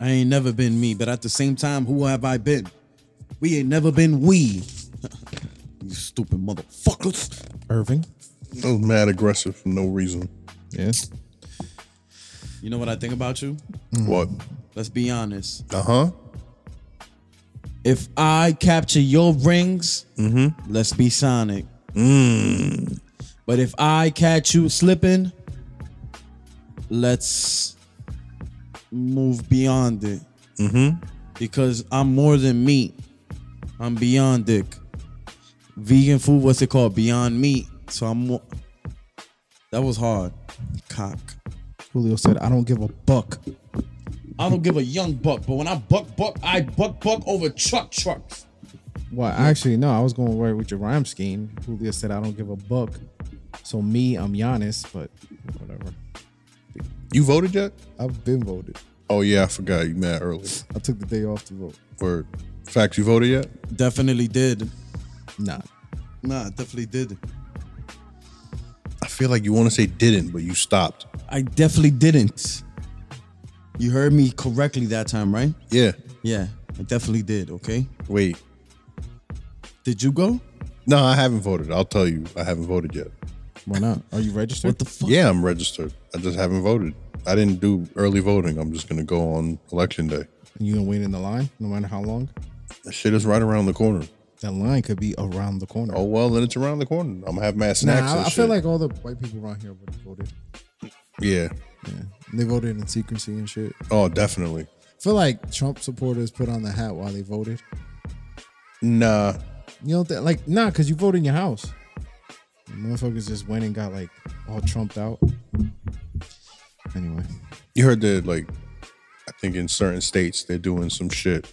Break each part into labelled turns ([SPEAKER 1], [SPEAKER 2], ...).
[SPEAKER 1] I ain't never been me, but at the same time, who have I been? We ain't never been we. you stupid motherfuckers.
[SPEAKER 2] Irving.
[SPEAKER 3] I was mad aggressive for no reason.
[SPEAKER 2] Yeah.
[SPEAKER 1] You know what I think about you?
[SPEAKER 3] What?
[SPEAKER 1] Let's be honest.
[SPEAKER 3] Uh huh.
[SPEAKER 1] If I capture your rings, let's be Sonic. But if I catch you slipping, let's move beyond it. Because I'm more than meat. I'm beyond dick. Vegan food, what's it called? Beyond meat. So I'm. More... That was hard. Cock.
[SPEAKER 2] Julio said, I don't give a buck.
[SPEAKER 1] I don't give a young buck, but when I buck buck, I buck buck over truck trucks.
[SPEAKER 2] Well, actually, no, I was going right with your rhyme scheme. Julio said, I don't give a buck. So me, I'm Giannis, but whatever.
[SPEAKER 3] You voted yet?
[SPEAKER 2] I've been voted.
[SPEAKER 3] Oh yeah, I forgot. You mad early.
[SPEAKER 2] I took the day off to vote.
[SPEAKER 3] Word. Facts. You voted yet?
[SPEAKER 1] Definitely did.
[SPEAKER 2] Nah.
[SPEAKER 1] Nah, definitely did.
[SPEAKER 3] I feel like you want to say didn't, but you stopped.
[SPEAKER 1] I definitely didn't. You heard me correctly that time, right?
[SPEAKER 3] Yeah.
[SPEAKER 1] Yeah, I definitely did. Okay.
[SPEAKER 3] Wait.
[SPEAKER 1] Did you go?
[SPEAKER 3] No, I haven't voted. I'll tell you, I haven't voted yet.
[SPEAKER 2] Why not? Are you registered?
[SPEAKER 1] What the fuck?
[SPEAKER 3] Yeah, I'm registered. I just haven't voted. I didn't do early voting. I'm just gonna go on election day.
[SPEAKER 2] And you gonna wait in the line no matter how long?
[SPEAKER 3] That shit is right around the corner.
[SPEAKER 2] That line could be around the corner.
[SPEAKER 3] Oh well, then it's around the corner. I'm gonna have mad
[SPEAKER 2] nah,
[SPEAKER 3] snacks.
[SPEAKER 2] I,
[SPEAKER 3] and
[SPEAKER 2] I feel
[SPEAKER 3] shit.
[SPEAKER 2] like all the white people around here would have voted.
[SPEAKER 3] yeah.
[SPEAKER 2] Yeah. They voted in secrecy and shit.
[SPEAKER 3] Oh, definitely.
[SPEAKER 2] I feel like Trump supporters put on the hat while they voted.
[SPEAKER 3] Nah.
[SPEAKER 2] You know, that like, nah, because you vote in your house. The motherfuckers just went and got like all trumped out. Anyway,
[SPEAKER 3] You heard that like I think in certain states they're doing some shit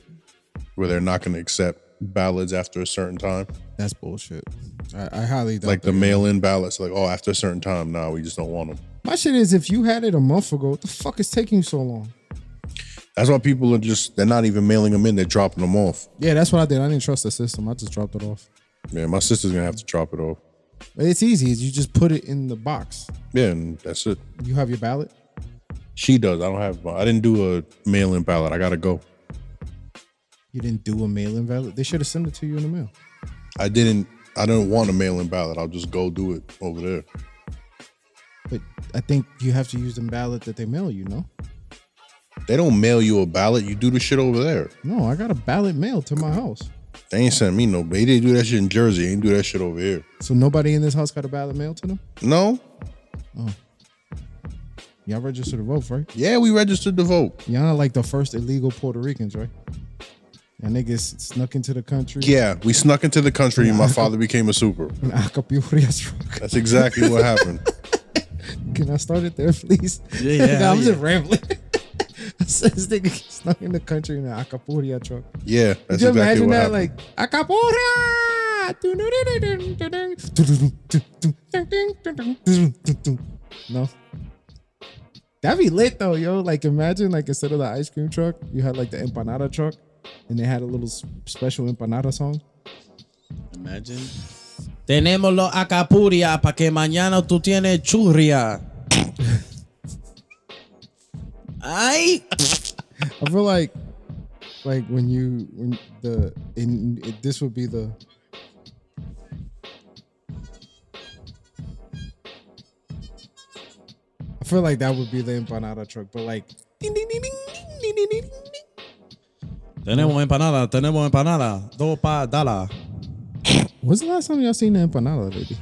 [SPEAKER 3] where they're not gonna accept ballots after a certain time.
[SPEAKER 2] that's bullshit. I, I highly doubt
[SPEAKER 3] Like the
[SPEAKER 2] that.
[SPEAKER 3] mail in ballots, like, oh, after a certain time, nah, we just don't want them.
[SPEAKER 2] My shit is if you had it a month ago, what the fuck is taking you so long?
[SPEAKER 3] That's why people are just they're not even mailing them in, they're dropping them off.
[SPEAKER 2] Yeah, that's what I did. I didn't trust the system. I just dropped it off.
[SPEAKER 3] Man, my sister's gonna have to drop it off.
[SPEAKER 2] It's easy. You just put it in the box.
[SPEAKER 3] Yeah, and that's it.
[SPEAKER 2] You have your ballot.
[SPEAKER 3] She does. I don't have. I didn't do a mail-in ballot. I gotta go.
[SPEAKER 2] You didn't do a mail-in ballot. They should have sent it to you in the mail.
[SPEAKER 3] I didn't. I didn't want a mail-in ballot. I'll just go do it over there.
[SPEAKER 2] But I think you have to use the ballot that they mail you. No,
[SPEAKER 3] They don't mail you a ballot. You do the shit over there.
[SPEAKER 2] no, I got a ballot mailed to my house.
[SPEAKER 3] They ain't sent me no. They didn't do that shit in Jersey. They ain't do that shit over here.
[SPEAKER 2] So nobody in this house got a ballot mailed to them.
[SPEAKER 3] No.
[SPEAKER 2] Y'all registered to vote, right?
[SPEAKER 3] Yeah, we registered to vote.
[SPEAKER 2] Y'all not like the first illegal Puerto Ricans, right? Y'all niggas snuck into the country.
[SPEAKER 3] Yeah, we snuck into the country. and My father became a super.
[SPEAKER 2] in Acapulco truck.
[SPEAKER 3] That's exactly what happened.
[SPEAKER 2] Can I start it there, please?
[SPEAKER 1] Yeah, yeah,
[SPEAKER 2] Nah, I'm
[SPEAKER 1] hell
[SPEAKER 2] just
[SPEAKER 1] yeah.
[SPEAKER 2] rambling. this nigga snuck in the country in an Acapulco truck.
[SPEAKER 3] Yeah,
[SPEAKER 2] Could
[SPEAKER 3] that's
[SPEAKER 2] you
[SPEAKER 3] exactly
[SPEAKER 2] imagine
[SPEAKER 3] what
[SPEAKER 2] that?
[SPEAKER 3] happened.
[SPEAKER 2] Like Acapulco. No. That'd be lit though, yo. Like imagine like instead of the ice cream truck, you had like the empanada truck, and they had a little s- special empanada song.
[SPEAKER 1] Imagine. Tenemos los acapuria para que mañana tú tienes churria. Ay.
[SPEAKER 2] I feel like like when you when the in it, this would be the I feel like that would be the empanada truck, but like ding, ding, ding, ding, ding, ding, ding, ding.
[SPEAKER 1] Tenemos empanada, tenemos empanada. Dos pa dala.
[SPEAKER 2] When's the last time y'all seen the empanada lady?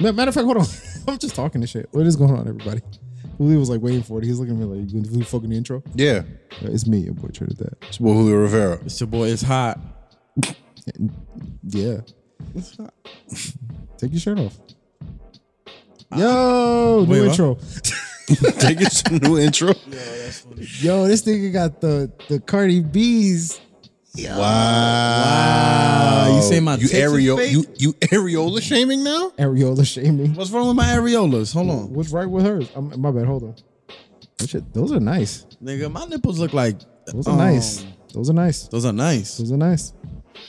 [SPEAKER 2] Ma- Matter of fact, hold on. I'm just talking to shit. What is going on, everybody? Julio was like waiting for it. He's looking at me like, you gonna do fucking the intro?
[SPEAKER 3] yeah,
[SPEAKER 2] Yeah, It's me, your boy Trinidad. that.
[SPEAKER 3] it's Julio Rivera.
[SPEAKER 1] It's your boy, it's hot.
[SPEAKER 2] Yeah. Take your shirt off. Ah. Yo, new
[SPEAKER 1] Wait, what?
[SPEAKER 2] intro.
[SPEAKER 3] Take it to new intro.
[SPEAKER 2] Yo, this nigga got the the Cardi B's.
[SPEAKER 3] Wow.
[SPEAKER 1] Wow. Uh, You say my
[SPEAKER 3] you
[SPEAKER 1] tits is
[SPEAKER 3] areola
[SPEAKER 1] fake?
[SPEAKER 3] you, you areola shaming now?
[SPEAKER 2] areola shaming.
[SPEAKER 1] What's wrong with my areolas? Hold on.
[SPEAKER 2] What's right with hers? i my bad. Hold on. That shit- those are nice.
[SPEAKER 1] Nigga, my nipples look like.
[SPEAKER 2] Those are
[SPEAKER 1] um,
[SPEAKER 2] nice. Those are nice.
[SPEAKER 1] Those are nice.
[SPEAKER 2] Those are nice.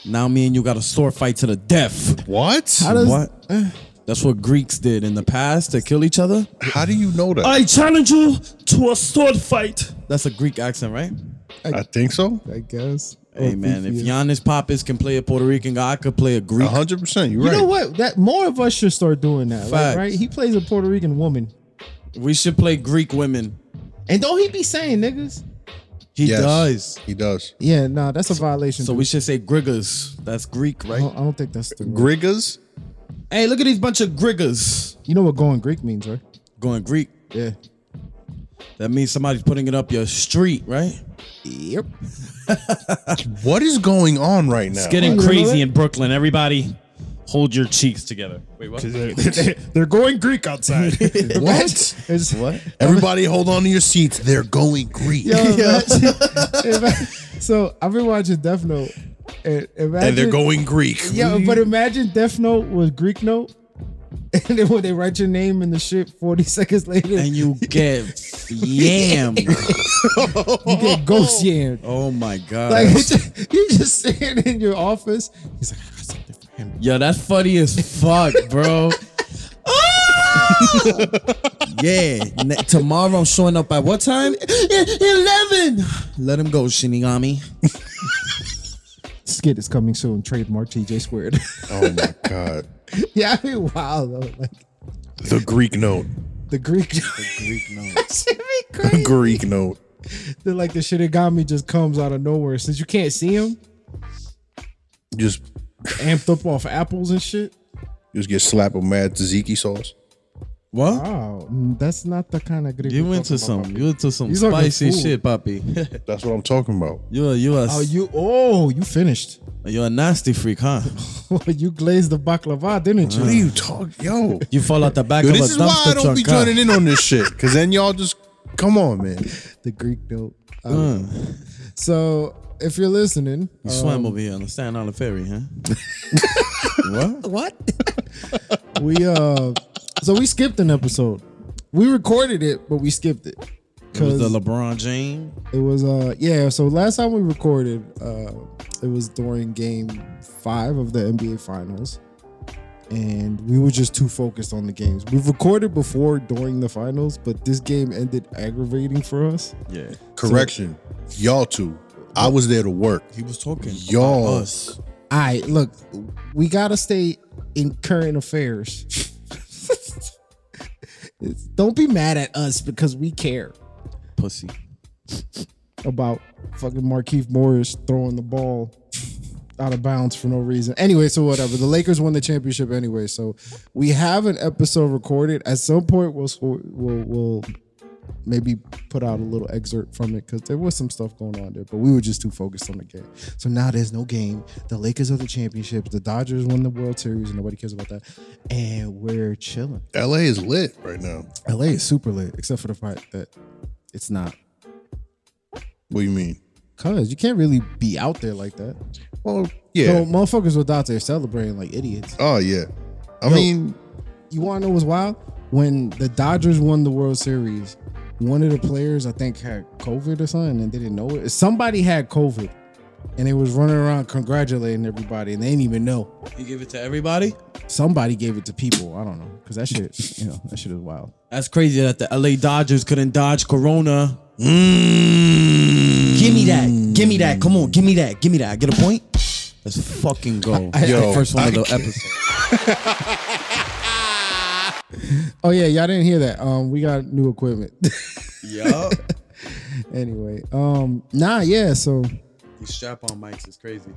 [SPEAKER 1] Now me and you got a sword fight to the death.
[SPEAKER 3] What?
[SPEAKER 2] How does
[SPEAKER 1] What? That's what Greeks did in the past to kill each other.
[SPEAKER 3] How do you know that?
[SPEAKER 1] I challenge you to a sword fight. That's a Greek accent, right?
[SPEAKER 3] I think so.
[SPEAKER 2] I guess.
[SPEAKER 1] Hey
[SPEAKER 2] Or
[SPEAKER 1] man, if
[SPEAKER 2] Fifi.
[SPEAKER 1] Giannis Pappas can play a Puerto Rican guy, I could play a Greek.
[SPEAKER 3] hundred percent. You're
[SPEAKER 2] you
[SPEAKER 3] right.
[SPEAKER 2] know what? That more of us should start doing that. Like,
[SPEAKER 1] Facts.
[SPEAKER 2] right? He plays a Puerto Rican woman,
[SPEAKER 1] We should play Greek women.
[SPEAKER 2] and don't he be saying niggas?
[SPEAKER 1] He
[SPEAKER 3] Yes.
[SPEAKER 1] does.
[SPEAKER 3] He does.
[SPEAKER 2] Yeah, nah, that's a violation.
[SPEAKER 1] So we should say Grigas. That's Greek,
[SPEAKER 2] I
[SPEAKER 1] right?
[SPEAKER 2] don't, I don't think that's the. Word.
[SPEAKER 3] Griggas.
[SPEAKER 1] Hey, look at these bunch of Grigas.
[SPEAKER 2] You know what going Greek means, right?
[SPEAKER 1] Going Greek.
[SPEAKER 2] Yeah.
[SPEAKER 1] That means somebody's putting it up your street, right?
[SPEAKER 2] Yep.
[SPEAKER 3] What is going on right now?
[SPEAKER 1] It's getting
[SPEAKER 2] What? You know
[SPEAKER 1] crazy
[SPEAKER 2] that?
[SPEAKER 1] in Brooklyn. Everybody, hold your cheeks together. Wait, what?
[SPEAKER 2] They're going Greek outside.
[SPEAKER 3] What?
[SPEAKER 2] It's what?
[SPEAKER 3] Everybody, hold on to your seats. They're going Greek.
[SPEAKER 2] Yo, imagine- imagine- so I've been watching Death Note, and, imagine,
[SPEAKER 3] And they're going Greek.
[SPEAKER 2] Yeah, but imagine Death Note was Greek Note, and then when they write your name in the shit, forty seconds later,
[SPEAKER 1] And you get yam.
[SPEAKER 2] you get ghost yammed.
[SPEAKER 1] Oh my god.
[SPEAKER 2] Like he just, he just sitting in your office. He's like, I got something for him.
[SPEAKER 1] Yo, that's funny as fuck, bro. yeah. Ne- tomorrow I'm showing up at what time? Eleven. Let him go, Shinigami.
[SPEAKER 2] Skit is coming soon. Trademark TJ squared.
[SPEAKER 3] Oh my god.
[SPEAKER 2] yeah, I mean, wow though. Like
[SPEAKER 3] The Greek note.
[SPEAKER 2] the Greek,
[SPEAKER 1] Greek no.
[SPEAKER 2] should be crazy.
[SPEAKER 3] Greek note.
[SPEAKER 2] They're like the Shinigami just comes out of nowhere since you can't see him,
[SPEAKER 3] Just
[SPEAKER 2] amped up off apples and shit.
[SPEAKER 3] just get slapped with mad tzatziki sauce.
[SPEAKER 1] What?
[SPEAKER 2] Wow, that's not the kind of Greek.
[SPEAKER 1] You
[SPEAKER 2] we're
[SPEAKER 1] into
[SPEAKER 2] talking about,
[SPEAKER 1] some
[SPEAKER 2] Papi.
[SPEAKER 1] you into some
[SPEAKER 2] He's talking
[SPEAKER 1] spicy
[SPEAKER 2] food.
[SPEAKER 1] shit, Papi.
[SPEAKER 3] That's what I'm talking about.
[SPEAKER 1] you a you a
[SPEAKER 2] Oh, you oh you finished.
[SPEAKER 1] you a nasty freak, huh?
[SPEAKER 2] you glazed the baklava, didn't you?
[SPEAKER 3] What are you talking? Yo.
[SPEAKER 1] You fall out the back
[SPEAKER 3] Yo,
[SPEAKER 1] of a
[SPEAKER 3] this is why I
[SPEAKER 1] dumpster
[SPEAKER 3] don't be
[SPEAKER 1] truck. huh?
[SPEAKER 3] joining in on this shit. Cause then y'all just come on, man.
[SPEAKER 2] The Greek note. Um, So if you're listening, um,
[SPEAKER 1] You swam over here on the Staten Island ferry, huh? what?
[SPEAKER 2] What? we uh so we skipped an episode. We recorded it, but we skipped it.
[SPEAKER 1] It was
[SPEAKER 2] Cause
[SPEAKER 1] the LeBron James.
[SPEAKER 2] it was uh yeah, so last time we recorded, uh it was during game five of the NBA finals. And we were just too focused on the games. We've recorded before during the finals, but this game ended aggravating for us.
[SPEAKER 1] Yeah.
[SPEAKER 3] Correction. Y'all two. I was there to work.
[SPEAKER 1] He was talking.
[SPEAKER 3] Y'all.
[SPEAKER 1] about us.
[SPEAKER 2] All right, look, we gotta stay in current affairs. It's- Don't be mad at us because we care
[SPEAKER 1] Pussy.
[SPEAKER 2] about fucking Markeith Morris throwing the ball out of bounds for no reason. Anyway, so whatever. The Lakers won the championship anyway, so we have an episode recorded. At some point, we'll sw- we'll, we'll maybe put out a little excerpt from it because there was some stuff going on there, but we were just too focused on the game. So now there's no game. The Lakers are the championships. The Dodgers won the World Series, and nobody cares about that. And we're chilling.
[SPEAKER 3] LA is lit right now.
[SPEAKER 2] LA is super lit, except for the fact that it's not.
[SPEAKER 3] What do you mean?
[SPEAKER 2] Cause you can't really be out there like that.
[SPEAKER 3] Well,
[SPEAKER 2] So
[SPEAKER 3] yeah.
[SPEAKER 2] motherfuckers were out there celebrating like idiots.
[SPEAKER 3] Oh yeah. I mean,
[SPEAKER 2] You want to know what's wild? When the Dodgers won the World Series, one of the players I think had COVID or something, and they didn't know it. Somebody had COVID, and they was running around congratulating everybody, and they didn't even know.
[SPEAKER 1] You give it to everybody?
[SPEAKER 2] Somebody gave it to people. I don't know, cause that shit, you know, that shit is wild.
[SPEAKER 1] That's crazy that the LA Dodgers couldn't dodge Corona. Give me that. Give me that. Come on. Give me that. Give me that. I get a point. Let's fucking go.
[SPEAKER 3] Yo,
[SPEAKER 1] first one
[SPEAKER 3] I
[SPEAKER 1] of the
[SPEAKER 3] can't-
[SPEAKER 1] episode.
[SPEAKER 2] Oh yeah, y'all didn't hear that. Um, we got new equipment.
[SPEAKER 1] Yo.
[SPEAKER 2] anyway, um, nah, yeah. So
[SPEAKER 1] These strap on mics is crazy.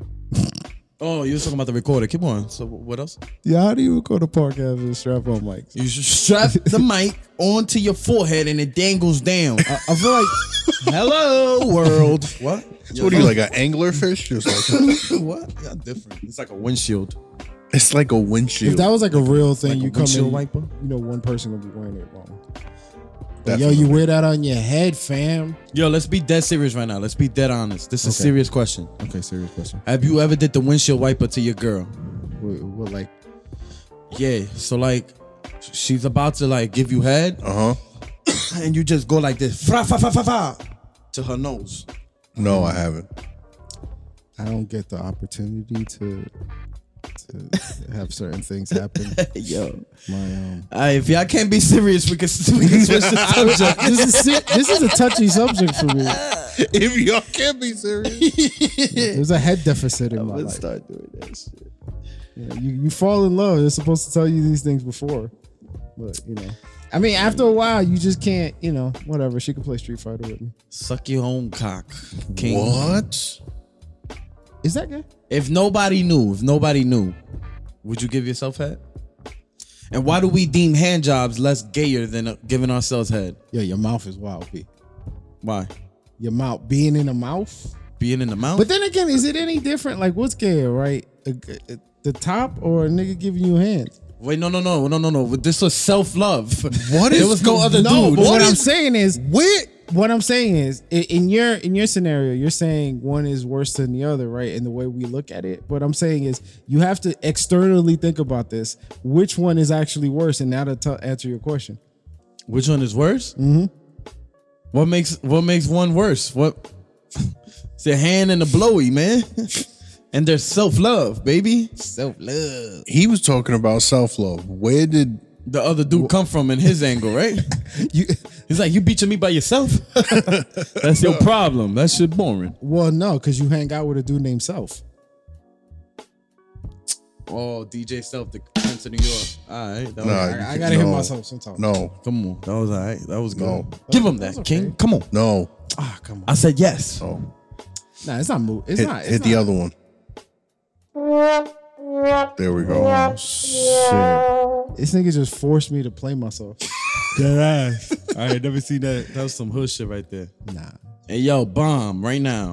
[SPEAKER 1] Oh, you were talking about the recorder. Keep on. So what else?
[SPEAKER 2] yeah, how do you record a podcast with strap on mics?
[SPEAKER 1] You should strap the mic onto your forehead and it dangles down. Uh,
[SPEAKER 2] I, I feel like.
[SPEAKER 1] Hello, world. What?
[SPEAKER 3] what do you like? An angler fish? Just like
[SPEAKER 1] what? Y'all different. It's like a windshield.
[SPEAKER 3] it's like a windshield.
[SPEAKER 2] If that was like a real thing,
[SPEAKER 1] a
[SPEAKER 2] you come
[SPEAKER 1] windshield
[SPEAKER 2] in,
[SPEAKER 1] wiper?
[SPEAKER 2] you know, one person gonna be wearing it wrong. But yo,
[SPEAKER 3] Definitely.
[SPEAKER 2] you wear that on your head, fam.
[SPEAKER 1] Yo, let's be dead serious right now. Let's be dead honest. This is a
[SPEAKER 2] Okay.
[SPEAKER 1] serious question.
[SPEAKER 2] Okay, serious question.
[SPEAKER 1] Have you ever did the windshield wiper to your girl?
[SPEAKER 2] What, what, like,
[SPEAKER 1] Yeah. So like, she's about to like give you head,
[SPEAKER 3] uh huh.
[SPEAKER 1] and you just go like this, fra fa fa fa fa, to her nose.
[SPEAKER 3] No, I haven't.
[SPEAKER 2] I don't get the opportunity to to have certain things happen.
[SPEAKER 1] Yo.
[SPEAKER 2] My um,
[SPEAKER 1] All right, if y'all can't be serious, we can, we can switch the subject.
[SPEAKER 2] this is si- this is a touchy subject for me.
[SPEAKER 3] if y'all can't be serious.
[SPEAKER 2] There's a head deficit in my
[SPEAKER 1] Let's
[SPEAKER 2] life.
[SPEAKER 1] start doing that shit.
[SPEAKER 2] Yeah, you you fall in love. They're supposed to tell you these things before, but you know. I mean, after a while, you just can't. You know, whatever. She could play Street Fighter with me.
[SPEAKER 1] Suck your own cock, King.
[SPEAKER 3] What?
[SPEAKER 2] Is that good?
[SPEAKER 1] If nobody knew, if nobody knew, would you give yourself head? And why do we deem hand jobs less gayer than uh, giving ourselves head?
[SPEAKER 2] Yo, your mouth is wild, P.
[SPEAKER 1] Why?
[SPEAKER 2] Your mouth being in the mouth.
[SPEAKER 1] Being in the mouth?
[SPEAKER 2] But then again, is it any different? Like, what's gay, right? A g- a- The top or a nigga giving you a hand?
[SPEAKER 1] Wait, no, no, no, no, no, no. This was self love.
[SPEAKER 3] What
[SPEAKER 1] There
[SPEAKER 3] is-
[SPEAKER 1] was no other
[SPEAKER 2] No,
[SPEAKER 1] dude.
[SPEAKER 2] but what
[SPEAKER 1] What
[SPEAKER 2] I'm
[SPEAKER 1] is-
[SPEAKER 2] saying is,
[SPEAKER 3] What?
[SPEAKER 2] what I'm saying is, i- in your in your scenario, you're saying one is worse than the other, right? In the way we look at it. What I'm saying is, you have to externally think about this. Which one is actually worse? And now to t- answer your question,
[SPEAKER 1] Which one is worse?
[SPEAKER 2] Mm-hmm.
[SPEAKER 1] What makes what makes one worse? What? it's a hand and a blowy, man. and there's self love, baby. Self love.
[SPEAKER 3] He was talking about self love. Where did
[SPEAKER 1] The other dude come from in his angle, right?
[SPEAKER 2] you
[SPEAKER 1] He's like, you beating me by yourself. That's your problem. That shit boring.
[SPEAKER 2] well, no, because you hang out with a dude named Self.
[SPEAKER 1] Oh, DJ Self, the Prince of New York. All right, that was,
[SPEAKER 3] Nah.
[SPEAKER 2] I, I gotta hit
[SPEAKER 3] No.
[SPEAKER 2] myself sometimes.
[SPEAKER 3] no,
[SPEAKER 1] come on, that was all right. That was good.
[SPEAKER 3] No.
[SPEAKER 1] Give him that, King. Come on.
[SPEAKER 3] no,
[SPEAKER 2] ah, come on.
[SPEAKER 1] I said yes.
[SPEAKER 3] no?
[SPEAKER 2] Nah, it's not moot. It's
[SPEAKER 3] Hit,
[SPEAKER 2] not. It's
[SPEAKER 3] hit
[SPEAKER 2] not.
[SPEAKER 3] the other one. There we go. Shit.
[SPEAKER 2] This nigga just forced me to play myself.
[SPEAKER 1] Dead ass. I ain't never seen that. That was some hood shit right there.
[SPEAKER 2] Nah.
[SPEAKER 1] Hey, yo, bomb right now.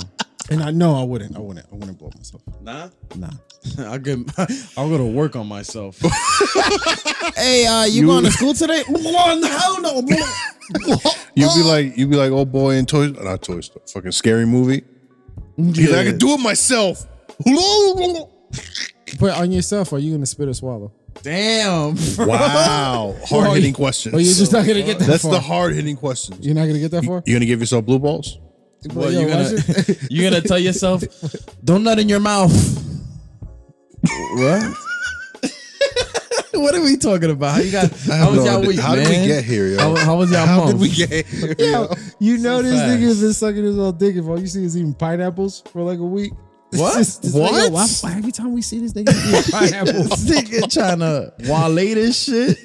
[SPEAKER 2] And I know I wouldn't. I wouldn't. I wouldn't blow myself.
[SPEAKER 1] Nah.
[SPEAKER 2] Nah.
[SPEAKER 1] I get, I'll go to work on myself.
[SPEAKER 2] Hey, uh, you, going to school today? Well, hell no. bro.
[SPEAKER 3] You'd be like, you'd be like, oh boy, in Toy, not Toy Story, fucking scary movie. He's like, I can do it myself.
[SPEAKER 2] But on yourself, are you gonna spit or swallow?
[SPEAKER 1] Damn. bro.
[SPEAKER 3] Wow, hard hitting questions.
[SPEAKER 2] Or you're just not gonna get that
[SPEAKER 3] That's
[SPEAKER 2] far.
[SPEAKER 3] the hard hitting questions.
[SPEAKER 2] You're not gonna get that far.
[SPEAKER 3] You gonna give yourself blue balls?
[SPEAKER 1] Well,
[SPEAKER 2] Yo,
[SPEAKER 1] you're
[SPEAKER 2] why's
[SPEAKER 1] gonna
[SPEAKER 2] it-
[SPEAKER 1] you're gonna tell yourself, don't nut in your mouth. what? what are we talking about? How you got? How was
[SPEAKER 3] no
[SPEAKER 1] y'all
[SPEAKER 3] idea.
[SPEAKER 1] week,
[SPEAKER 3] How did
[SPEAKER 1] man?
[SPEAKER 3] we get here, yo?
[SPEAKER 1] How, how was y'all
[SPEAKER 3] How
[SPEAKER 1] month?
[SPEAKER 3] did we get here?
[SPEAKER 2] Yo, you know this
[SPEAKER 1] fast.
[SPEAKER 2] nigga's been sucking his old dick if all you see is eating pineapples for like a week. It's
[SPEAKER 1] What?
[SPEAKER 2] just- it's like,
[SPEAKER 1] What?
[SPEAKER 2] yo, why- why every time we see this nigga eating pineapples.
[SPEAKER 1] this nigga trying to wale this shit.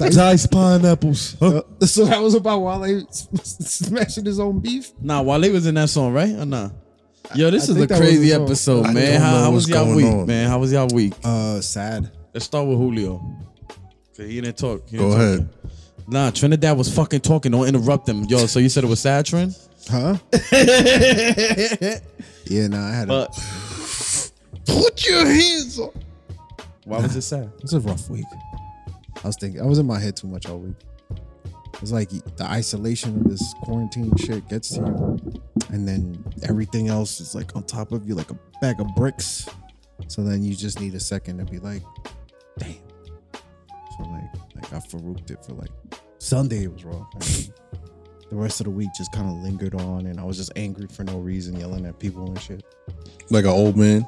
[SPEAKER 1] Dice pineapples. Huh?
[SPEAKER 2] so that was about Wale s- s- smashing his own beef.
[SPEAKER 1] Nah, Wale was in that song, right? Or nah? Yo, this is
[SPEAKER 2] I
[SPEAKER 1] a
[SPEAKER 2] think that was
[SPEAKER 1] crazy
[SPEAKER 2] the song.
[SPEAKER 1] episode,
[SPEAKER 3] I
[SPEAKER 1] man.
[SPEAKER 3] don't
[SPEAKER 1] How,
[SPEAKER 3] know
[SPEAKER 1] how was
[SPEAKER 3] what's
[SPEAKER 1] y'all
[SPEAKER 3] going
[SPEAKER 1] week,
[SPEAKER 3] on.
[SPEAKER 1] man? How was y'all week?
[SPEAKER 2] Uh, sad.
[SPEAKER 1] Let's start with Julio. 'Cause he didn't talk. He didn't
[SPEAKER 3] Go
[SPEAKER 1] talk.
[SPEAKER 3] ahead.
[SPEAKER 1] Nah, Trinidad was fucking talking. Don't interrupt him. Yo, so you said it was sad, Trin?
[SPEAKER 2] Huh? yeah, nah, I had a,
[SPEAKER 1] But
[SPEAKER 3] Put your hands on.
[SPEAKER 1] why was it sad?
[SPEAKER 2] it was a rough week. I was thinking I was in my head too much all week. It's like the isolation of this quarantine shit gets to you, and then everything else is like on top of you like a bag of bricks. So then you just need a second to be like, damn. So like, like I farouked it for like Sunday. It was rough. And the rest of the week just kind of lingered on, and I was just angry for no reason, yelling at people and shit.
[SPEAKER 3] Like an old man.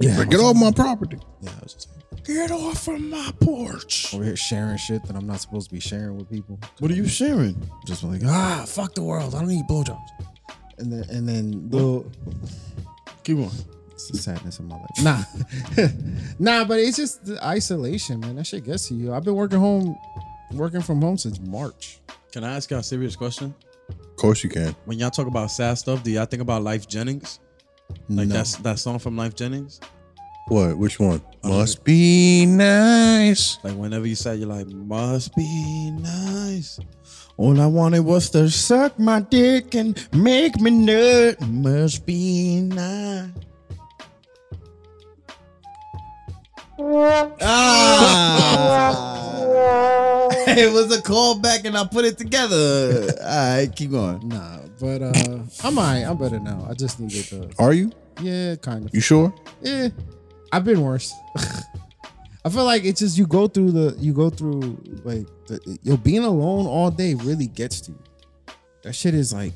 [SPEAKER 2] Yeah,
[SPEAKER 3] Like, get off my property.
[SPEAKER 2] yeah, I was just angry.
[SPEAKER 3] Get off of my porch.
[SPEAKER 2] over here sharing shit that I'm not supposed to be sharing with people.
[SPEAKER 1] What are you sharing?
[SPEAKER 2] Just like, ah, fuck the world. I don't need blowjobs. And then, and then, little
[SPEAKER 1] Keep on.
[SPEAKER 2] it's the sadness in my life. Nah, nah, but it's just the isolation, man. That shit gets to you. I've been working home, working from home since March.
[SPEAKER 1] Can I ask y'all a serious question?
[SPEAKER 3] Of course you can.
[SPEAKER 1] When y'all talk about sad stuff, do y'all think about Life Jennings? Like that's that song from Life Jennings?
[SPEAKER 3] What? Which one?
[SPEAKER 1] Uh-huh.
[SPEAKER 3] Must be nice.
[SPEAKER 1] Like whenever you sad, you're like, must be nice. All I wanted was to suck my dick and make me nut. Must be nice. Ah! it was a callback and I put it together. All right, keep going.
[SPEAKER 2] Nah, but uh, I'm alright. I'm better now. I just needed to,
[SPEAKER 3] Are you?
[SPEAKER 2] yeah, kind of.
[SPEAKER 3] You sure?
[SPEAKER 2] Yeah, Eh, I've been worse. I feel like it's just you go through the you go through like the, yo being alone all day really gets to you. That shit is like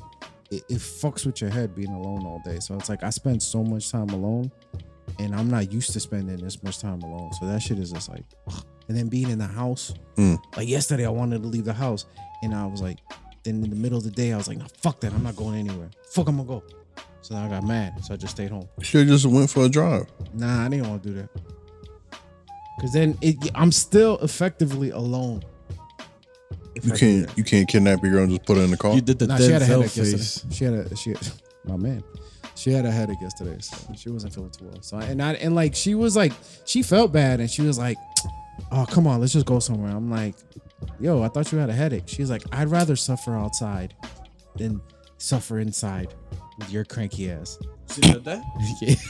[SPEAKER 2] it, it fucks with your head being alone all day. So it's like I spend so much time alone and I'm not used to spending this much time alone. So that shit is just like, ugh. and then being in the house.
[SPEAKER 3] Mm.
[SPEAKER 2] Like yesterday, I wanted to leave the house, and I was like, then in the middle of the day, I was like, nah, fuck that, I'm not going anywhere. Fuck, I'm gonna go. So then I got mad, so I just stayed home.
[SPEAKER 3] Should have just went for a drive.
[SPEAKER 2] Nah, I didn't want to do that. Cause then it, I'm still effectively alone. If
[SPEAKER 3] You
[SPEAKER 2] I do
[SPEAKER 3] can't
[SPEAKER 2] that.
[SPEAKER 3] you can't kidnap your girl and just put her in the car.
[SPEAKER 1] You did the
[SPEAKER 2] Nah, she had a
[SPEAKER 1] Denzel
[SPEAKER 2] headache
[SPEAKER 1] face.
[SPEAKER 2] yesterday. She had a she, had, my man. She had a headache yesterday, so she wasn't feeling too well. So and I and like she was like she felt bad, and she was like, "Oh come on, let's just go somewhere." I'm like, "Yo, I thought you had a headache." She's like, "I'd rather suffer outside than suffer inside with your cranky ass."
[SPEAKER 1] She did that?
[SPEAKER 2] Yeah.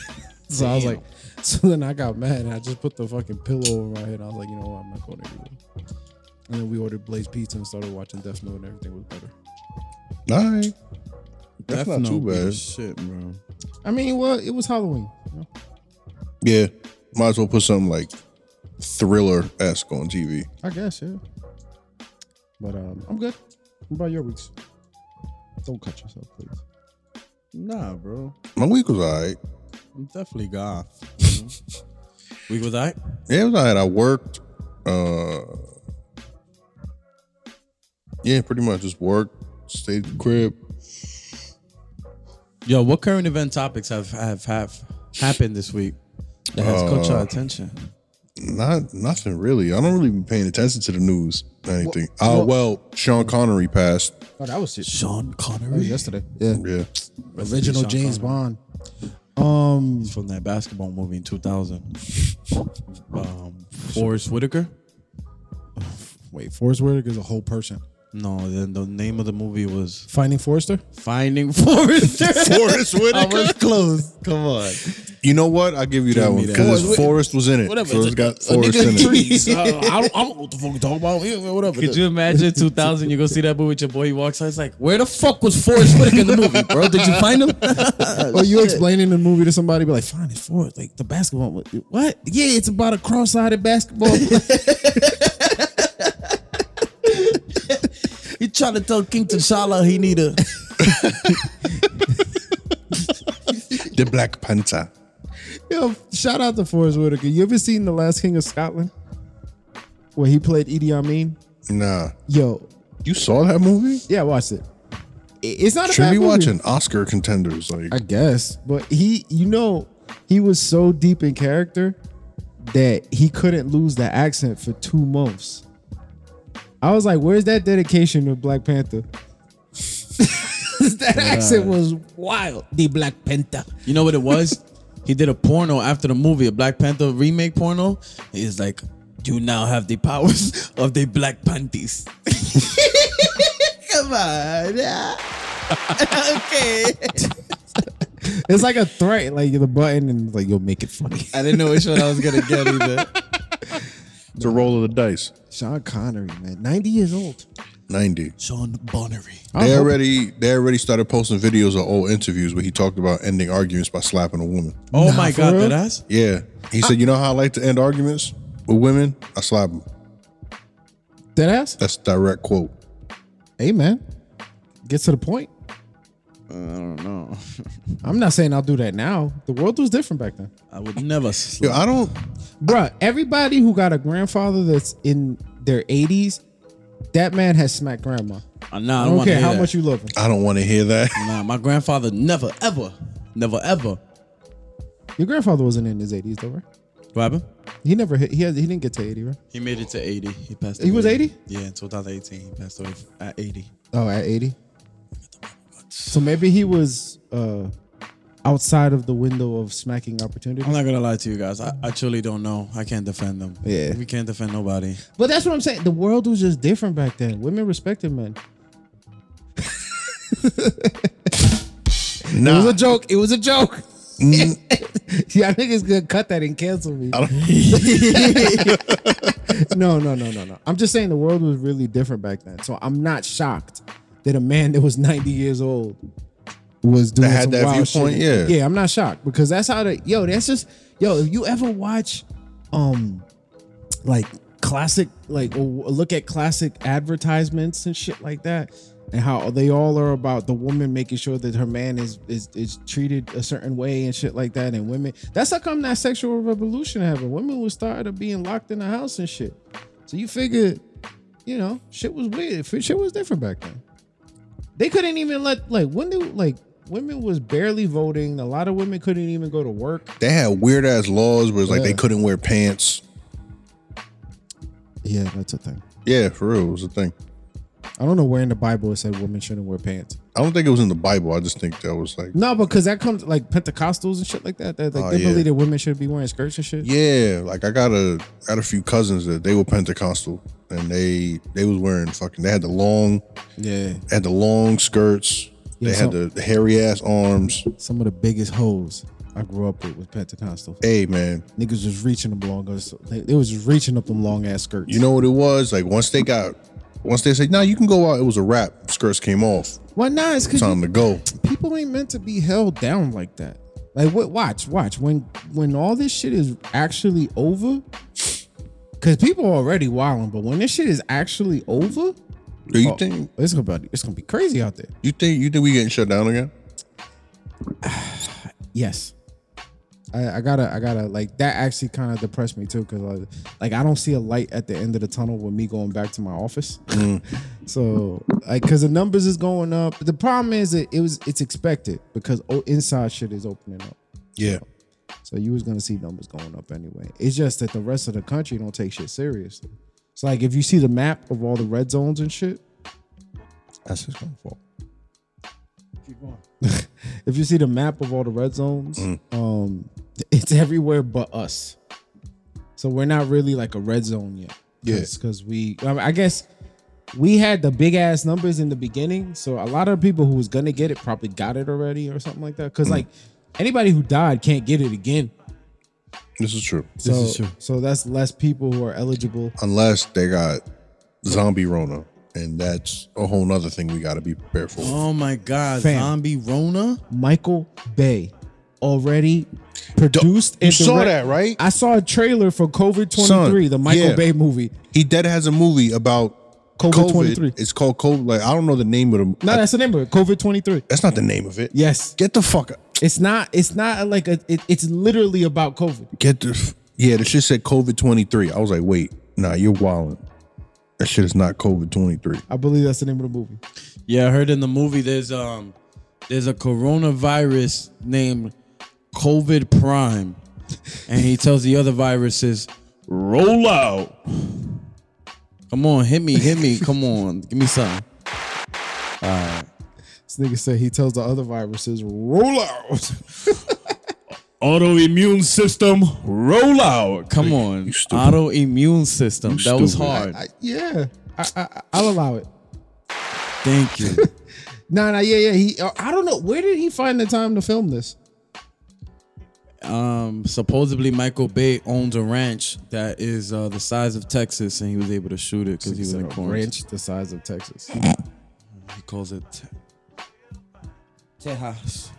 [SPEAKER 2] So I was like, so then I got mad and I just put the fucking pillow over my head. I was like, you know what, I'm not going anywhere. And then we ordered Blaze Pizza and started watching Death Note and everything was better.
[SPEAKER 3] All right. That's not too
[SPEAKER 1] be
[SPEAKER 3] bad.
[SPEAKER 1] Shit, bro.
[SPEAKER 2] I mean, well, it was Halloween. you know?
[SPEAKER 3] Yeah. Might as well put something like thriller esque on TV.
[SPEAKER 2] I guess, yeah. But um, I'm good. What about your weeks? Don't cut yourself, please.
[SPEAKER 1] Nah, bro.
[SPEAKER 3] My week was all right.
[SPEAKER 1] I'm definitely goth. you know? Week was I?
[SPEAKER 3] Yeah, it was all right. I worked. Uh, yeah, pretty much just worked, stayed at the crib.
[SPEAKER 1] Yo, what current event topics have have, have happened this week that has caught your attention?
[SPEAKER 3] Not nothing really. I don't really been paying attention to the news or anything.
[SPEAKER 2] Well-
[SPEAKER 3] Oh well, Sean Connery passed.
[SPEAKER 2] Oh, that was it.
[SPEAKER 1] Sean
[SPEAKER 2] That was
[SPEAKER 1] Connery
[SPEAKER 2] yesterday. Yeah.
[SPEAKER 3] Yeah,
[SPEAKER 2] Original
[SPEAKER 1] Sean
[SPEAKER 2] James Bond. Um,
[SPEAKER 1] from that basketball movie in 2000. Um, Forrest Whitaker?
[SPEAKER 2] wait, Forrest Whitaker is a whole person.
[SPEAKER 1] No, then the name of the movie was
[SPEAKER 2] Finding Forrester?
[SPEAKER 1] Finding Forrest.
[SPEAKER 3] Forrest
[SPEAKER 1] I
[SPEAKER 3] Whitaker.
[SPEAKER 1] was close. Come on.
[SPEAKER 3] You know what? I will give you that
[SPEAKER 1] me
[SPEAKER 3] one
[SPEAKER 1] that.
[SPEAKER 3] because
[SPEAKER 1] Forrest-
[SPEAKER 3] Forrest was in it.
[SPEAKER 1] whatever,
[SPEAKER 3] So
[SPEAKER 1] it's
[SPEAKER 3] it's
[SPEAKER 1] a-
[SPEAKER 3] got
[SPEAKER 1] a
[SPEAKER 3] Forrest
[SPEAKER 1] nigga in
[SPEAKER 3] in it.
[SPEAKER 1] trees.
[SPEAKER 2] I, don't, I don't know what the fuck you're talking about. Yeah, Whatever.
[SPEAKER 1] Could you imagine 2000? You go see that movie with your boy. He walks out. It's like, where the fuck was Forrest Whitaker in the movie, bro? Did you find him?
[SPEAKER 2] Or Oh, you explaining the movie to somebody, be like, "Fine, it's for like the basketball. What? what? Yeah, it's about a cross-eyed basketball. player."
[SPEAKER 1] He trying to tell King T'Challa he need a.
[SPEAKER 3] The Black Panther.
[SPEAKER 2] Yo, shout out to Forrest Whitaker. You ever seen The Last King of Scotland, where he played Idi Amin?
[SPEAKER 3] Nah,
[SPEAKER 2] Yo,
[SPEAKER 3] you saw that movie?
[SPEAKER 2] yeah, watch it. I- It's not a
[SPEAKER 3] Should
[SPEAKER 2] bad
[SPEAKER 3] be
[SPEAKER 2] movie.
[SPEAKER 3] watching Oscar contenders. Like,
[SPEAKER 2] I guess, but he, you know, he was so deep in character that he couldn't lose the accent for two months. I was like, "Where's that dedication to Black Panther?" that accent was wild. The Black Panther.
[SPEAKER 1] You know what it was? he did a porno after the movie, a Black Panther remake porno. He's like, you now have the powers of the Black Panties. Come on. okay.
[SPEAKER 2] It's like a threat, like the button, and like you'll make it funny.
[SPEAKER 1] I didn't know which one I was gonna get either.
[SPEAKER 3] it's a roll of the dice.
[SPEAKER 2] Sean Connery, man, ninety years old.
[SPEAKER 3] Ninety.
[SPEAKER 1] Sean Bonnery.
[SPEAKER 2] I
[SPEAKER 3] They
[SPEAKER 2] hope-
[SPEAKER 3] already they already started posting videos of old interviews where he talked about ending arguments by slapping a woman.
[SPEAKER 1] Oh my
[SPEAKER 2] for
[SPEAKER 1] God,
[SPEAKER 2] real?
[SPEAKER 1] that ass.
[SPEAKER 3] Yeah, he said, "You know how I like to end arguments with women? I slap them."
[SPEAKER 2] Dead ass.
[SPEAKER 3] That's a direct quote.
[SPEAKER 2] Hey, man, get to the point.
[SPEAKER 1] I don't know.
[SPEAKER 2] I'm not saying I'll do that now. The world was different back then.
[SPEAKER 1] I would never.
[SPEAKER 3] Yo, I don't.
[SPEAKER 2] Bruh, everybody who got a grandfather that's in their 80s, that man has smacked grandma.
[SPEAKER 1] Uh, nah, I
[SPEAKER 2] I
[SPEAKER 1] don't
[SPEAKER 2] don't
[SPEAKER 1] want to
[SPEAKER 2] care
[SPEAKER 1] hear
[SPEAKER 2] how
[SPEAKER 1] that.
[SPEAKER 2] much you love him.
[SPEAKER 3] I don't want to hear that.
[SPEAKER 1] Nah, my grandfather never, ever, never, ever.
[SPEAKER 2] Your grandfather wasn't in his 80s though, right?
[SPEAKER 1] What happened?
[SPEAKER 2] He never hit. He has, he didn't get to 80, right?
[SPEAKER 1] He made it to 80. He passed
[SPEAKER 2] He was 80?
[SPEAKER 1] Yeah, in 2018. He passed away at 80.
[SPEAKER 2] Oh, at 80. So maybe he was uh outside of the window of smacking opportunity.
[SPEAKER 1] I'm not going to lie to you guys. I, I truly don't know. I can't defend them.
[SPEAKER 2] Yeah.
[SPEAKER 1] We can't defend nobody.
[SPEAKER 2] But that's what I'm saying. The world was just different back then. Women respected men. It was
[SPEAKER 3] Nah, Mm.
[SPEAKER 2] a joke. It was a joke. yeah, I think it's gonna cut that and cancel me.
[SPEAKER 3] I don't.
[SPEAKER 2] no, no, no, no, no. I'm just saying the world was really different back then. So I'm not shocked that a man that was 90 years old was doing
[SPEAKER 3] had
[SPEAKER 2] some
[SPEAKER 3] that
[SPEAKER 2] wild
[SPEAKER 3] viewpoint,
[SPEAKER 2] shit.
[SPEAKER 3] yeah.
[SPEAKER 2] I'm not shocked because that's how the yo. That's just yo. If you ever watch, um, like classic, like or look at classic advertisements and shit like that. and how they all are about the woman making sure that her man is is is treated a certain way and shit like that. And women, that's how come that sexual revolution happened. Women was tired of being locked in the house and shit. So you figure, you know, shit was weird. Shit was different back then. They couldn't even let like when do like women was barely voting. A lot of women couldn't even go to work.
[SPEAKER 3] They had weird ass laws where it's like
[SPEAKER 2] Yeah.
[SPEAKER 3] they couldn't wear pants.
[SPEAKER 2] Yeah, that's a thing.
[SPEAKER 3] Yeah, for real, it was a thing.
[SPEAKER 2] I don't know where in the Bible it said women shouldn't wear pants.
[SPEAKER 3] I don't think it was in the Bible. I just think that was like,
[SPEAKER 2] No, because that comes like Pentecostals and shit like that. That like
[SPEAKER 3] Oh,
[SPEAKER 2] they
[SPEAKER 3] yeah.
[SPEAKER 2] believe that women should be wearing skirts and shit.
[SPEAKER 3] yeah, like I got a got a few cousins that they were Pentecostal and they they was wearing fucking they had the long
[SPEAKER 2] Yeah.
[SPEAKER 3] had the long skirts.
[SPEAKER 2] Yeah,
[SPEAKER 3] they had
[SPEAKER 2] so-
[SPEAKER 3] the, the hairy ass arms.
[SPEAKER 2] Some of the biggest hoes I grew up with was Pentecostal.
[SPEAKER 3] Hey man,
[SPEAKER 2] Niggas was reaching them long ass. They, they was just reaching up them long ass skirts.
[SPEAKER 3] you know what it was? Like once they got once they said, "Nah, you can go out," it was a wrap. Skirts came off.
[SPEAKER 2] why not? It's because
[SPEAKER 3] Time to go.
[SPEAKER 2] people ain't meant to be held down like that. Like what? Watch, watch. When when all this shit is actually over, because people already wilding, but when this shit is actually over,
[SPEAKER 3] Do you think
[SPEAKER 2] it's gonna be it's gonna be crazy out there.
[SPEAKER 3] you think you think we getting shut down again?
[SPEAKER 2] Yes. I, I gotta, I gotta like that. Actually, kind of depressed me too, cause I, like I don't see a light at the end of the tunnel with me going back to my office. so, like, cause the numbers is going up. But the problem is that it was it's expected because oh, inside shit is opening up.
[SPEAKER 3] Yeah.
[SPEAKER 2] So you was gonna see numbers going up anyway. It's just that the rest of the country don't take shit seriously. It's like if you see the map of all the red zones and shit, that's just gonna fall. if you see the map of all the red zones,
[SPEAKER 3] Mm.
[SPEAKER 2] um, it's everywhere but us. So we're not really like a red zone yet.
[SPEAKER 3] Yeah.
[SPEAKER 2] because we, I, mean, I guess we had the big ass numbers in the beginning, so a lot of people who was gonna get it probably got it already or something like that.
[SPEAKER 3] Mm.
[SPEAKER 2] Because like anybody who died can't get it again.
[SPEAKER 3] This is true.
[SPEAKER 2] So,
[SPEAKER 1] is true.
[SPEAKER 2] So that's less people who are eligible.
[SPEAKER 3] Unless they got zombie Rona, and that's a whole nother thing we got to be prepared for.
[SPEAKER 1] Oh my God,
[SPEAKER 2] Fam.
[SPEAKER 1] zombie Rona.
[SPEAKER 2] Michael Bay already produced
[SPEAKER 3] you
[SPEAKER 2] and
[SPEAKER 3] saw
[SPEAKER 2] direct-
[SPEAKER 3] that, right?
[SPEAKER 2] I saw a trailer for COVID twenty three,
[SPEAKER 3] Son,
[SPEAKER 2] the Michael
[SPEAKER 3] yeah.
[SPEAKER 2] Bay movie.
[SPEAKER 3] He dead has a movie about COVID.
[SPEAKER 2] COVID-23.
[SPEAKER 3] It's called COVID. Like I don't know the name of the.
[SPEAKER 2] No, that's the name of it. COVID twenty three.
[SPEAKER 3] that's not the name of it.
[SPEAKER 2] Yes,
[SPEAKER 3] Get the fuck. Out.
[SPEAKER 2] it's not. It's not like a. It, it's literally about COVID.
[SPEAKER 3] Get the. f- Yeah, the shit said COVID twenty three. I was like, wait, nah, you're wilding. That shit is not COVID twenty three.
[SPEAKER 2] I believe that's the name of the movie.
[SPEAKER 1] Yeah, I heard in the movie there's um there's a coronavirus named COVID Prime, and he tells the other viruses, "Roll out." Come on, hit me, hit me. Come on, give me something.
[SPEAKER 2] This nigga said he tells the other viruses roll out.
[SPEAKER 1] Autoimmune system, roll out. Come on,
[SPEAKER 3] stupid.
[SPEAKER 1] autoimmune system.
[SPEAKER 3] You
[SPEAKER 1] that was
[SPEAKER 3] stupid.
[SPEAKER 1] hard.
[SPEAKER 2] I- yeah, I, I, I- I'll allow it.
[SPEAKER 1] Thank you.
[SPEAKER 2] Nah, nah, yeah, yeah. He. uh, I- I don't know where did he find the time to film this.
[SPEAKER 1] Um, supposedly Michael Bay owns a ranch that is uh, the size of Texas, and he was able to shoot it because he was
[SPEAKER 2] It's
[SPEAKER 1] in
[SPEAKER 2] a
[SPEAKER 1] quarantine.
[SPEAKER 2] ranch the size of Texas.
[SPEAKER 1] He calls it Tejas.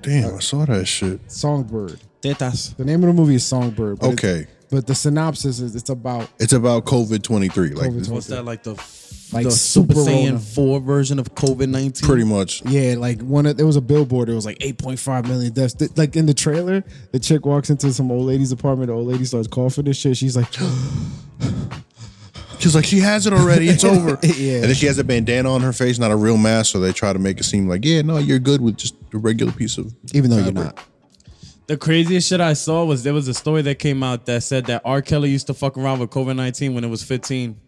[SPEAKER 3] Damn, I saw that shit.
[SPEAKER 2] Songbird.
[SPEAKER 1] Tetas.
[SPEAKER 2] The name of the movie is Songbird. but it-
[SPEAKER 3] Okay,
[SPEAKER 2] but the synopsis is it's about
[SPEAKER 3] it's about COVID twenty three. Like
[SPEAKER 2] COVID-23.
[SPEAKER 1] What's that like the
[SPEAKER 2] Like
[SPEAKER 1] like the Super
[SPEAKER 2] Super Rona.
[SPEAKER 1] Saiyan four version of COVID nineteen?
[SPEAKER 3] pretty much.
[SPEAKER 2] yeah, like one. Of, there was a billboard. It was like 8.5 million deaths. Th- Like in the trailer, the chick walks into some old lady's apartment. The old lady starts coughing and shit. She's like,
[SPEAKER 3] She's like, she has it already. It's over.
[SPEAKER 2] Yeah.
[SPEAKER 3] And then she has a bandana on her face, not a real mask. So they try to make it seem like, yeah, no, you're good with just a regular piece of.
[SPEAKER 2] even though you're
[SPEAKER 3] fabric.
[SPEAKER 2] not.
[SPEAKER 1] The craziest shit I saw was there was a story that came out that said that R. Kelly used to fuck around with COVID nineteen when it was fifteen.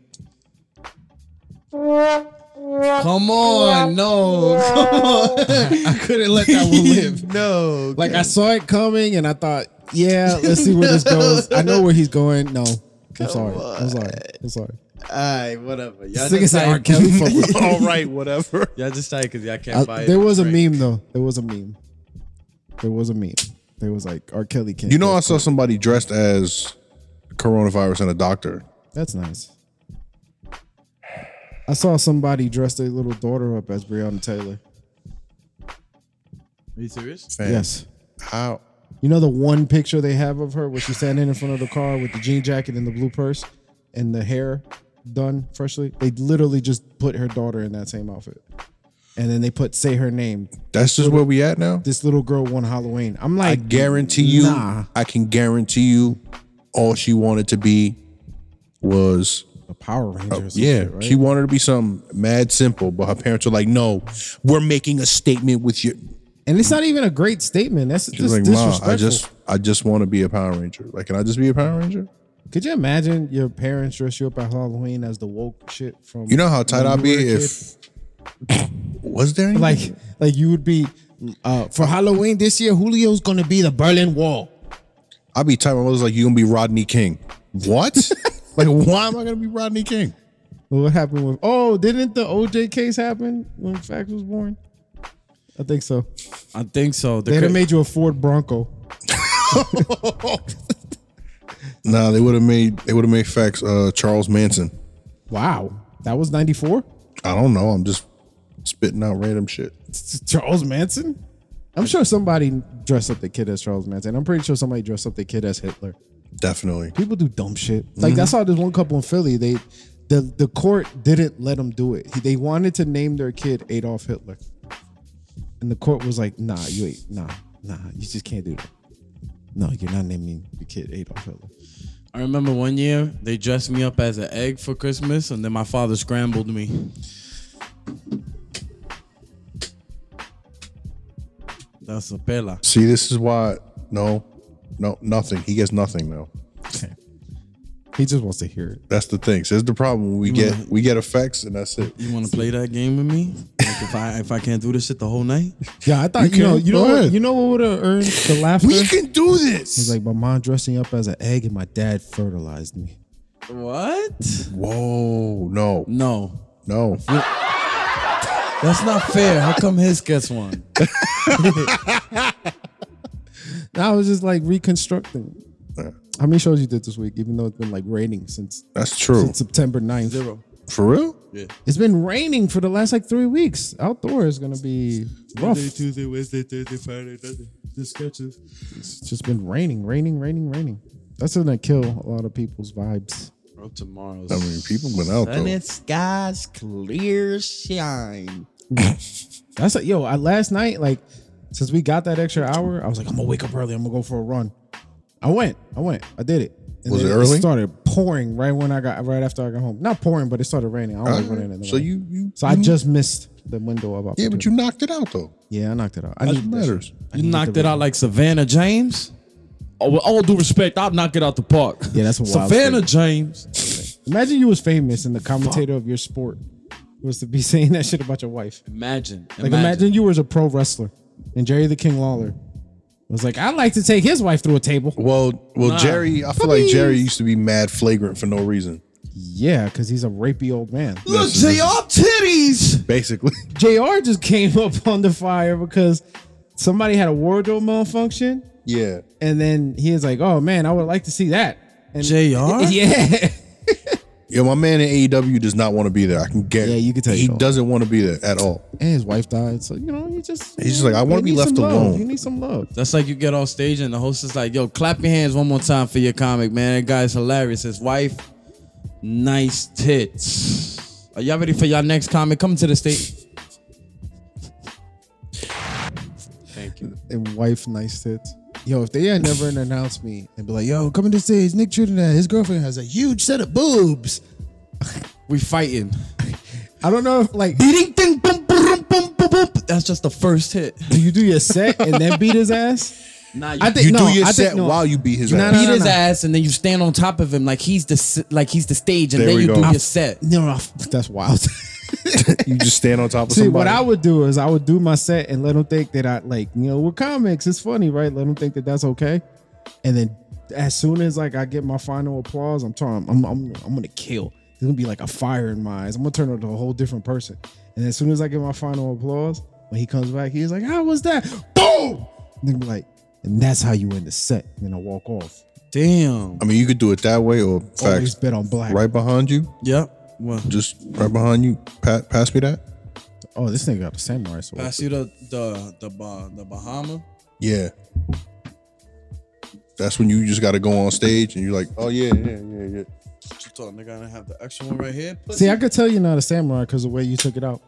[SPEAKER 1] Come on, no,
[SPEAKER 2] I couldn't let that one live.
[SPEAKER 1] no.
[SPEAKER 2] Like I saw it coming, and I thought, yeah, let's see where this goes. I know where he's going. No, I'm sorry. I'm sorry. I'm sorry.
[SPEAKER 1] Alright, whatever. Y'all
[SPEAKER 2] This nigga
[SPEAKER 1] just
[SPEAKER 2] said R.
[SPEAKER 1] tired.
[SPEAKER 2] Kelly. fuck with-
[SPEAKER 3] All right, whatever.
[SPEAKER 1] Y'all just tired because y'all can't
[SPEAKER 2] I-
[SPEAKER 1] buy it.
[SPEAKER 2] there was a
[SPEAKER 1] Right.
[SPEAKER 2] meme though. There was a meme. There was a meme. There was like R. Kelly can't.
[SPEAKER 3] You know, I saw somebody dressed as coronavirus and a doctor.
[SPEAKER 2] That's nice. I saw somebody dress their little daughter up as Breonna Taylor.
[SPEAKER 1] Are you serious?
[SPEAKER 3] Fam,
[SPEAKER 2] Yes.
[SPEAKER 3] How?
[SPEAKER 2] You know the one picture they have of her where she's standing in front of the car with the jean jacket and the blue purse and the hair done freshly, they literally just put her daughter in that same outfit. And then they put say her name.
[SPEAKER 3] That's just where we at now.
[SPEAKER 2] This little girl won Halloween. I'm
[SPEAKER 3] I
[SPEAKER 2] like,
[SPEAKER 3] guarantee you.
[SPEAKER 2] Nah.
[SPEAKER 3] I can guarantee you. All she wanted to be was
[SPEAKER 2] a Power Ranger. or some
[SPEAKER 3] Oh, yeah.
[SPEAKER 2] shit, right?
[SPEAKER 3] She wanted to be something mad simple, but her parents were like, "No, we're making a statement with you."
[SPEAKER 2] and it's not even a great statement. That's
[SPEAKER 3] She's
[SPEAKER 2] just
[SPEAKER 3] like, "Ma,
[SPEAKER 2] disrespectful.
[SPEAKER 3] I just, I just want to be a Power Ranger. Like, can I just be a Power Ranger?"
[SPEAKER 2] Could you imagine your parents dress you up at Halloween as the woke shit from
[SPEAKER 3] You know how tight
[SPEAKER 2] when
[SPEAKER 3] I'd
[SPEAKER 2] you were
[SPEAKER 3] be
[SPEAKER 2] a kid?
[SPEAKER 3] if. Was there any?
[SPEAKER 2] like like you would be uh for Halloween this year, Julio's gonna be the Berlin Wall.
[SPEAKER 3] I'd be tight. My mother's like, "You gonna be Rodney King?" What? like, why am I gonna be Rodney King?
[SPEAKER 2] Well, What happened with oh, didn't the OJ case happen when Fax was born? I think so.
[SPEAKER 1] I think so. The
[SPEAKER 2] They'd
[SPEAKER 1] cra-
[SPEAKER 2] have made you a Ford Bronco.
[SPEAKER 3] Nah, they would have made they would have made facts. Uh, Charles Manson.
[SPEAKER 2] Wow. That was 94?
[SPEAKER 3] I don't know. I'm just spitting out random shit.
[SPEAKER 2] Charles Manson? I'm sure somebody dressed up the kid as Charles Manson. I'm pretty sure somebody dressed up the kid as Hitler.
[SPEAKER 3] Definitely.
[SPEAKER 2] People do dumb shit. Like that's how this one couple in Philly, they the the court didn't let them do it. He- They wanted to name their kid Adolf Hitler, and the court was like, "Nah, you ain't. Nah, nah, you just can't do that. No, you're not naming your kid Adolf Hitler."
[SPEAKER 1] I remember one year they dressed me up as an egg for Christmas, and then my father scrambled me. That's a pela.
[SPEAKER 3] See, this is why. No, no, nothing. He gets nothing though.
[SPEAKER 2] Okay. He just wants to hear it.
[SPEAKER 3] That's the thing. So that's the problem. We get we get effects, and that's it.
[SPEAKER 1] You want to play that game with me? Like if I if I can't do this shit the whole night,
[SPEAKER 2] Yeah, I thought you,
[SPEAKER 3] You
[SPEAKER 2] know you know
[SPEAKER 3] can. Go
[SPEAKER 2] what,
[SPEAKER 3] ahead.
[SPEAKER 2] you know what would have earned the laughter.
[SPEAKER 3] We
[SPEAKER 2] It
[SPEAKER 3] can do this.
[SPEAKER 2] was like my mom dressing up as an egg and my dad fertilized me.
[SPEAKER 1] what?
[SPEAKER 3] whoa, no,
[SPEAKER 1] No,
[SPEAKER 3] no.
[SPEAKER 1] that's not fair. How come his gets one?
[SPEAKER 2] And I was just like reconstructing. How many shows you did this week? Even though it's been like raining since
[SPEAKER 3] That's true.
[SPEAKER 2] since September 9th. Zero.
[SPEAKER 3] For real?
[SPEAKER 1] Yeah.
[SPEAKER 2] It's been raining for the last like three weeks. Outdoor is gonna be rough. It's
[SPEAKER 1] Tuesday, Wednesday, Thursday, Friday, Thursday. The sketches.
[SPEAKER 2] just been raining, raining, raining, raining. That's gonna kill a lot of people's vibes.
[SPEAKER 1] Bro, tomorrow's.
[SPEAKER 3] I mean, people went out though.
[SPEAKER 4] Sunny skies, clear shine.
[SPEAKER 2] That's like, yo, I, last night, like, since we got that extra hour, I was like, I'm gonna wake up early. I'm gonna go for a run. I went, I went, I did it. And
[SPEAKER 3] Was
[SPEAKER 2] then
[SPEAKER 3] it early?
[SPEAKER 2] started pouring right when I got right after I got home. Not pouring, but it started raining. I don't like running in the
[SPEAKER 3] Uh, So
[SPEAKER 2] rain.
[SPEAKER 3] you, you
[SPEAKER 2] so I just missed the window of
[SPEAKER 3] yeah,
[SPEAKER 2] opportunity.
[SPEAKER 3] but you knocked it out though.
[SPEAKER 2] yeah, I knocked it out. I
[SPEAKER 3] That
[SPEAKER 2] need that shit.
[SPEAKER 3] matters.
[SPEAKER 1] You knocked it out like Savannah James. Oh, with all due respect, I'll knock it out the park.
[SPEAKER 2] Yeah, that's a wild
[SPEAKER 1] Savannah James.
[SPEAKER 2] Imagine you was famous and the commentator of your sport was to be saying that shit about your wife.
[SPEAKER 1] Imagine,
[SPEAKER 2] Like imagine, you was a pro wrestler and Jerry the King Lawler was like, I'd like to take his wife through a table.
[SPEAKER 3] Well, well,
[SPEAKER 1] Nah.
[SPEAKER 3] Jerry. I feel like Jerry used to be mad flagrant for no reason.
[SPEAKER 2] Yeah, because he's a rapey old man.
[SPEAKER 1] Look, JR titties.
[SPEAKER 3] Basically,
[SPEAKER 2] JR just came up on the fire because somebody had a wardrobe malfunction.
[SPEAKER 3] yeah.
[SPEAKER 2] And then he is like, Oh man, I would like to see that. And
[SPEAKER 1] JR?
[SPEAKER 2] Yeah.
[SPEAKER 3] Yo, my man in AEW does not want to be there. I can guarantee.
[SPEAKER 2] Yeah, you can tell
[SPEAKER 3] He
[SPEAKER 2] you don't.
[SPEAKER 3] doesn't want to be there at all.
[SPEAKER 2] And his wife died. So, you know, he just
[SPEAKER 3] He's just like, I
[SPEAKER 2] you
[SPEAKER 3] wanna be
[SPEAKER 2] need
[SPEAKER 3] left
[SPEAKER 2] some love.
[SPEAKER 3] alone.
[SPEAKER 2] You need some love.
[SPEAKER 1] That's like you get off stage and the host is like, "Yo, clap your hands one more time for your comic, man. That guy's hilarious. His wife, nice tits. Are y'all ready for your next comic? Come to the stage. Thank you.
[SPEAKER 2] and wife nice tits. Yo, if they had never announced me and be like, yo, coming to stage, Nick Trinidad, his girlfriend has a huge set of boobs.
[SPEAKER 1] We fighting.
[SPEAKER 2] I don't know if like
[SPEAKER 1] Ding, ding, boom, boom, boom, boom, boom. That's just the first hit.
[SPEAKER 2] do you do your set and then beat his ass?
[SPEAKER 1] Nah, you
[SPEAKER 2] I think
[SPEAKER 3] You
[SPEAKER 2] no,
[SPEAKER 3] do your
[SPEAKER 2] I
[SPEAKER 3] set
[SPEAKER 2] think, no.
[SPEAKER 3] while you beat his
[SPEAKER 2] No,
[SPEAKER 3] ass.
[SPEAKER 1] beat
[SPEAKER 2] no,
[SPEAKER 1] his
[SPEAKER 2] no.
[SPEAKER 1] ass and then you stand on top of him like he's the s- like he's the stage and
[SPEAKER 3] There
[SPEAKER 1] then
[SPEAKER 3] we
[SPEAKER 1] you
[SPEAKER 3] go.
[SPEAKER 1] do
[SPEAKER 3] I-
[SPEAKER 1] your set.
[SPEAKER 2] No, no, that's wild.
[SPEAKER 3] you just stand on top of
[SPEAKER 2] See,
[SPEAKER 3] somebody.
[SPEAKER 2] what I would do is I would do my set and let them think that I like, you know, we're comics. It's funny, right? Let them think that that's okay. And then as soon as like I get my final applause, I'm trying, I'm, I'm, I'm gonna kill. There's gonna be like a fire in my eyes. I'm gonna turn into a whole different person. And as soon as I get my final applause, when he comes back, he's like, "How was that?" Boom. And then be like, and that's how you end the set. And then I walk off.
[SPEAKER 1] Damn.
[SPEAKER 3] I mean, you could do it that way or
[SPEAKER 2] Always
[SPEAKER 3] facts.
[SPEAKER 2] bet on black.
[SPEAKER 3] Right behind you,
[SPEAKER 1] Yep. Well,
[SPEAKER 3] just right behind you. Pat, pass me that.
[SPEAKER 2] Oh, this nigga got the samurai sword.
[SPEAKER 1] pass you the the the Bah- the Bahama.
[SPEAKER 3] Yeah. That's when you just got to go on stage and you're like, oh yeah, yeah, yeah, yeah.
[SPEAKER 1] What you thought, nigga? I didn't have the extra one right here.
[SPEAKER 2] See, I could tell you're not a samurai because the way you took it out.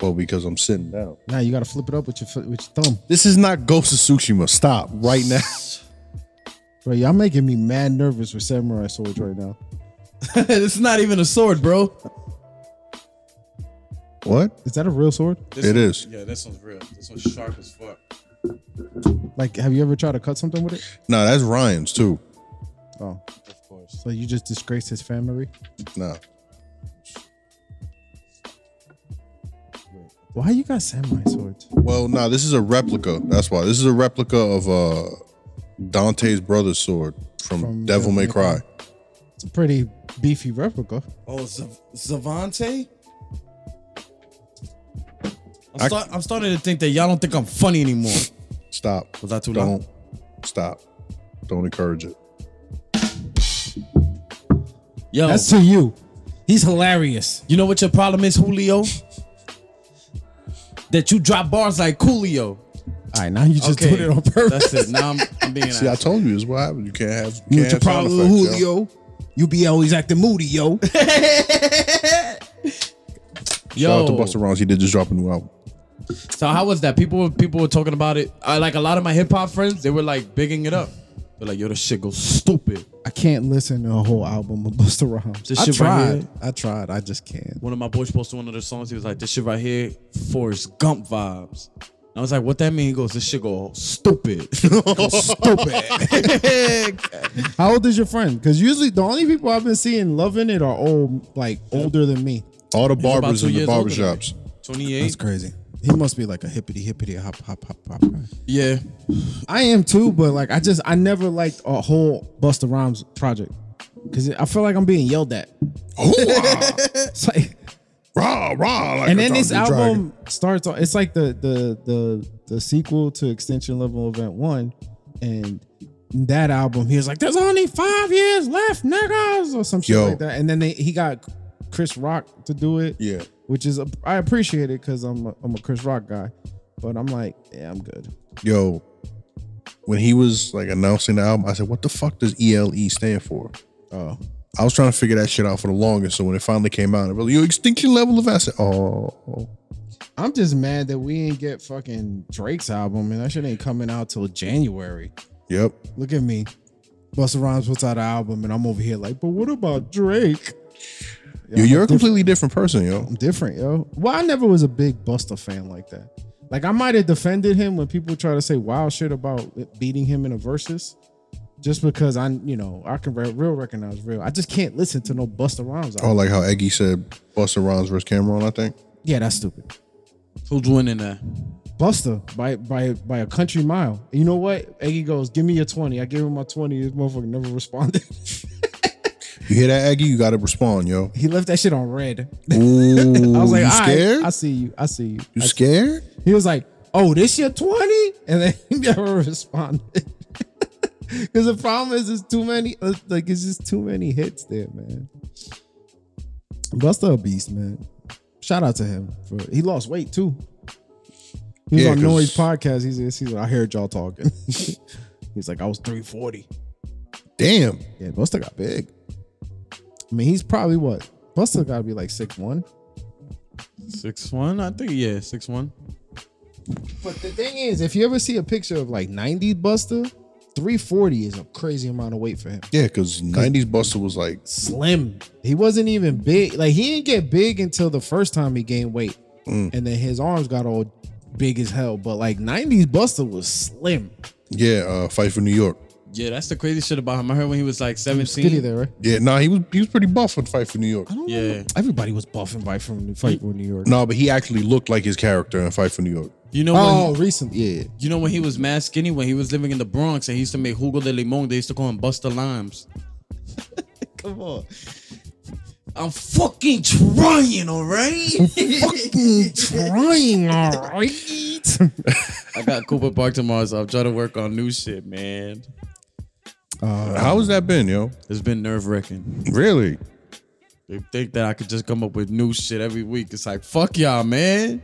[SPEAKER 3] Well, because I'm sitting down.
[SPEAKER 2] Now you got to flip it up with your foot- with your thumb.
[SPEAKER 3] This is not Ghost of Tsushima. Stop right now.
[SPEAKER 2] Bro, y'all making me mad nervous with samurai swords right now.
[SPEAKER 1] it's not even a sword, bro.
[SPEAKER 3] What?
[SPEAKER 2] Is that a real sword?
[SPEAKER 1] This
[SPEAKER 3] It
[SPEAKER 1] one-
[SPEAKER 3] is.
[SPEAKER 1] Yeah, this one's real. This one's sharp as fuck.
[SPEAKER 2] Like, have you ever tried to cut something with it?
[SPEAKER 3] Nah, that's Ryan's too.
[SPEAKER 2] Oh,
[SPEAKER 1] Of course.
[SPEAKER 2] so you just disgraced his family?
[SPEAKER 3] Nah.
[SPEAKER 2] Why you got samurai swords?
[SPEAKER 3] Well, nah, this is a replica. That's why. This is a replica of uh Dante's brother's sword from,
[SPEAKER 2] From
[SPEAKER 3] Devil May Cry.
[SPEAKER 2] It's a pretty beefy replica.
[SPEAKER 1] Oh, Zav- Zavante. I'm,
[SPEAKER 3] I-
[SPEAKER 1] start- I'm starting to think that y'all don't think I'm funny anymore.
[SPEAKER 3] Stop.
[SPEAKER 1] Was that too
[SPEAKER 3] Don't
[SPEAKER 1] loud?
[SPEAKER 3] stop. Don't encourage it.
[SPEAKER 1] Yo,
[SPEAKER 2] That's to you. He's hilarious.
[SPEAKER 1] you know what your problem is, Julio? that you drop bars like Coolio.
[SPEAKER 2] All right, now you just
[SPEAKER 1] Okay,
[SPEAKER 2] put it on purpose.
[SPEAKER 1] That's it. Now I'm, I'm being.
[SPEAKER 3] See, I
[SPEAKER 1] asked.
[SPEAKER 3] told you this is what happened. You can't have you can't have sound effects, yo.
[SPEAKER 2] You be always acting moody, yo.
[SPEAKER 3] Shout
[SPEAKER 1] Yo,
[SPEAKER 3] out to Buster Rhymes. He did just drop a new album.
[SPEAKER 1] so how was that? People were people were talking about it. I like a lot of my hip hop friends. They were like bigging it up. They're like, yo, this shit goes stupid.
[SPEAKER 2] I can't listen to a whole album of Busta Rhymes.
[SPEAKER 1] This
[SPEAKER 2] I
[SPEAKER 1] shit right
[SPEAKER 2] tried.
[SPEAKER 1] here.
[SPEAKER 2] I tried. I just can't.
[SPEAKER 1] one of my boys posted one of their songs. He was like, "This shit right here, Forrest Gump vibes." And I was like, "What that mean?" He goes, "This shit go stupid." stupid.
[SPEAKER 2] How old is your friend? Because usually the only people I've been seeing loving it are old, like older than me.
[SPEAKER 3] All the
[SPEAKER 1] about
[SPEAKER 3] barbers
[SPEAKER 1] two
[SPEAKER 3] in the
[SPEAKER 1] years older than
[SPEAKER 3] barbershops.
[SPEAKER 1] Twenty-eight.
[SPEAKER 2] crazy. He must be like a hippity hippity hop hop hop hop.
[SPEAKER 1] Yeah.
[SPEAKER 2] I am too, but like I just I never liked a whole Busta Rhymes project because I feel like I'm being yelled at.
[SPEAKER 3] Hoo-ah!
[SPEAKER 2] It's like,
[SPEAKER 3] rah, rah, like
[SPEAKER 2] and
[SPEAKER 3] a
[SPEAKER 2] then this
[SPEAKER 3] Dungeon
[SPEAKER 2] album
[SPEAKER 3] Dragon.
[SPEAKER 2] starts. off- It's like the the the the sequel to Extension Level Event One, and that album he was like, "There's only five years left, niggas," or some shit
[SPEAKER 3] Yo.
[SPEAKER 2] like that. And then they, he got Chris Rock to do it.
[SPEAKER 3] Yeah.
[SPEAKER 2] which is a, I appreciate it because I'm a, I'm a Chris Rock guy, but I'm like, yeah, I'm good.
[SPEAKER 3] yo, when he was like announcing the album, I said, "What the fuck does ELE stand for?" Uh,
[SPEAKER 2] Oh,
[SPEAKER 3] I was trying to figure that shit out for the longest. So when it finally came out, it was like, "Yo, extinction level of acid." Oh,
[SPEAKER 2] I'm just mad that we didn't get fucking Drake's album, and that shit ain't coming out till January.
[SPEAKER 3] yep.
[SPEAKER 2] Look at me. Busta Rhymes puts out an album, and I'm over here like, but what about Drake? Yo,
[SPEAKER 3] Yo,
[SPEAKER 2] I'm
[SPEAKER 3] you're a
[SPEAKER 2] diff-
[SPEAKER 3] completely different person, yo.
[SPEAKER 2] I'm different, yo. Well, I never was a big Busta fan like that. Like, I might have defended him when people try to say wild shit about it beating him in a versus, just because I, you know, I can re- real recognize real. I just can't listen to no Busta Rhymes.
[SPEAKER 3] Oh,
[SPEAKER 2] Album.
[SPEAKER 3] like how Eggy said Buster Rhymes versus Cameron. I think
[SPEAKER 2] Yeah, that's stupid.
[SPEAKER 1] Who's winning that?
[SPEAKER 2] Buster by by by a country mile. You know what? Eggy goes, give me your twenty. I gave him my twenty. This motherfucker never responded.
[SPEAKER 3] you hear that, Eggy? You got to respond, yo.
[SPEAKER 2] he left that shit on red.
[SPEAKER 3] Ooh,
[SPEAKER 2] I was like,
[SPEAKER 3] you
[SPEAKER 2] "All right,
[SPEAKER 3] scared?
[SPEAKER 2] I see you. I see you.
[SPEAKER 3] you
[SPEAKER 2] I-
[SPEAKER 3] scared?
[SPEAKER 2] He was like, oh, this your 20? And then he never responded. Because the problem is, it's too many, uh, like, it's just too many hits there, man. Buster a beast, man. Shout out to him. For, he lost weight, too. He was
[SPEAKER 3] Yeah,
[SPEAKER 2] on
[SPEAKER 3] 'cause-
[SPEAKER 2] Noise Podcast. He's, he's like, I heard y'all talking. he's like, I was 340.
[SPEAKER 3] Damn.
[SPEAKER 2] Yeah, Buster got big. I mean, he's probably what? Buster got to be like six one.
[SPEAKER 1] Six one, I think. Yeah, six one.
[SPEAKER 2] But the thing is, if you ever see a picture of like 90s Buster, 340 is a crazy amount of weight for him.
[SPEAKER 3] Yeah, because '90s Buster was like,
[SPEAKER 2] Slim. He wasn't even big. Like he didn't get big until the first time he gained weight. And then his arms got all big as hell. But like 90s Buster was slim.
[SPEAKER 3] yeah, uh, fight for New York.
[SPEAKER 1] Yeah, that's the crazy shit about him. I heard when he was like
[SPEAKER 2] Skinny
[SPEAKER 1] seventeen.
[SPEAKER 2] there, right?
[SPEAKER 3] Yeah, nah, he was he was pretty buff on Fight for New York.
[SPEAKER 1] Yeah,
[SPEAKER 2] Everybody was buffing by from the fight with New York.
[SPEAKER 3] No, but he actually looked like his character in Fight for New York.
[SPEAKER 1] you know
[SPEAKER 2] Oh,
[SPEAKER 1] when
[SPEAKER 2] recently. Yeah.
[SPEAKER 1] you know when he was mad skinny when he was living in the Bronx and he used to make Hugo de Limon. They used to call him Buster Limes.
[SPEAKER 2] Come on.
[SPEAKER 1] I'm fucking trying, all right.
[SPEAKER 2] Trying, all right.
[SPEAKER 1] I got Cooper Park tomorrow, so I'm trying to work on new shit, man.
[SPEAKER 3] How has that been, yo?
[SPEAKER 1] It's been nerve wracking.
[SPEAKER 3] Really?
[SPEAKER 1] They think that I could just come up with new shit every week. It's like, fuck y'all, man.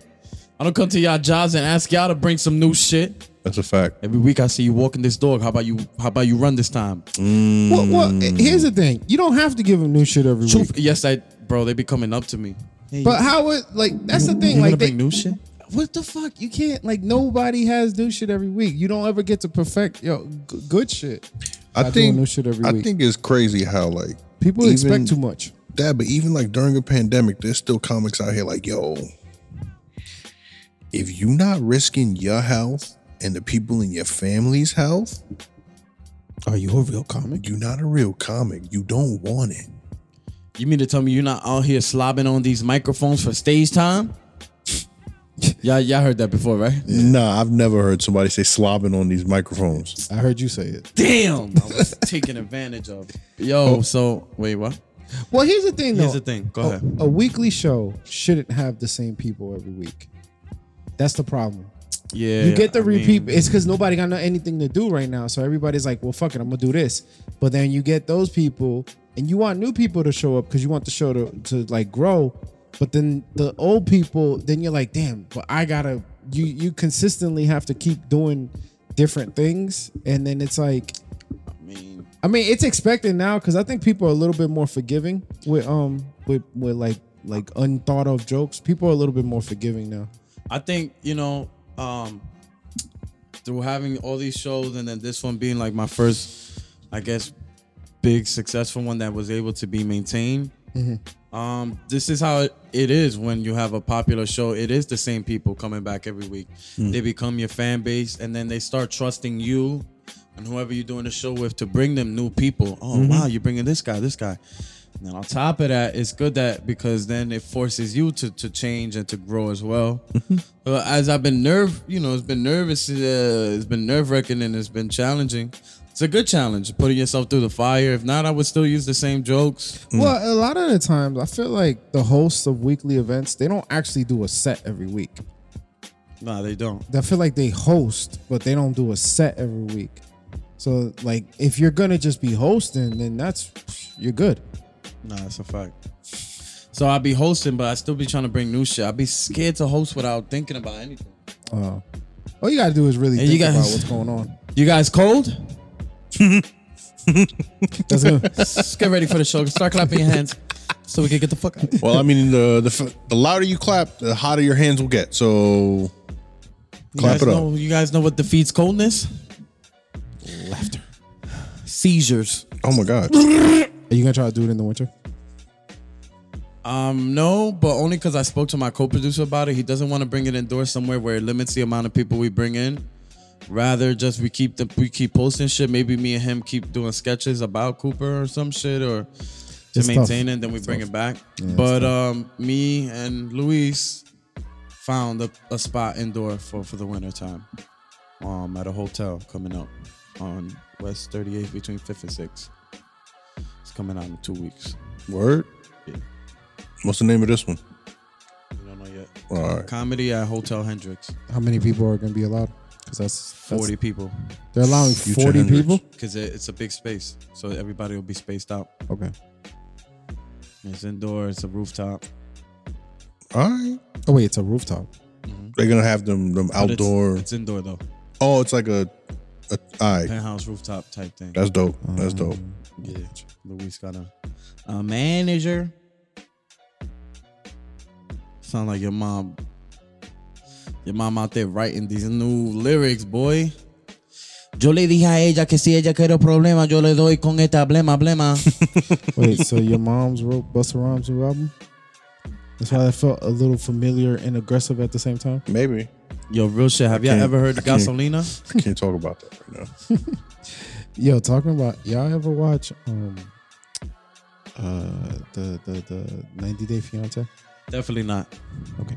[SPEAKER 1] I don't come to y'all jobs and ask y'all to bring some new shit.
[SPEAKER 3] That's a fact.
[SPEAKER 1] Every week I see you walking this dog. How about you? How about you run this time?
[SPEAKER 2] Well, well, here's the thing. You don't have to give them new shit every
[SPEAKER 1] Two-
[SPEAKER 2] week.
[SPEAKER 1] yes, I, bro. They be coming up to me. Hey,
[SPEAKER 2] But how it like that's the thing.
[SPEAKER 1] you
[SPEAKER 2] Like
[SPEAKER 1] want to
[SPEAKER 2] they,
[SPEAKER 1] bring new shit?
[SPEAKER 2] what the fuck? You can't like nobody has new shit every week. You don't ever get to perfect yo g- good shit.
[SPEAKER 3] I
[SPEAKER 2] Not
[SPEAKER 3] think
[SPEAKER 2] doing new shit every
[SPEAKER 3] I
[SPEAKER 2] week.
[SPEAKER 3] think it's crazy how like
[SPEAKER 2] People
[SPEAKER 3] even-
[SPEAKER 2] expect too much.
[SPEAKER 3] that, but even like during a pandemic, there's still comics out here like, yo, if you not risking your health and the people in your family's health,
[SPEAKER 1] Are you a real comic?
[SPEAKER 3] you're not a real comic. You don't want it.
[SPEAKER 1] You mean to tell me you're not out here slobbing on these microphones for stage time? y'all, y'all heard that before, right?
[SPEAKER 3] Nah, I've never heard somebody say slobbing on these microphones.
[SPEAKER 2] I heard you say it.
[SPEAKER 1] Damn, I was taken advantage of. Yo, so wait, what? Oh.
[SPEAKER 2] Well, here's the thing. Though.
[SPEAKER 1] Here's the thing. Go
[SPEAKER 2] A-
[SPEAKER 1] ahead.
[SPEAKER 2] A, weekly show shouldn't have the same people every week. That's the problem.
[SPEAKER 1] Yeah,
[SPEAKER 2] You get the
[SPEAKER 1] I mean,
[SPEAKER 2] repeat. it's because nobody got no- anything to do right now, so everybody's like, "Well, fuck it, I'm gonna do this." But then you get those people, and you want new people to show up because you want the show to to like grow. But then the old people, then you're like, "Damn!" But I gotta. You you consistently have to keep doing different things, and then it's like.
[SPEAKER 1] I mean,
[SPEAKER 2] I mean, it's expected now because I think people are a little bit more forgiving with um with with like like unthought of jokes. People are a little bit more forgiving now.
[SPEAKER 1] I think you know, um, through having all these shows and then this one being like my first, I guess, big successful one that was able to be maintained. Um, this is how it- it is when you have a popular show. It is the same people coming back every week. They become your fan base, and then they start trusting you and whoever you're doing the show with to bring them new people. Oh wow, you're bringing this guy, this guy. And then on top of that, it's good that because then it forces you to to change and to grow as well. Well, as I've been nerve, you know, it's been nervous, uh, it's been nerve wracking, and it's been challenging. It's a good challenge, putting yourself through the fire. If not, I would still use the same jokes.
[SPEAKER 2] Well, a lot of the times, I feel like the hosts of weekly events they don't actually do a set every week.
[SPEAKER 1] Nah, they don't.
[SPEAKER 2] I feel like they host, but they don't do a set every week. So like, if you're gonna just be hosting, then that's you're good.
[SPEAKER 1] Nah, that's a fact. So I'd be hosting, but I still be trying to bring new shit. I'd be scared to host without thinking about anything.
[SPEAKER 2] Uh, all you gotta do is really
[SPEAKER 1] And
[SPEAKER 2] think
[SPEAKER 1] you
[SPEAKER 2] about
[SPEAKER 1] guys-
[SPEAKER 2] what's going on.
[SPEAKER 1] You guys cold?
[SPEAKER 2] That's good.
[SPEAKER 1] Let's get ready for the show. Start clapping your hands so we can get the fuck out. of here.
[SPEAKER 3] Well, I mean, the, the f- the louder you clap, the hotter your hands will get.
[SPEAKER 1] You
[SPEAKER 3] So clap
[SPEAKER 1] guys
[SPEAKER 3] it up.
[SPEAKER 1] know- you guys know what defeats coldness? Laughter. Seizures.
[SPEAKER 3] Oh my god,
[SPEAKER 2] Are you gonna try to do it in the winter?
[SPEAKER 1] Um, no, but only because I spoke to my co-producer about it. He doesn't want to bring it indoors somewhere where it limits the amount of people we bring in. Rather, just we keep the we keep posting shit. Maybe me and him keep doing sketches about Cooper or some shit, or to
[SPEAKER 2] It's
[SPEAKER 1] maintain
[SPEAKER 2] tough.
[SPEAKER 1] it, then we bring it back. but um, me and Luis found a, a spot indoor for for the winter time, um, at a hotel coming up on West 38th between fifth and sixth. It's coming out in two weeks.
[SPEAKER 3] word. What's the name of this one?
[SPEAKER 1] We don't know yet.
[SPEAKER 3] All right.
[SPEAKER 1] Comedy at Hotel Hendrix.
[SPEAKER 2] How many people are gonna be allowed? Because that's, that's
[SPEAKER 1] 40 people.
[SPEAKER 2] They're allowing
[SPEAKER 3] Future
[SPEAKER 2] 40
[SPEAKER 3] hundreds.
[SPEAKER 2] people?
[SPEAKER 1] Because it, it's a big space. So everybody will be spaced out.
[SPEAKER 2] Okay.
[SPEAKER 1] It's indoor, it's a rooftop.
[SPEAKER 3] All right.
[SPEAKER 2] Oh, wait, it's a rooftop.
[SPEAKER 3] They're gonna have them them
[SPEAKER 1] But it's-
[SPEAKER 3] outdoor.
[SPEAKER 1] It's, indoor, though.
[SPEAKER 3] oh, it's like a, a all right.
[SPEAKER 1] Penthouse rooftop type thing.
[SPEAKER 3] That's dope. That's
[SPEAKER 1] Mm.
[SPEAKER 3] dope.
[SPEAKER 1] Yeah. Luis got a, a manager. Sound like your mom. Your mom out there writing these new lyrics, boy.
[SPEAKER 4] Yo le dije a ella que si ella quiere problema, yo le doy con esta blema, blema.
[SPEAKER 2] Wait, so your mom's wrote Busta Rhymes' new album? That's why that felt a little familiar and aggressive at the same time.
[SPEAKER 3] Maybe.
[SPEAKER 1] Yo, real shit. Have y'all
[SPEAKER 3] can't-
[SPEAKER 1] ever heard
[SPEAKER 3] I
[SPEAKER 1] of
[SPEAKER 3] can't-
[SPEAKER 1] Gasolina?
[SPEAKER 3] I can't talk about that right now.
[SPEAKER 2] Yo, talking about y'all ever watch um uh the the the 90 Day Fiance?
[SPEAKER 1] Definitely not.
[SPEAKER 2] Okay.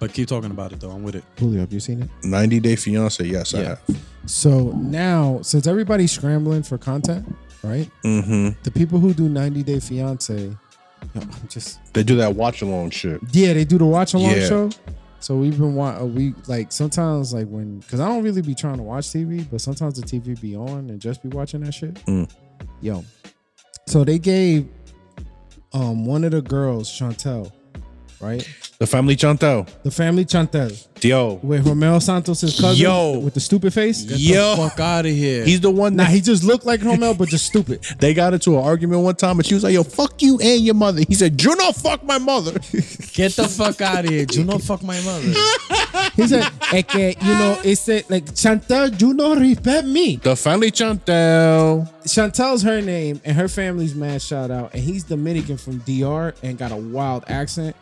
[SPEAKER 1] But keep talking about it, though. I'm with it.
[SPEAKER 2] Julio, have you seen it?
[SPEAKER 3] 90 Day Fiance. Yes, I
[SPEAKER 1] Yeah.
[SPEAKER 3] have.
[SPEAKER 2] So now, since everybody's scrambling for content, right?
[SPEAKER 3] Mm-hmm.
[SPEAKER 2] The people who do 90 Day Fiance, yo, I'm just
[SPEAKER 3] They do that watch along shit.
[SPEAKER 2] Yeah, they do the watch along
[SPEAKER 3] Yeah.
[SPEAKER 2] show. So we've been wa a week like sometimes like when because I don't really be trying to watch TV, but sometimes the TV be on and just be watching that shit.
[SPEAKER 3] Mm.
[SPEAKER 2] Yo, so they gave um one of the girls Chantel, right?
[SPEAKER 3] The The family Chantel.
[SPEAKER 2] The family Chantel
[SPEAKER 3] Yo.
[SPEAKER 2] with Romeo Santos' cousin
[SPEAKER 3] Yo.
[SPEAKER 2] with the stupid face.
[SPEAKER 3] Yo.
[SPEAKER 1] Fuck out of here.
[SPEAKER 3] He's the one
[SPEAKER 2] Nah,
[SPEAKER 3] that
[SPEAKER 2] he just looked like Romeo, but just stupid.
[SPEAKER 3] they got into an argument one time and she was like, yo, fuck you and your mother. He said, you don't fuck my mother.
[SPEAKER 1] Get the fuck out of here. Do not fuck my mother.
[SPEAKER 2] He said, "Es que, you know, it's a, like Chantel, you know, respect me.
[SPEAKER 3] the family Chantel.
[SPEAKER 2] Chantel's her name, and her family's mad shout out. And he's Dominican from DR and got a wild accent.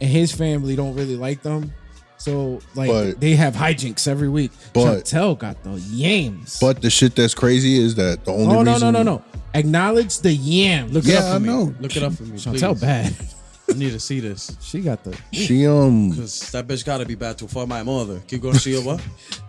[SPEAKER 2] And his family don't really like them. So, like,
[SPEAKER 3] But-
[SPEAKER 2] they have hijinks every week.
[SPEAKER 3] But-
[SPEAKER 2] Chantel got the yams.
[SPEAKER 3] But the shit that's crazy is that the only
[SPEAKER 2] oh, no, no,
[SPEAKER 3] reason-
[SPEAKER 2] no, no. Acknowledge the yams. Look
[SPEAKER 3] Yeah, I know.
[SPEAKER 1] Look it up for me.
[SPEAKER 2] Chantel
[SPEAKER 1] please.
[SPEAKER 2] bad.
[SPEAKER 1] I need to see this.
[SPEAKER 2] She got the
[SPEAKER 3] She um
[SPEAKER 1] Cause that bitch gotta be bad to fuck my mother. Keep going, see what?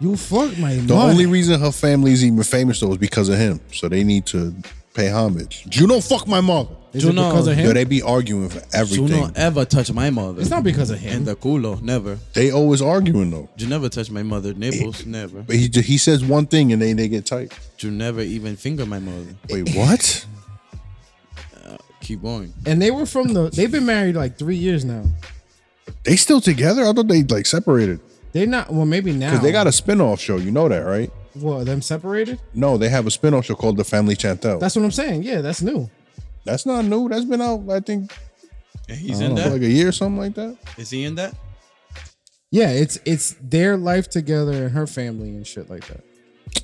[SPEAKER 2] you fuck my
[SPEAKER 3] the
[SPEAKER 2] mother.
[SPEAKER 3] only reason her family's even famous though is because of him. So they need to pay homage. You don't fuck my mother.
[SPEAKER 2] Is
[SPEAKER 1] you
[SPEAKER 2] it
[SPEAKER 1] know-
[SPEAKER 2] because of
[SPEAKER 3] Yo,
[SPEAKER 2] him?
[SPEAKER 3] they be arguing for
[SPEAKER 1] Do
[SPEAKER 3] everything.
[SPEAKER 1] not ever touch my mother.
[SPEAKER 2] It's not because of him.
[SPEAKER 1] and the culo, never.
[SPEAKER 3] they always arguing though.
[SPEAKER 1] You never touch my mother. Nipples, never.
[SPEAKER 3] But he he says one thing and then they get tight.
[SPEAKER 1] You never even finger my mother.
[SPEAKER 3] Wait, what?
[SPEAKER 1] Keep going.
[SPEAKER 2] and they were from the. They've been married like three years now.
[SPEAKER 3] they still together? I thought they like separated
[SPEAKER 2] They're not. Well, maybe now.
[SPEAKER 3] because they got a spin-off show. You know that, right?
[SPEAKER 2] What? Them separated?
[SPEAKER 3] No, they have a spin-off show called The Family Chantel. That's,
[SPEAKER 2] That's what I'm saying. Yeah, that's new.
[SPEAKER 3] that's not new. That's been out, I think,
[SPEAKER 1] And he's
[SPEAKER 3] I
[SPEAKER 1] in
[SPEAKER 3] don't know,
[SPEAKER 1] that. Is
[SPEAKER 3] for like a year or something like that.
[SPEAKER 1] he in that?
[SPEAKER 2] Yeah, it's it's their life together and her family and shit like that.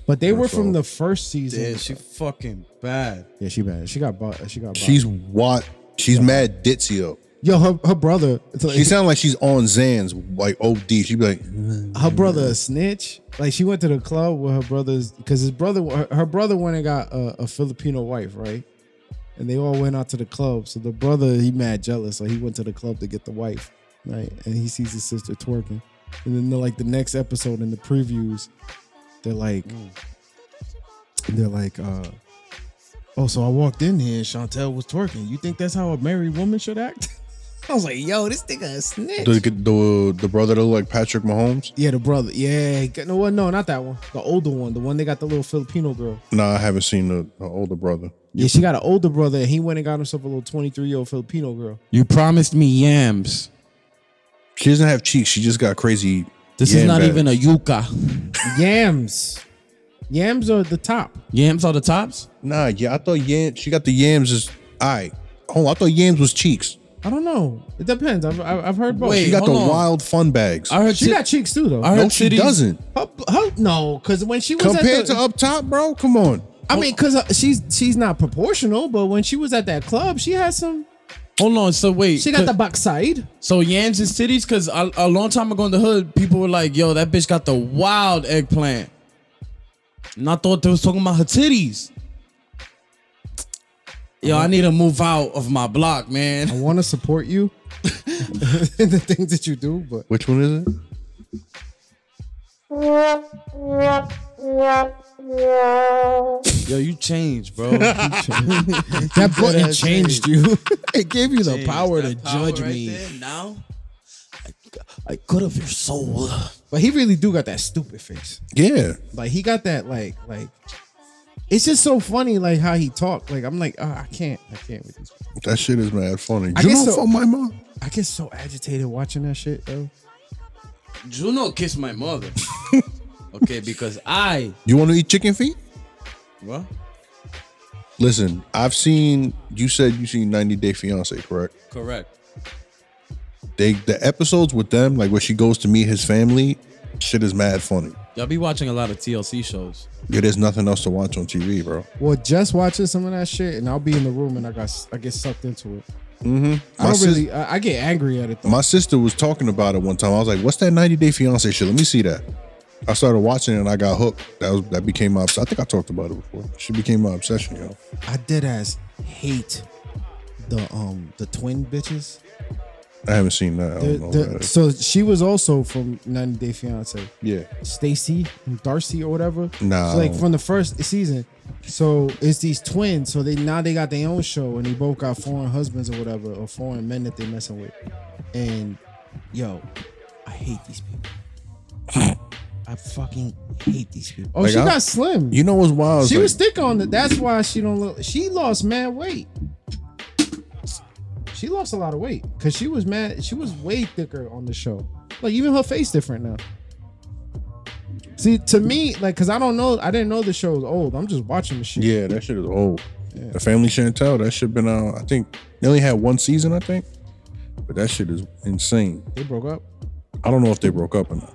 [SPEAKER 2] But they were from the first season.
[SPEAKER 1] Yeah, she fucking bad.
[SPEAKER 2] yeah, she bad. She got bought. She got bought.
[SPEAKER 3] She's what? She's mad ditzy though.
[SPEAKER 2] yo, her, her brother. it's like-
[SPEAKER 3] She sound like she's on Zans, like OD. She be like,
[SPEAKER 2] her brother a snitch. Like she went to the club with her brothers because his brother, her, her brother went and got a, a Filipino wife, right? And they all went out to the club. So the brother, he mad jealous, so he went to the club to get the wife, right? And he sees his sister twerking, and then the, like the next episode in the previews, they're like, they're like, uh, oh, so I walked in here and Chantel was twerking. You think that's how a married woman should act? I was like, yo, this nigga a snitch.
[SPEAKER 3] the, the the brother that look like Patrick Mahomes.
[SPEAKER 2] Yeah, the brother. Yeah, he got- no one. No, not that one. The older one. The one they got the little Filipino girl.
[SPEAKER 3] Nah, I haven't seen the, the older brother.
[SPEAKER 2] Yeah, she got an older brother, and he went and got himself a little twenty-three year old Filipino girl.
[SPEAKER 1] You promised me yams.
[SPEAKER 3] She doesn't have cheeks. She just got crazy.
[SPEAKER 1] This is
[SPEAKER 3] yam
[SPEAKER 1] not
[SPEAKER 3] bags.
[SPEAKER 1] even a yuca.
[SPEAKER 2] Yams, yams are the top.
[SPEAKER 1] Yams are the tops?
[SPEAKER 3] Nah, yeah, I thought yams. She got the yams. Is I. Oh, I thought yams was cheeks.
[SPEAKER 2] I don't know. It depends. I've, I've I've heard both.
[SPEAKER 1] Wait,
[SPEAKER 3] She got the
[SPEAKER 1] hold on.
[SPEAKER 3] wild fun bags.
[SPEAKER 1] I heard
[SPEAKER 2] she
[SPEAKER 1] ti-
[SPEAKER 2] got cheeks too, though.
[SPEAKER 1] I
[SPEAKER 3] no,
[SPEAKER 1] heard
[SPEAKER 3] she
[SPEAKER 1] titties.
[SPEAKER 3] doesn't.
[SPEAKER 2] Her- her- no, because when she was
[SPEAKER 3] Compared
[SPEAKER 2] at the,
[SPEAKER 3] to up top, bro. Come on.
[SPEAKER 2] I mean, because she's she's not proportional, but when she was at that club, she had some.
[SPEAKER 1] Hold on. So wait.
[SPEAKER 2] She got
[SPEAKER 1] c-
[SPEAKER 2] the backside.
[SPEAKER 1] So yams is titties? Because a, a long time ago in the hood, people were like, yo, that bitch got the wild eggplant. And I thought they was talking about her titties. Yo, I need to move out of my block, man.
[SPEAKER 2] I want to support you in the things that you do, but
[SPEAKER 3] Which one is it?
[SPEAKER 1] Yo, you changed, bro. You
[SPEAKER 2] that button changed you. it gave you the
[SPEAKER 1] changed.
[SPEAKER 2] power to
[SPEAKER 1] That power
[SPEAKER 2] judge
[SPEAKER 1] right
[SPEAKER 2] me.
[SPEAKER 1] there, now, I, I could have your soul.
[SPEAKER 2] But he really do got that stupid face.
[SPEAKER 3] Yeah.
[SPEAKER 2] Like he got that like like. It's just so funny like how he talked. Like I'm like oh, I can't I can't with these. people.
[SPEAKER 3] That shit is mad funny.
[SPEAKER 2] I
[SPEAKER 3] You
[SPEAKER 2] guess
[SPEAKER 3] know,
[SPEAKER 2] so.
[SPEAKER 3] fuck my mom.
[SPEAKER 2] I get so agitated watching that shit though.
[SPEAKER 1] Juno kissed my mother. okay, because I.
[SPEAKER 3] You want to eat chicken feet?
[SPEAKER 1] What?
[SPEAKER 3] Listen, I've seen. You said you seen 90 Day Fiance, correct?
[SPEAKER 1] Correct.
[SPEAKER 3] They the episodes with them, like where she goes to meet his family, shit is mad funny.
[SPEAKER 1] Y'all be watching a lot of TLC shows.
[SPEAKER 3] Yeah, there's nothing else to watch on TV, bro.
[SPEAKER 2] Well, just watching some of that shit, and I'll be in the room, and I got I get sucked into it. I
[SPEAKER 3] My
[SPEAKER 2] don't
[SPEAKER 3] sis-
[SPEAKER 2] really. I, I get angry at it though.
[SPEAKER 3] My sister was talking about it one time. I was like, "What's that 90 Day Fiance shit? Let me see that." I started watching it and I got hooked. That was that became my. obs- I think I talked about it before. She became my obsession, yo.
[SPEAKER 2] I dead ass hate the um the twin bitches.
[SPEAKER 3] I haven't seen that. I
[SPEAKER 2] The-
[SPEAKER 3] don't know.
[SPEAKER 2] the-
[SPEAKER 3] what that is.
[SPEAKER 2] so she was also from 90 Day Fiance.
[SPEAKER 3] yeah,
[SPEAKER 2] Stacy and Darcy or whatever.
[SPEAKER 3] Nah.
[SPEAKER 2] So, like from the first season. So it's these twins. So they now they got their own show and they both got foreign husbands or whatever or foreign men that they messing with. And yo, I hate these people. I fucking hate these people. Oh,
[SPEAKER 3] Like,
[SPEAKER 2] she
[SPEAKER 3] I-
[SPEAKER 2] got slim.
[SPEAKER 3] you know what's wild?
[SPEAKER 2] she
[SPEAKER 3] It's
[SPEAKER 2] was
[SPEAKER 3] like,
[SPEAKER 2] thick on it. That's why she don't look. She lost man weight. She lost a lot of weight because she was mad. She was way thicker on the show. Like even her face different now. See, to me, like, cause I don't know, I didn't know the show was old. I'm just watching the shit.
[SPEAKER 3] Yeah, that shit is old. The Family Chantel, that shit been out. I think they only had one season, I think. But that shit is insane.
[SPEAKER 2] They broke up.
[SPEAKER 3] I don't know if they broke up or not.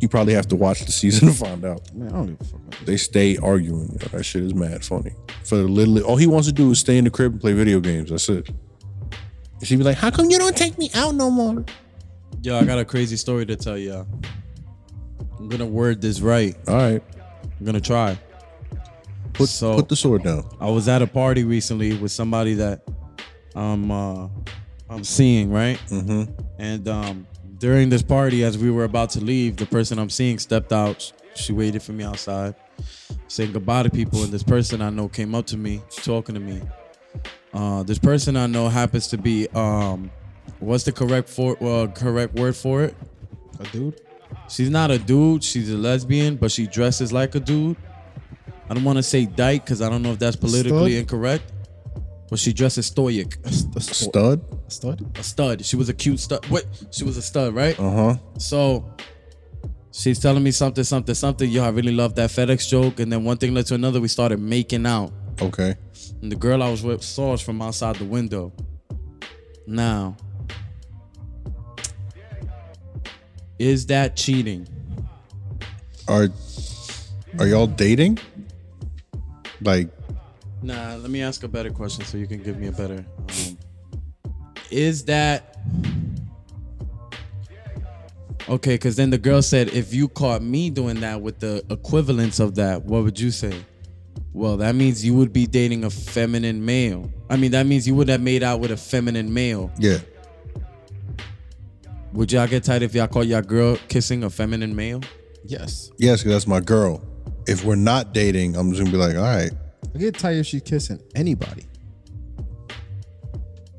[SPEAKER 3] You probably have to watch the season to find out.
[SPEAKER 2] Man, I don't give a fuck. About
[SPEAKER 3] They stay arguing. Yo. That shit is mad funny. For literally, all he wants to do is stay in the crib and play video games. That's it. And She be like, "How come you don't take me out no more?"
[SPEAKER 1] Yo, I got a crazy story to tell y'all. I'm gonna word this right.
[SPEAKER 3] All right,
[SPEAKER 1] I'm gonna try.
[SPEAKER 3] put
[SPEAKER 1] So-
[SPEAKER 3] put the sword down.
[SPEAKER 1] I was at a party recently with somebody that I'm uh, I'm seeing, right?
[SPEAKER 3] Mm-hmm.
[SPEAKER 1] And um, during this party, as we were about to leave, the person I'm seeing stepped out. She waited for me outside, saying goodbye to people. And this person I know came up to me, talking to me. Uh, this person I know happens to be um, what's the correct for uh, correct word for it?
[SPEAKER 2] it. A dude.
[SPEAKER 1] She's not a dude. She's a lesbian, but she dresses like a dude. I don't want to say dyke because I don't know if that's politically
[SPEAKER 2] Stud?
[SPEAKER 1] incorrect. But she dresses stoic,
[SPEAKER 2] A stud.
[SPEAKER 3] Stud.
[SPEAKER 2] stud?
[SPEAKER 1] a stud. She was a cute stud. What? She was a stud, right?
[SPEAKER 3] Uh huh.
[SPEAKER 1] So she's telling me something, something, something. Yo, I really love that FedEx joke. And then one thing led to another. We started making out.
[SPEAKER 3] Okay.
[SPEAKER 1] And the girl I was with saw us from outside the window. Now, is that cheating?
[SPEAKER 3] Are are y'all dating? Like,
[SPEAKER 1] Nah, let me ask a better question so you can give me a better. Um, is that okay? Because then the girl said, if you caught me doing that with the equivalence of that, what would you say? Well, that means you would be dating a feminine male. I mean, that means you would have made out with a feminine male.
[SPEAKER 3] yeah.
[SPEAKER 1] Would y'all get tight if y'all caught y'all girl kissing a feminine male?
[SPEAKER 2] Yes.
[SPEAKER 3] Yes, 'cause that's my girl. If we're not dating, I'm just gonna be like, all right,
[SPEAKER 2] I get tired if she's kissing anybody.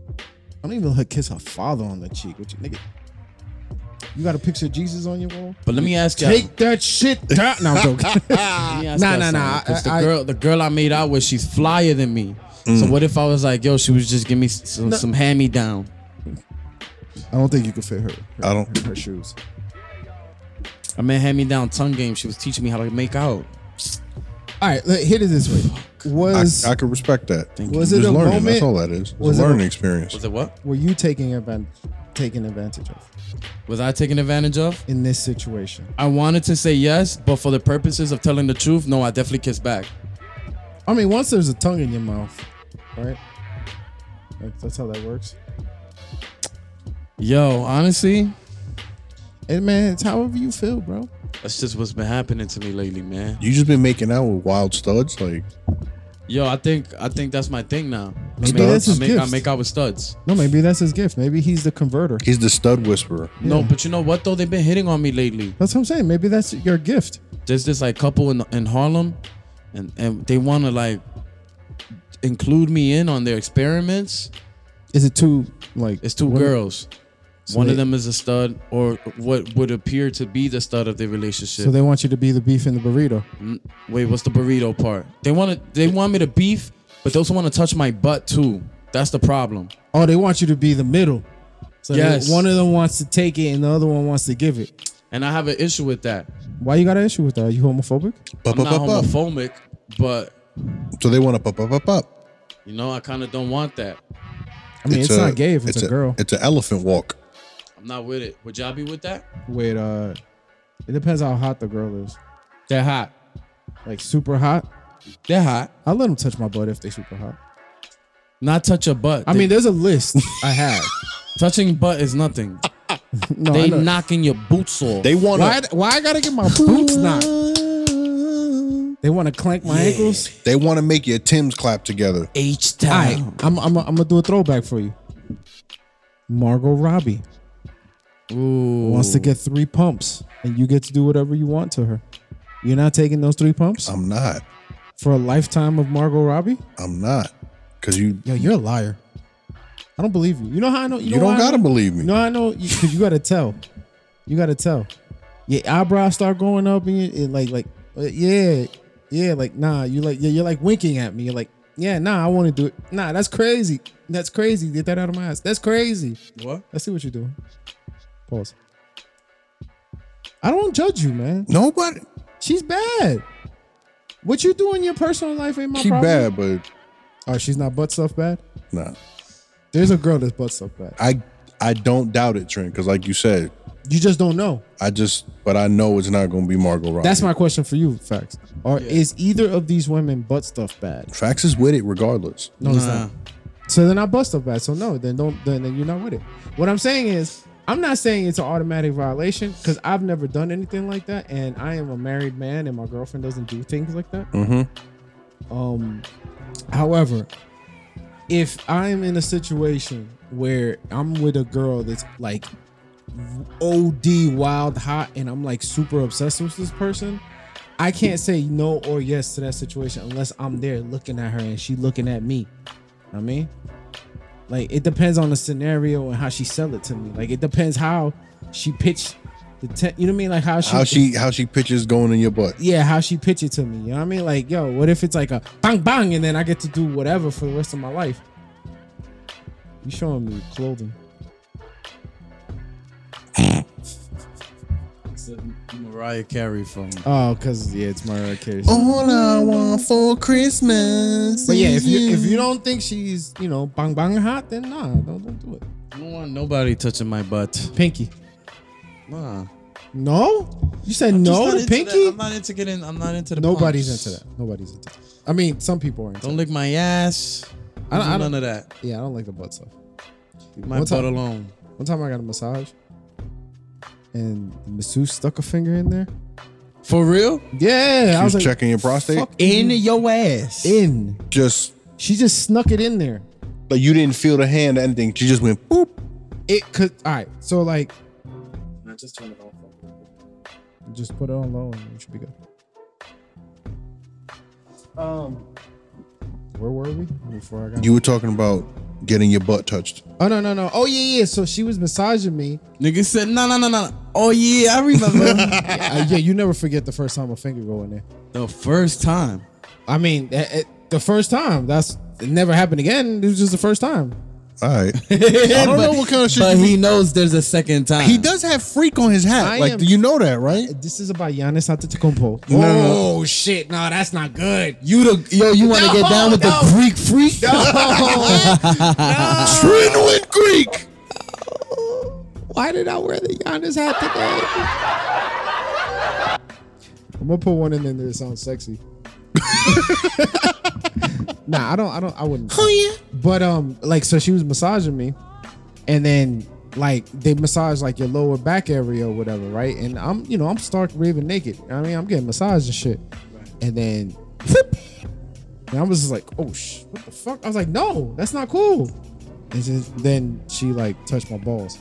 [SPEAKER 2] I don't even let her kiss her father on the cheek. What you nigga? You got a picture of Jesus on your wall?
[SPEAKER 1] But let me ask y'all.
[SPEAKER 2] Take that shit down. No, I'm joking.
[SPEAKER 1] Let me ask
[SPEAKER 2] Nah,
[SPEAKER 1] y'all
[SPEAKER 2] nah,
[SPEAKER 1] something,
[SPEAKER 2] nah,
[SPEAKER 1] 'cause
[SPEAKER 2] I- I-
[SPEAKER 1] the girl, the girl I made out with, she's flyer than me. So what if I was like, yo, she was just giving me s- some, some hand me down?
[SPEAKER 2] I don't think you could fit her.
[SPEAKER 3] I don't.
[SPEAKER 2] her shoes.
[SPEAKER 1] I meant hand me down tongue game. She was teaching me how to make out.
[SPEAKER 2] All right, let, hit it this way.
[SPEAKER 3] I,
[SPEAKER 2] Was
[SPEAKER 3] I can respect that.
[SPEAKER 2] was
[SPEAKER 3] Just
[SPEAKER 2] it a
[SPEAKER 3] learning.
[SPEAKER 2] moment?
[SPEAKER 3] That's all that is. It's
[SPEAKER 2] was it
[SPEAKER 3] a
[SPEAKER 2] a-
[SPEAKER 3] learning experience.
[SPEAKER 1] Was it what?
[SPEAKER 2] Were you taking advantage, taking advantage of
[SPEAKER 1] Was I taken advantage of?
[SPEAKER 2] in this situation?
[SPEAKER 1] I wanted to say yes, but for the purposes of telling the truth, no, I definitely kissed back.
[SPEAKER 2] I mean, once there's a tongue in your mouth, right? Like, that's how that works.
[SPEAKER 1] Yo, honestly,
[SPEAKER 2] And man, it's however you feel, bro.
[SPEAKER 1] that's just what's been happening to me lately, man.
[SPEAKER 3] You just been making out with wild studs, like
[SPEAKER 1] Yo, I think I think that's my thing now.
[SPEAKER 2] Maybe
[SPEAKER 1] I make,
[SPEAKER 2] that's
[SPEAKER 1] I
[SPEAKER 2] his
[SPEAKER 1] make, I
[SPEAKER 2] gift.
[SPEAKER 1] make out with studs.
[SPEAKER 2] No, maybe that's his gift. Maybe he's the converter.
[SPEAKER 3] he's the stud whisperer.
[SPEAKER 1] No, but you know what though? They've been hitting on me lately.
[SPEAKER 2] That's what I'm saying. Maybe that's your gift.
[SPEAKER 1] there's this like couple in in Harlem, and and they want to like include me in on their experiments.
[SPEAKER 2] Is it too like
[SPEAKER 1] It's two
[SPEAKER 2] women-
[SPEAKER 1] girls. One
[SPEAKER 2] they-
[SPEAKER 1] of them is a stud, or what would appear to be the stud of their relationship.
[SPEAKER 2] So they want you to be the beef in the burrito.
[SPEAKER 1] N- Wait, what's the burrito part? They want to. They want me to beef, but they also want to touch my butt too. That's the problem.
[SPEAKER 2] Oh, they want you to be the middle. So they-
[SPEAKER 1] Yes.
[SPEAKER 2] one of them wants to take it and the other one wants to give it.
[SPEAKER 1] And I have an issue with that.
[SPEAKER 2] Why you got an issue with that? Are you homophobic?
[SPEAKER 3] Up,
[SPEAKER 1] I'm not
[SPEAKER 3] up, up, up.
[SPEAKER 1] homophobic, but
[SPEAKER 3] So they want to up, up, up, up.
[SPEAKER 1] you know I kind of don't want that.
[SPEAKER 2] I mean, it's, not gay if it's, a, girl.
[SPEAKER 3] It's an elephant walk.
[SPEAKER 1] I'm not with it. Would y'all be with that?
[SPEAKER 2] Wait, uh, it depends how hot the girl is.
[SPEAKER 1] They're hot.
[SPEAKER 2] Like super hot.
[SPEAKER 1] They're hot.
[SPEAKER 2] I let them touch my butt if they super hot.
[SPEAKER 1] Not touch your butt.
[SPEAKER 2] I
[SPEAKER 1] They-
[SPEAKER 2] mean, there's a list I have.
[SPEAKER 1] Touching butt is nothing.
[SPEAKER 2] No, I
[SPEAKER 1] They
[SPEAKER 2] know.
[SPEAKER 1] knocking your boots off.
[SPEAKER 3] They want
[SPEAKER 2] why?
[SPEAKER 3] to.
[SPEAKER 2] Why I gotta get my boots knocked? They want to clank my ankles.
[SPEAKER 3] They want to make your Tim's clap together.
[SPEAKER 4] H
[SPEAKER 2] All right,
[SPEAKER 4] time.
[SPEAKER 2] I'm, I'm, I'm gonna do a throwback for you. Margot Robbie
[SPEAKER 1] Ooh.
[SPEAKER 2] wants to get three pumps, and you get to do whatever you want to her. You're not taking those three pumps
[SPEAKER 3] I'm not.
[SPEAKER 2] for a lifetime of Margot Robbie?
[SPEAKER 3] I'm not. Cause you
[SPEAKER 2] Yo, you're a liar. I don't believe you. You know how I know?
[SPEAKER 3] you,
[SPEAKER 2] know
[SPEAKER 3] don't
[SPEAKER 2] why I
[SPEAKER 3] gotta
[SPEAKER 2] know?
[SPEAKER 3] believe me.
[SPEAKER 2] You know how I know? Because you gotta tell. You gotta tell. Your eyebrows start going up, and, you, and like, like, uh, yeah, yeah, like, nah. You like, yeah, you're like winking at me. You're like, yeah, nah, I want to do it. Nah, that's crazy. That's crazy. Get that out of my ass. That's crazy.
[SPEAKER 1] What?
[SPEAKER 2] Let's see what you're doing. Pause. I don't judge you, man.
[SPEAKER 3] Nobody.
[SPEAKER 2] She's bad. What you do in your personal life ain't my
[SPEAKER 3] She
[SPEAKER 2] problem.
[SPEAKER 3] bad, but
[SPEAKER 2] Oh, she's not butt stuff bad.
[SPEAKER 3] nah.
[SPEAKER 2] There's a girl that's butt stuff bad.
[SPEAKER 3] I I don't doubt it, Trent, because like you said,
[SPEAKER 2] You just don't know.
[SPEAKER 3] I just but I know it's not gonna be Margot Robbie.
[SPEAKER 2] That's my question for you, facts. Or is either of these women butt stuff bad?
[SPEAKER 3] Trax is with it regardless.
[SPEAKER 2] No, it's not. So they're not butt stuff bad. So no, then don't. Then, then you're not with it. What I'm saying is, I'm not saying it's an automatic violation because I've never done anything like that, and I am a married man, and my girlfriend doesn't do things like that. Um, however, if I'm in a situation where I'm with a girl that's like OD wild hot and I'm like super obsessed with this person, I can't say no or yes to that situation unless I'm there looking at her and she looking at me. I mean, like it depends on the scenario and how she sell it to me. Like it depends how she pitch the tent. You know what I mean? Like how she
[SPEAKER 3] How she how she pitches going in your butt.
[SPEAKER 2] yeah, how she pitch it to me. You know what I mean? Like, yo, what if it's like a bang bang and then I get to do whatever for the rest of my life? You showing me clothing.
[SPEAKER 1] It's a Mariah Carey from.
[SPEAKER 2] Oh, cause yeah, it's Mariah Carey.
[SPEAKER 1] Oh,
[SPEAKER 3] All I want for Christmas.
[SPEAKER 2] But yeah,
[SPEAKER 3] is
[SPEAKER 2] if you if you don't think she's, you know, bang bang hot, then nah, don't don't do it.
[SPEAKER 1] I don't want nobody touching my butt.
[SPEAKER 2] Pinky.
[SPEAKER 1] Nah.
[SPEAKER 2] No? You said
[SPEAKER 1] Just not
[SPEAKER 2] no to
[SPEAKER 1] into
[SPEAKER 2] Pinky?
[SPEAKER 1] that. I'm not into getting. I'm not into the.
[SPEAKER 2] Nobody's
[SPEAKER 1] pumps.
[SPEAKER 2] into that. Nobody's into that. I mean, some people are into
[SPEAKER 1] Don't lick my ass.
[SPEAKER 2] I
[SPEAKER 1] I
[SPEAKER 2] don't-
[SPEAKER 1] don't,
[SPEAKER 2] I don't-
[SPEAKER 1] none of that.
[SPEAKER 2] it. Yeah, I don't like the butt stuff.
[SPEAKER 1] Leave My
[SPEAKER 2] One
[SPEAKER 1] butt
[SPEAKER 2] time-
[SPEAKER 1] alone.
[SPEAKER 2] One time I got a massage and the masseuse stuck a finger in there.
[SPEAKER 1] For real?
[SPEAKER 2] Yeah. I
[SPEAKER 3] was
[SPEAKER 2] was like,
[SPEAKER 3] checking your prostate.
[SPEAKER 2] fuck
[SPEAKER 4] In your ass.
[SPEAKER 2] in.
[SPEAKER 3] Just
[SPEAKER 2] She just snuck it in there.
[SPEAKER 3] like you didn't feel the hand or anything. She just went boop.
[SPEAKER 2] It could. All right. So like,
[SPEAKER 1] I just turned it off.
[SPEAKER 2] just put it on low and it should be good. Um, where were we before I got?
[SPEAKER 3] You were talking about getting your butt touched.
[SPEAKER 2] oh no no no! Oh yeah yeah. So she was massaging me.
[SPEAKER 1] Nigga said, no, no, no, no. Oh, yeah, I remember.
[SPEAKER 2] Uh, yeah, you never forget the first time a finger go in there.
[SPEAKER 1] the first time.
[SPEAKER 2] I mean, eh, eh, the first time. That's it never happened again. It was just the first time.
[SPEAKER 3] All right.
[SPEAKER 1] I
[SPEAKER 3] don't know what kind of shit
[SPEAKER 1] But
[SPEAKER 3] you-
[SPEAKER 1] he knows there's a second time.
[SPEAKER 3] he does have freak on his hat.
[SPEAKER 2] I
[SPEAKER 3] like
[SPEAKER 2] am-
[SPEAKER 3] you know that, right?
[SPEAKER 2] This is about Giannis Antetokounmpo.
[SPEAKER 3] No, no, no.
[SPEAKER 2] Oh shit! No, that's not good.
[SPEAKER 1] You the yo, you want to get down with the Greek freak?
[SPEAKER 3] Trin with Greek.
[SPEAKER 2] Oh, Why did I wear the Giannis hat today? I'm gonna put one in there that sounds sexy. nah, I don't. I don't. I wouldn't.
[SPEAKER 4] Oh, yeah.
[SPEAKER 2] But um, like, so she was massaging me, and then like they massage like your lower back area or whatever, right? And I'm, you know, I'm stark raving naked. I mean, I'm getting massaged and shit, and then. And I was just like, oh sh, what the fuck? I was like, no, that's not cool. And then- then she like touched my balls.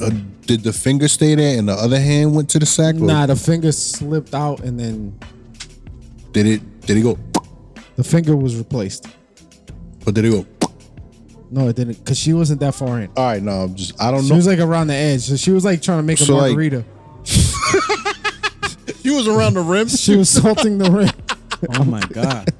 [SPEAKER 3] Uh, did the finger stay there and the other hand went to the sack? or
[SPEAKER 2] Nah, the finger slipped out and then
[SPEAKER 3] Did it? Did it go?
[SPEAKER 2] the finger was replaced.
[SPEAKER 3] Or did it go?
[SPEAKER 2] No, it didn't, cause she wasn't that far in.
[SPEAKER 3] All right. Oh, No, I'm just. I don't
[SPEAKER 2] She
[SPEAKER 3] know.
[SPEAKER 2] was like around the edge, so she was like trying to make a
[SPEAKER 3] So, like-
[SPEAKER 2] margarita.
[SPEAKER 3] She was around the rims.
[SPEAKER 2] she was salting the rim.
[SPEAKER 1] Oh my god.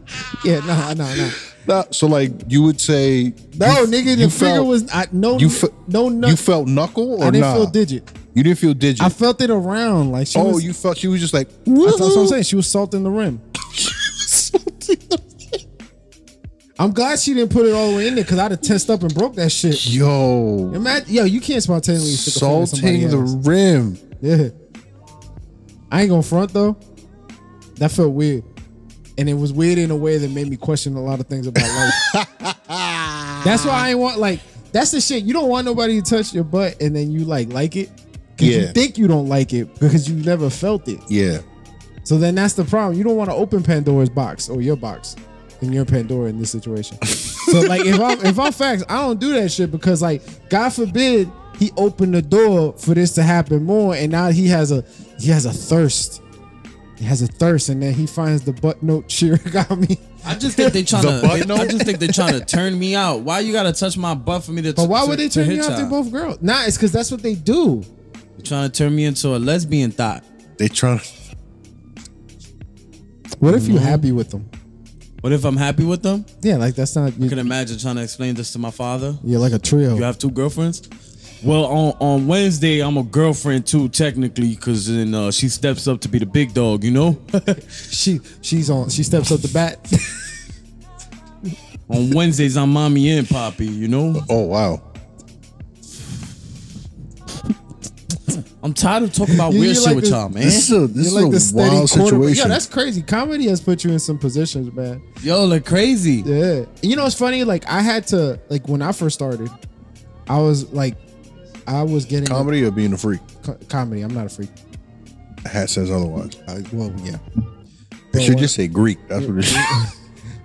[SPEAKER 2] yeah, no, no, no,
[SPEAKER 3] Nah, so like you would say
[SPEAKER 2] no,
[SPEAKER 3] you-
[SPEAKER 2] nigga, the finger
[SPEAKER 3] you felt-
[SPEAKER 2] was I, no,
[SPEAKER 3] you fe-
[SPEAKER 2] no, no.
[SPEAKER 3] you felt knuckle or
[SPEAKER 2] I didn't
[SPEAKER 3] nah?
[SPEAKER 2] feel digit.
[SPEAKER 3] you didn't feel digit.
[SPEAKER 2] I felt it around, like she
[SPEAKER 3] oh,
[SPEAKER 2] was.
[SPEAKER 3] you felt she was just like
[SPEAKER 2] that's, that's what I'm
[SPEAKER 3] "Woohoo."
[SPEAKER 2] saying. She was salting the rim. I'm glad she didn't put it all the way in there, cause I'd have tensed up and broke that shit.
[SPEAKER 3] Yo,
[SPEAKER 2] Imagine, yo, you can't spontaneously stick a finger in
[SPEAKER 3] salting
[SPEAKER 2] somebody's
[SPEAKER 3] the
[SPEAKER 2] ass.
[SPEAKER 3] rim.
[SPEAKER 2] Yeah. I ain't gonna front though. That felt weird. And it was weird in a way that made me question a lot of things about life. that's why I ain't want like that's the shit. You don't want nobody to touch your butt and then you like like it. Cause you
[SPEAKER 3] Yeah.
[SPEAKER 2] think you don't like it because you never felt it.
[SPEAKER 3] Yeah,
[SPEAKER 2] So then that's the problem. You don't want to open Pandora's box or your box and your Pandora in this situation. so like if I'm if I'm facts, I don't do that shit because like God forbid he opened the door for this to happen more and now he has a he has a thirst. He has a thirst and then he finds the butt note cheer got me.
[SPEAKER 1] I just think they trying
[SPEAKER 3] The butt
[SPEAKER 1] to. I just think they trying to turn me out. Why you gotta touch my butt for me to?
[SPEAKER 2] But why would they turn
[SPEAKER 1] hit
[SPEAKER 2] you out?
[SPEAKER 1] y'all?
[SPEAKER 2] They're both girls. Nah, it's cause that's what they do.
[SPEAKER 1] They trying to turn me into a lesbian thought.
[SPEAKER 3] they trying.
[SPEAKER 1] Mm-hmm.
[SPEAKER 2] What if you happy with them?
[SPEAKER 1] But if I'm happy with them,
[SPEAKER 2] Yeah, like that's not.
[SPEAKER 1] I can
[SPEAKER 2] You,
[SPEAKER 1] imagine trying to explain this to my father.
[SPEAKER 2] you're like a
[SPEAKER 1] You
[SPEAKER 2] trio.
[SPEAKER 1] have two girlfriends? Well, on, on Wednesday, I'm a girlfriend too, technically, because then uh, she steps up to be the big dog, you know?
[SPEAKER 2] She she's on. She steps up the bat.
[SPEAKER 1] on Wednesdays, I'm mommy and poppy, you know?
[SPEAKER 3] Oh wow.
[SPEAKER 1] I'm tired of talking about
[SPEAKER 2] You-
[SPEAKER 1] weird
[SPEAKER 2] you're
[SPEAKER 1] shit
[SPEAKER 2] like
[SPEAKER 1] with
[SPEAKER 2] the-
[SPEAKER 1] y'all, man.
[SPEAKER 3] This is a this is a wild
[SPEAKER 2] quarterback. Yo,
[SPEAKER 3] situation.
[SPEAKER 2] that's crazy. Comedy has put you in some positions, man.
[SPEAKER 1] Yo, look crazy.
[SPEAKER 2] Yeah. You know, it's funny. Like I had to like when I first started, I was like, I was getting
[SPEAKER 3] Comedy or being a freak.
[SPEAKER 2] co- comedy. I'm not a freak.
[SPEAKER 3] Hat says otherwise.
[SPEAKER 2] I, well, yeah.
[SPEAKER 3] It
[SPEAKER 2] But
[SPEAKER 3] should
[SPEAKER 2] when-
[SPEAKER 3] just say Greek. That's what it should.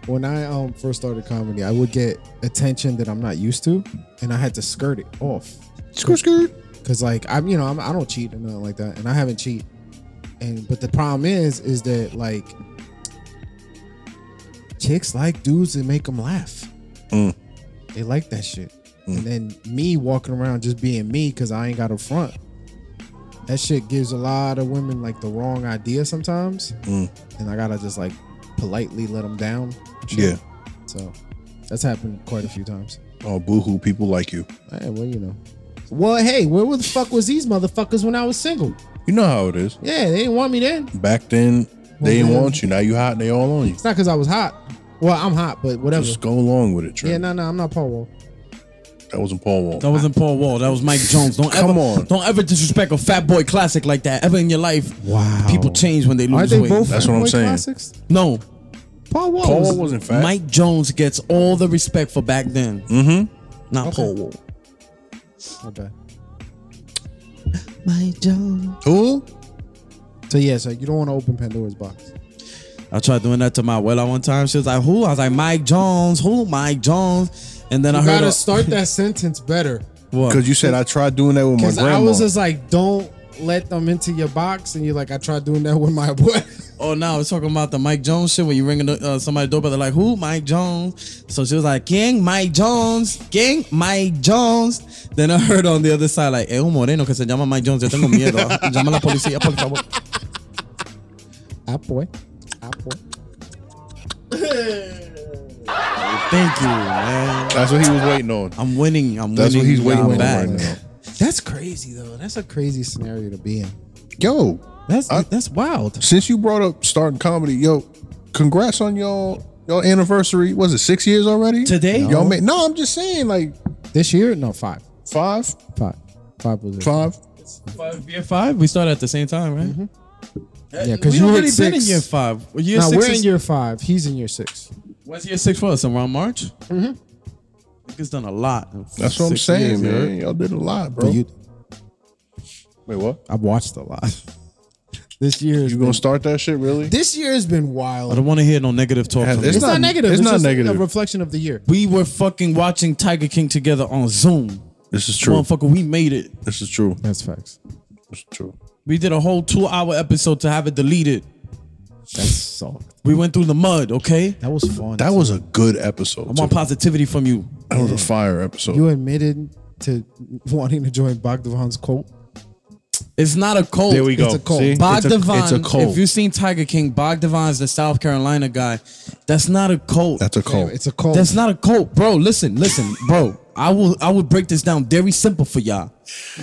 [SPEAKER 2] when I um first started comedy, I would get attention that I'm not used to, and I had to skirt it off.
[SPEAKER 3] Skirt, skirt.
[SPEAKER 2] Cause like I'm, you know, I'm, I don't cheat or nothing like that, and I haven't cheat. And but the problem is, is that like chicks like dudes that make them laugh.
[SPEAKER 3] Mm.
[SPEAKER 2] They like that shit. And then me walking around just being me because I ain't got a front. That shit gives a lot of women like the wrong idea sometimes,
[SPEAKER 3] Mm.
[SPEAKER 2] and I gotta just like politely let them down.
[SPEAKER 3] Yeah.
[SPEAKER 2] So that's happened quite a few times.
[SPEAKER 3] Oh, boohoo. People like you.
[SPEAKER 2] Hey, well, you know. Well, hey, where the fuck was these motherfuckers when I was single?
[SPEAKER 3] You know how it is.
[SPEAKER 2] Yeah, they didn't want me then.
[SPEAKER 3] Back then, they didn't
[SPEAKER 2] man.
[SPEAKER 3] want you. Now you hot and they all on you.
[SPEAKER 2] It's not because I was hot. Well, I'm hot, but whatever.
[SPEAKER 3] Just go along with it, Trent.
[SPEAKER 2] yeah, no, no, I'm not Paul Wall.
[SPEAKER 3] That wasn't Paul Wall.
[SPEAKER 1] That wasn't Paul Wall. That was Mike Jones. Don't
[SPEAKER 3] Come
[SPEAKER 1] ever,
[SPEAKER 3] on.
[SPEAKER 1] don't ever disrespect a Fat Boy classic like that ever in your life.
[SPEAKER 2] Wow.
[SPEAKER 1] People change when they
[SPEAKER 2] Aren't
[SPEAKER 1] lose
[SPEAKER 2] they
[SPEAKER 1] weight.
[SPEAKER 2] both?
[SPEAKER 3] That's what I'm
[SPEAKER 2] Boy
[SPEAKER 3] saying.
[SPEAKER 2] Classics?
[SPEAKER 1] no,
[SPEAKER 2] Paul Wall.
[SPEAKER 3] Paul
[SPEAKER 2] was-
[SPEAKER 3] Wall wasn't fat.
[SPEAKER 1] Mike Jones gets all the respect for back then. Mm-hmm. Not Paul Wall.
[SPEAKER 2] My bad.
[SPEAKER 4] My Jones.
[SPEAKER 3] Who?
[SPEAKER 2] So yeah, so you don't want to open Pandora's box.
[SPEAKER 1] I tried doing that to my Wella one time. She was like, "Who?" I was like, "Mike Jones." Who? Mike Jones. And then I
[SPEAKER 2] You
[SPEAKER 1] heard a,
[SPEAKER 2] gotta start that sentence better.
[SPEAKER 1] what?
[SPEAKER 3] Because you said I tried doing that with my
[SPEAKER 2] Because
[SPEAKER 3] grandma.
[SPEAKER 2] I was just like, don't let them into your box, and you're like, I tried doing that with my boy.
[SPEAKER 1] Oh no, it's talking about the Mike Jones shit when you ringing uh, somebody's doorbell. They're like, "Who? Mike Jones." So she was like, "King Mike Jones, King Mike Jones." Then I heard on the other side like, "Es un moreno que se llama Mike Jones." Yo tengo miedo. Llama a la policía, por favor.
[SPEAKER 2] Ah, boy. Ah, boy.
[SPEAKER 1] Thank you, man.
[SPEAKER 3] That's what he was waiting on.
[SPEAKER 1] I'm winning. I'm
[SPEAKER 3] That's what
[SPEAKER 1] winning.
[SPEAKER 3] he's waiting
[SPEAKER 1] y'all
[SPEAKER 3] on
[SPEAKER 1] back.
[SPEAKER 3] right now.
[SPEAKER 2] That's crazy though. That's a crazy scenario to be in.
[SPEAKER 3] Yo,
[SPEAKER 2] That's
[SPEAKER 3] I-
[SPEAKER 2] that's wild.
[SPEAKER 3] since you brought up starting comedy, yo, congrats on y'all y'all anniversary. Was it six years already?
[SPEAKER 1] Today?
[SPEAKER 3] y'all made. No, I'm just saying, like
[SPEAKER 2] This year, no five,
[SPEAKER 3] five,
[SPEAKER 2] five, five was it?
[SPEAKER 3] five.
[SPEAKER 1] Five, year five. We started at the same time, right?
[SPEAKER 3] Mm-hmm.
[SPEAKER 2] Yeah, because
[SPEAKER 1] we
[SPEAKER 2] you were
[SPEAKER 1] already
[SPEAKER 2] in
[SPEAKER 1] been in
[SPEAKER 2] six.
[SPEAKER 1] year five. Year
[SPEAKER 2] Now
[SPEAKER 1] six
[SPEAKER 2] we're
[SPEAKER 1] is-
[SPEAKER 2] in year five. He's in year six.
[SPEAKER 1] When's year six for us? Around March? Mm-hmm. Niggas done a lot. in
[SPEAKER 3] That's what
[SPEAKER 1] six
[SPEAKER 3] I'm saying,
[SPEAKER 1] years,
[SPEAKER 3] man.
[SPEAKER 1] right?
[SPEAKER 3] Y'all did a lot, bro.
[SPEAKER 2] You,
[SPEAKER 3] Wait, what?
[SPEAKER 2] I've watched a lot. this year, has
[SPEAKER 3] You gonna
[SPEAKER 2] been,
[SPEAKER 3] start that shit really?
[SPEAKER 2] this year has been
[SPEAKER 1] I
[SPEAKER 2] wild.
[SPEAKER 1] don't want to hear no negative talk
[SPEAKER 3] Yeah,
[SPEAKER 1] from
[SPEAKER 3] it's
[SPEAKER 1] you.
[SPEAKER 2] It's not,
[SPEAKER 3] not-
[SPEAKER 2] negative.
[SPEAKER 3] it's not
[SPEAKER 2] just
[SPEAKER 3] negative.
[SPEAKER 2] A reflection of the year.
[SPEAKER 1] We were fucking watching Tiger King together on Zoom.
[SPEAKER 3] This is true.
[SPEAKER 1] Motherfucker, we made it.
[SPEAKER 3] This is true.
[SPEAKER 2] That's facts.
[SPEAKER 3] This is true.
[SPEAKER 1] We did a whole two hour episode to have it deleted.
[SPEAKER 2] That's soft.
[SPEAKER 1] We went through the mud, okay?
[SPEAKER 2] That was fun.
[SPEAKER 3] That was a good episode.
[SPEAKER 1] I want
[SPEAKER 3] too.
[SPEAKER 1] positivity from you.
[SPEAKER 3] that was a fire episode.
[SPEAKER 2] you admitted to wanting to join Bogdavan's cult.
[SPEAKER 1] It's not a cult.
[SPEAKER 3] there we go.
[SPEAKER 2] It's a cult.
[SPEAKER 3] See?
[SPEAKER 1] Bogdavan,
[SPEAKER 3] It's a, it's a
[SPEAKER 1] if
[SPEAKER 3] cult.
[SPEAKER 1] you've seen Tiger King, Bogdavan's the South Carolina guy. That's not a cult.
[SPEAKER 3] That's a cult.
[SPEAKER 2] It's a cult.
[SPEAKER 1] That's not a cult, bro. Listen, listen, bro. I will I will break this down very simple for y'all.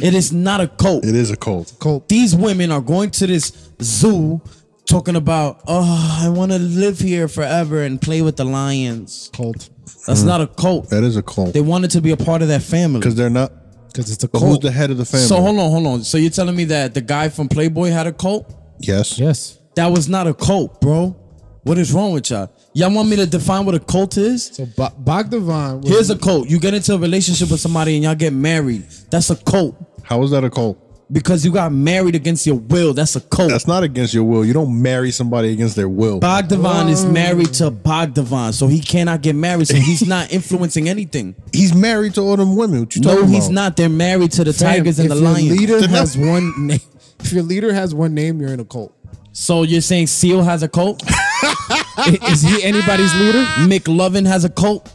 [SPEAKER 1] It is not a cult.
[SPEAKER 3] it is a cult.
[SPEAKER 2] cult.
[SPEAKER 1] These women are going to this zoo talking about, oh, I want to live here forever and play with the lions.
[SPEAKER 2] Cult.
[SPEAKER 1] That's not a cult.
[SPEAKER 3] That is a cult.
[SPEAKER 1] They wanted to be a part of that family.
[SPEAKER 3] Because they're not.
[SPEAKER 2] Because it's a
[SPEAKER 3] But
[SPEAKER 2] cult.
[SPEAKER 3] who's the head of the family?
[SPEAKER 1] So hold on, hold on. So you're telling me that the guy from Playboy had a cult?
[SPEAKER 3] Yes.
[SPEAKER 2] Yes.
[SPEAKER 1] That was not a cult, bro. What is wrong with y'all? Y'all want me to define what a cult is?
[SPEAKER 2] So Bo- Bogdavan was
[SPEAKER 1] Here's a cult. You get into a relationship with somebody and y'all get married. That's a cult.
[SPEAKER 3] How is that a cult?
[SPEAKER 1] Because you got married against your will. That's a cult.
[SPEAKER 3] That's not against your will. You don't marry somebody against their will.
[SPEAKER 1] Bogdavan is married to Bogdavan, so he cannot get married. So he's not influencing anything.
[SPEAKER 3] He's married to all them women. What you
[SPEAKER 1] No,
[SPEAKER 3] talking about?
[SPEAKER 1] he's not. They're married to the
[SPEAKER 2] Fam,
[SPEAKER 1] Tigers and
[SPEAKER 2] if
[SPEAKER 1] the
[SPEAKER 2] your
[SPEAKER 1] Lions.
[SPEAKER 2] Leader has one name. If your leader has one name, you're in a cult.
[SPEAKER 1] so you're saying Seal has a cult?
[SPEAKER 2] I- Is he anybody's leader?
[SPEAKER 1] McLovin has a cult?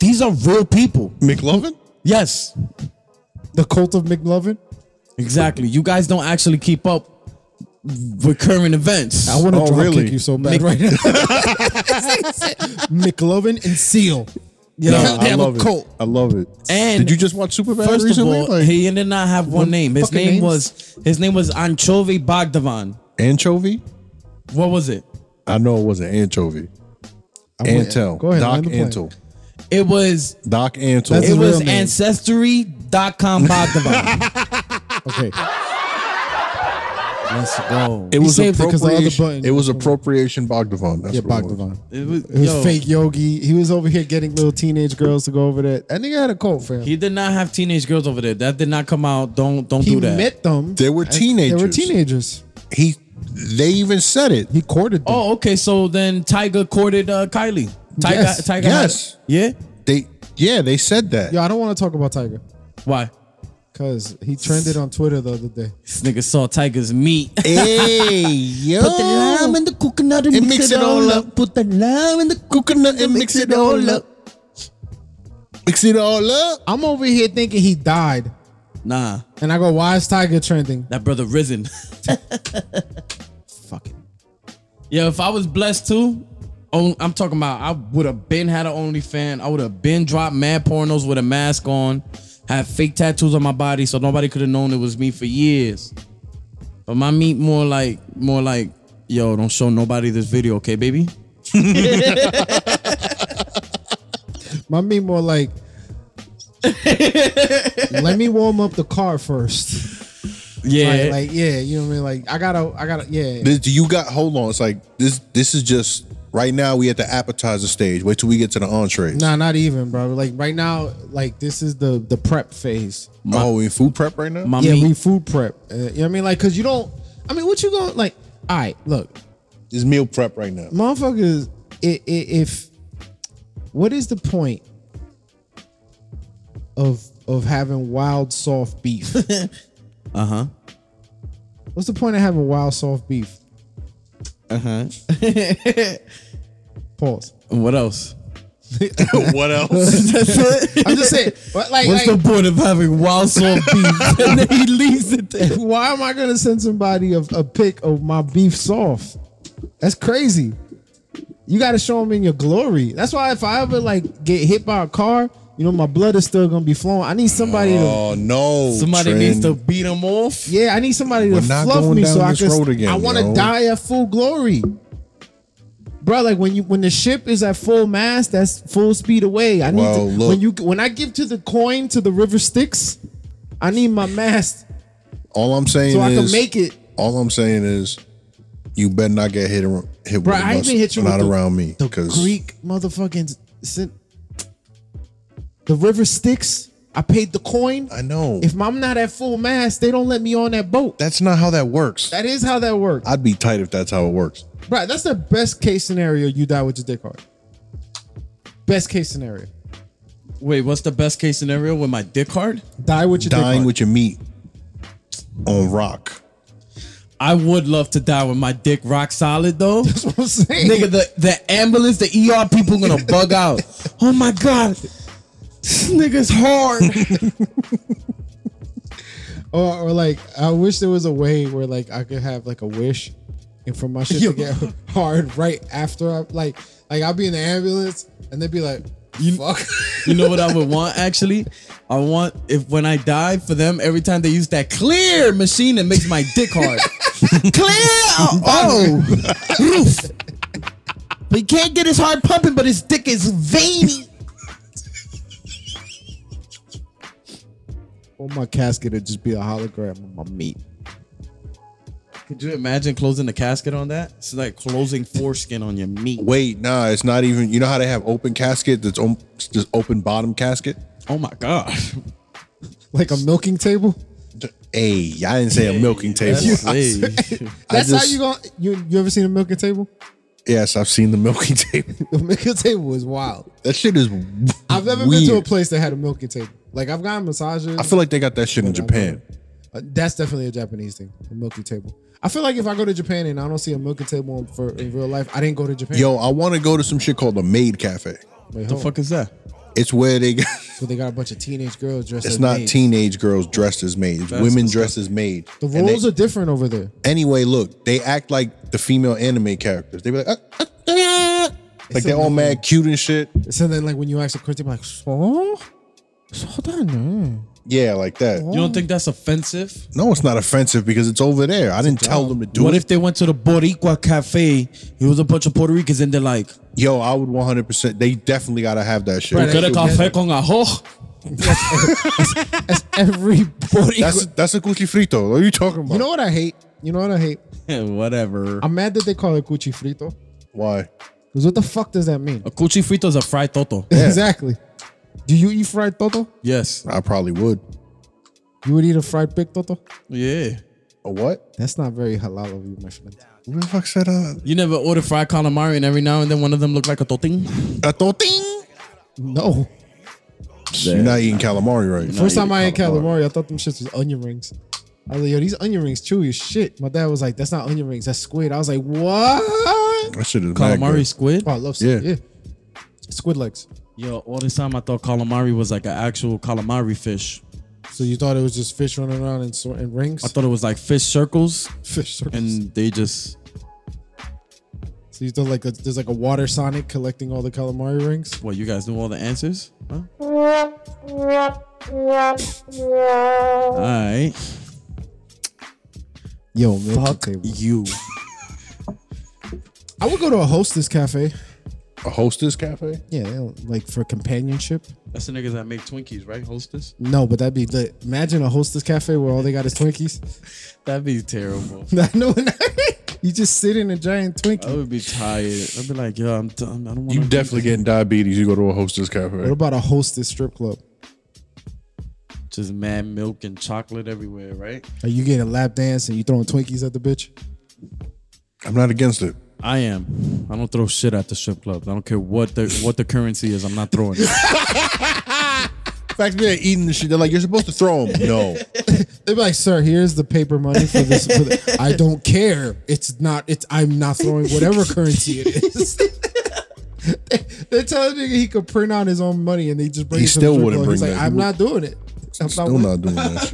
[SPEAKER 1] These are real people.
[SPEAKER 3] McLovin?
[SPEAKER 1] Yes,
[SPEAKER 2] The cult of McLovin?
[SPEAKER 1] exactly. You guys don't actually keep up recurring events.
[SPEAKER 2] I want to
[SPEAKER 3] Oh,
[SPEAKER 2] drop
[SPEAKER 3] really?
[SPEAKER 2] kick you so bad right now. McLovin and Seal.
[SPEAKER 1] you know?
[SPEAKER 2] Yeah. They
[SPEAKER 3] I
[SPEAKER 2] have a
[SPEAKER 3] love it.
[SPEAKER 2] cult.
[SPEAKER 3] I love it.
[SPEAKER 1] And-
[SPEAKER 3] did you just watch Superbad
[SPEAKER 1] First
[SPEAKER 3] recently?
[SPEAKER 1] of all,
[SPEAKER 3] like,
[SPEAKER 1] he did not have one name. His
[SPEAKER 2] fucking
[SPEAKER 1] name
[SPEAKER 2] names?
[SPEAKER 1] was his name was Anchovy Bogdavan.
[SPEAKER 3] anchovy?
[SPEAKER 1] What was it?
[SPEAKER 3] I know it wasn't anchovy.
[SPEAKER 2] went-
[SPEAKER 3] Antel.
[SPEAKER 2] go ahead,
[SPEAKER 3] Doc
[SPEAKER 2] land the plane.
[SPEAKER 3] Antle.
[SPEAKER 1] It was
[SPEAKER 3] Doc Antle.
[SPEAKER 2] That's
[SPEAKER 1] it
[SPEAKER 2] his
[SPEAKER 1] was
[SPEAKER 2] real name.
[SPEAKER 1] ancestry.com Bogdavan.
[SPEAKER 2] Okay.
[SPEAKER 1] Let's go.
[SPEAKER 3] it was
[SPEAKER 2] saved it 'cause the other
[SPEAKER 3] appropriation. It,
[SPEAKER 2] button-
[SPEAKER 3] was appropriation Bogdavan. That's
[SPEAKER 2] Yeah,
[SPEAKER 3] what it was.
[SPEAKER 2] Bogdavan.
[SPEAKER 1] It was,
[SPEAKER 2] It was
[SPEAKER 1] yo,
[SPEAKER 2] fake Yogi. He was over here getting little teenage girls to go over there. That nigga had a cult, fam.
[SPEAKER 1] He did not have teenage girls over there. That did not come out. Don't don't
[SPEAKER 2] He
[SPEAKER 1] do that.
[SPEAKER 2] met them.
[SPEAKER 3] They were
[SPEAKER 2] as- They were
[SPEAKER 3] teenagers.
[SPEAKER 2] teenagers.
[SPEAKER 3] He. They even said it.
[SPEAKER 2] He courted them.
[SPEAKER 1] oh, okay. So then Tiger courted uh, Kylie. Tiger,
[SPEAKER 2] Yes.
[SPEAKER 1] Tiger had-
[SPEAKER 3] Yes.
[SPEAKER 1] yeah.
[SPEAKER 3] They. Yeah, they said that.
[SPEAKER 2] Yo, I don't want to talk about Tiger
[SPEAKER 1] Why?
[SPEAKER 2] because he trended on Twitter the other day.
[SPEAKER 1] This nigga saw Tiger's meat.
[SPEAKER 3] Hey, yo.
[SPEAKER 4] Put the lime and the coconut and,
[SPEAKER 3] And
[SPEAKER 4] mix, it, all up. Put the lime and the
[SPEAKER 3] coconut and
[SPEAKER 4] mix it all up.
[SPEAKER 3] Mix it all up.
[SPEAKER 2] I'm over here thinking he died.
[SPEAKER 1] Nah,
[SPEAKER 2] And I go, why is Tiger trending?
[SPEAKER 1] that brother risen.
[SPEAKER 2] Fuck it.
[SPEAKER 1] Yeah, if I was blessed too, on, I'm talking about I would have been had an OnlyFan. I would have been dropped mad pornos with a mask on, had fake tattoos on my body so nobody could have known it was me for years. But my meat more like more like, yo, don't show nobody this video, okay, baby?
[SPEAKER 2] My mean more like, let me warm up the car first.
[SPEAKER 1] Yeah.
[SPEAKER 2] Like, like, yeah, you know what I mean. Like, I gotta, I gotta, yeah.
[SPEAKER 3] This, you got hold on. It's like this. This is just right now. We at the appetizer stage. Wait till we get to the entree.
[SPEAKER 2] Nah, not even, bro. Like right now, like this is the the prep phase.
[SPEAKER 3] oh, we in food prep right now.
[SPEAKER 1] my
[SPEAKER 2] yeah,
[SPEAKER 1] meat
[SPEAKER 2] we food prep. Uh, you know what I mean? Like, cause you don't. I mean, what you gonna like? All right, look,
[SPEAKER 3] it's meal prep right now.
[SPEAKER 2] motherfuckers. i i if what is the point of of having wild soft beef? uh huh. What's the point of having wild soft beef?
[SPEAKER 1] Uh-huh.
[SPEAKER 2] Uh-huh. Uh huh. Pause.
[SPEAKER 1] and what else?
[SPEAKER 3] what else?
[SPEAKER 2] I'm just saying. but, Like,
[SPEAKER 1] What's
[SPEAKER 2] like,
[SPEAKER 1] the point of having wild soft beef? and then he leaves it there.
[SPEAKER 2] Why am I gonna send somebody a, a pic of my beef soft? That's crazy. You gotta show them in your glory. That's why if I ever like get hit by a car, you know my blood is still gonna be flowing. I need somebody to
[SPEAKER 3] oh no!
[SPEAKER 1] Somebody
[SPEAKER 3] Trend.
[SPEAKER 1] needs to beat him off.
[SPEAKER 2] yeah, I need somebody
[SPEAKER 3] We're
[SPEAKER 2] to
[SPEAKER 3] not
[SPEAKER 2] fluff
[SPEAKER 3] going
[SPEAKER 2] me
[SPEAKER 3] down
[SPEAKER 2] so I
[SPEAKER 3] this
[SPEAKER 2] can.
[SPEAKER 3] road again,
[SPEAKER 2] I want
[SPEAKER 3] yo.
[SPEAKER 2] to die at full glory, bro. Like when you when the ship is at full mass, that's full speed away. I need
[SPEAKER 3] Well,
[SPEAKER 2] to,
[SPEAKER 3] look.
[SPEAKER 2] when you when I give to the coin to the river Styx, I need my mast
[SPEAKER 3] All I'm saying
[SPEAKER 2] so I
[SPEAKER 3] is,
[SPEAKER 2] can make it.
[SPEAKER 3] all I'm saying is, you better not get hit ar- hit
[SPEAKER 2] Bro,
[SPEAKER 3] with a
[SPEAKER 2] I
[SPEAKER 3] bus,
[SPEAKER 2] even hit you
[SPEAKER 3] not
[SPEAKER 2] with the-
[SPEAKER 3] around me
[SPEAKER 2] The
[SPEAKER 3] because
[SPEAKER 2] Greek motherfucking sin- the river Styx. I paid the coin.
[SPEAKER 3] I know
[SPEAKER 2] If I'm not at full mass, they don't let me on that boat.
[SPEAKER 3] that's not how that works.
[SPEAKER 2] that is how that works,
[SPEAKER 3] I'd be tight if that's how it works.
[SPEAKER 2] bro. That's the best case scenario. You die with your dick hard. Best case scenario,
[SPEAKER 1] Wait, what's the best case scenario with my dick hard?
[SPEAKER 2] die with your dick
[SPEAKER 3] Dying
[SPEAKER 2] hard.
[SPEAKER 3] with your meat on rock.
[SPEAKER 1] I would love to die with my dick rock solid though.
[SPEAKER 2] That's what I'm saying.
[SPEAKER 1] Nigga, the, the ambulance, the ER people gonna bug out. Oh my god, this nigga's hard.
[SPEAKER 2] or, or like, I wish there was a way where like I could have like a wish, and for my shit
[SPEAKER 1] Yo.
[SPEAKER 2] to get hard right after I like, like I'll be in the ambulance and they'd be like, you fuck.
[SPEAKER 1] You know what I would want actually? I want if when I die for them, every time they use that clear machine that makes my dick hard.
[SPEAKER 4] Clear! Oh! Roof! But he can't get his heart pumping, but his dick is veiny.
[SPEAKER 2] Or my casket would just be a hologram of my meat.
[SPEAKER 1] Could you imagine closing the casket on that? It's like closing foreskin on your meat.
[SPEAKER 3] Wait, nah, it's not even. You know how they have open casket that's om- it's just open bottom casket.
[SPEAKER 1] Oh my god.
[SPEAKER 2] Like a milking table?
[SPEAKER 3] Hey, I didn't say a milking table.
[SPEAKER 1] Hey.
[SPEAKER 3] I
[SPEAKER 2] That's how
[SPEAKER 3] just-
[SPEAKER 2] you going you you ever seen a milking table?
[SPEAKER 3] Yes, I've seen the milking table.
[SPEAKER 2] The milking table is wild.
[SPEAKER 3] That shit is.
[SPEAKER 2] I've never
[SPEAKER 3] weird.
[SPEAKER 2] been to a place that had a milking table. Like I've gotten massages.
[SPEAKER 3] I feel like they got that shit in Japan.
[SPEAKER 2] Uh, that's definitely a Japanese thing, a milking table. I feel like if I go to Japan and I don't see a milking table in, for in real life, I didn't go to Japan.
[SPEAKER 3] Yo, I want to go to some shit called a maid cafe.
[SPEAKER 2] Wait,
[SPEAKER 1] the
[SPEAKER 2] hold on.
[SPEAKER 1] fuck is that?
[SPEAKER 3] It's where they got.
[SPEAKER 2] So they got a bunch of teenage girls dressed.
[SPEAKER 3] It's
[SPEAKER 2] as
[SPEAKER 3] not
[SPEAKER 2] maids.
[SPEAKER 3] teenage girls dressed as maids. women dressed as maids.
[SPEAKER 2] The
[SPEAKER 3] And they-
[SPEAKER 2] roles are different over there.
[SPEAKER 3] anyway, look, they act like the female anime characters. They be like, "Ah, ah, ah," like they're all mad cute and shit.
[SPEAKER 2] So then, like when you ask a question, like so, so then,
[SPEAKER 3] Yeah, like that.
[SPEAKER 1] You don't think that's offensive?
[SPEAKER 3] No, it's not offensive because it's over there. I didn't tell them to do
[SPEAKER 1] What
[SPEAKER 3] it.
[SPEAKER 1] if they went to the Boricua Cafe? It was a bunch of Puerto Ricans and they're like,
[SPEAKER 3] Yo, I would 100%. They definitely got to have that shit.
[SPEAKER 2] Right,
[SPEAKER 1] "Quiere
[SPEAKER 2] should-
[SPEAKER 1] café con ajo?"
[SPEAKER 2] as every
[SPEAKER 3] That's, that's a cookie frito. What are you talking about?
[SPEAKER 2] you know what I hate? You know what I hate?
[SPEAKER 1] Whatever.
[SPEAKER 2] I'm mad that they call it cuchi frito.
[SPEAKER 3] Why?
[SPEAKER 2] Because what the fuck does that mean?
[SPEAKER 1] A cuchi frito is a fried toto.
[SPEAKER 2] Exactly. Do you eat fried toto?
[SPEAKER 1] Yes.
[SPEAKER 3] I probably would.
[SPEAKER 2] You would eat a fried pig toto?
[SPEAKER 1] Yeah.
[SPEAKER 3] A what?
[SPEAKER 2] That's not very halal of you, my friend.
[SPEAKER 3] Who the fuck said a,
[SPEAKER 1] You never order fried calamari and every now and then one of them look like a toting?
[SPEAKER 3] a torting?
[SPEAKER 2] No.
[SPEAKER 3] You're not eating calamari right
[SPEAKER 2] First time I ate calamari, I thought them shits was onion rings. I was like, yo, these onion rings chewy as shit. My dad was like, that's not onion rings, that's squid. I was like, what?
[SPEAKER 3] That shit is mad
[SPEAKER 1] Calamari
[SPEAKER 3] good.
[SPEAKER 1] squid?
[SPEAKER 2] Oh, I love squid.
[SPEAKER 3] Yeah.
[SPEAKER 2] Yeah. Squid legs.
[SPEAKER 1] Yo, all this time I thought calamari was like an actual calamari fish.
[SPEAKER 2] So you thought it was just fish running around in, sor- in rings?
[SPEAKER 1] I thought it was like fish circles
[SPEAKER 2] fish circles.
[SPEAKER 1] and they just
[SPEAKER 2] so you thought like a, there's like a water sonic collecting all the calamari rings?
[SPEAKER 1] what you guys knew all the answers? Huh? Alright.
[SPEAKER 2] Yo, man.
[SPEAKER 1] Fuck you.
[SPEAKER 2] I would go to a hostess cafe.
[SPEAKER 3] A hostess cafe?
[SPEAKER 2] Yeah, like for companionship.
[SPEAKER 1] That's the niggas that make Twinkies, right? Hostess?
[SPEAKER 2] No, but that'd be lit. Imagine a hostess cafe where all they got is Twinkies.
[SPEAKER 1] That'd be terrible.
[SPEAKER 2] no, no. you just sit in a giant
[SPEAKER 1] I
[SPEAKER 2] Twinkie.
[SPEAKER 1] would be tired. I'd be like, yo, I'm done. I don't want
[SPEAKER 3] You definitely getting diabetes. You go to a hostess
[SPEAKER 2] What
[SPEAKER 3] cafe.
[SPEAKER 2] about a hostess strip club?
[SPEAKER 1] just mad milk and chocolate everywhere, right?
[SPEAKER 2] Are you getting a lap dance and you throwing Twinkies at the bitch?
[SPEAKER 3] I'm not against it.
[SPEAKER 1] I am. I don't throw shit at the strip club. I don't care what the what the currency is. I'm not throwing it.
[SPEAKER 3] fact they're eating the shit, they're like, you're supposed to throw them. No.
[SPEAKER 2] They'd be like, sir, here's the paper money for this. For the, I don't care. It's not, it's, I'm not throwing whatever currency it is. They- They tell the nigga he could print out his own money and they just bring
[SPEAKER 3] He
[SPEAKER 2] it to
[SPEAKER 3] still
[SPEAKER 2] the strip
[SPEAKER 3] wouldn't
[SPEAKER 2] club. He's
[SPEAKER 3] bring
[SPEAKER 2] like,
[SPEAKER 3] that.
[SPEAKER 2] I'm not doing it. I'm
[SPEAKER 3] Still not doing that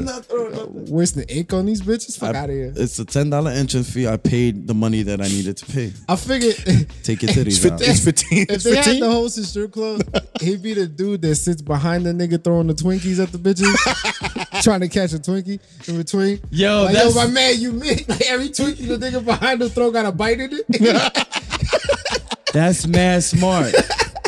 [SPEAKER 3] shit.
[SPEAKER 2] wasting ink on these bitches. Fuck out of here.
[SPEAKER 1] It's a ten dollar entrance fee. I paid the money that I needed to pay.
[SPEAKER 2] I figured
[SPEAKER 1] Take your titties out.
[SPEAKER 3] It's 15.
[SPEAKER 2] If they had the host at strip club, he'd be the dude that sits behind the nigga throwing the Twinkies at the bitches, trying to catch a Twinkie in between.
[SPEAKER 1] Yo,
[SPEAKER 2] like,
[SPEAKER 1] that's-
[SPEAKER 2] yo, my man, you mean like every Twinkie the nigga behind the throw got a bite in it?
[SPEAKER 1] That's mad smart.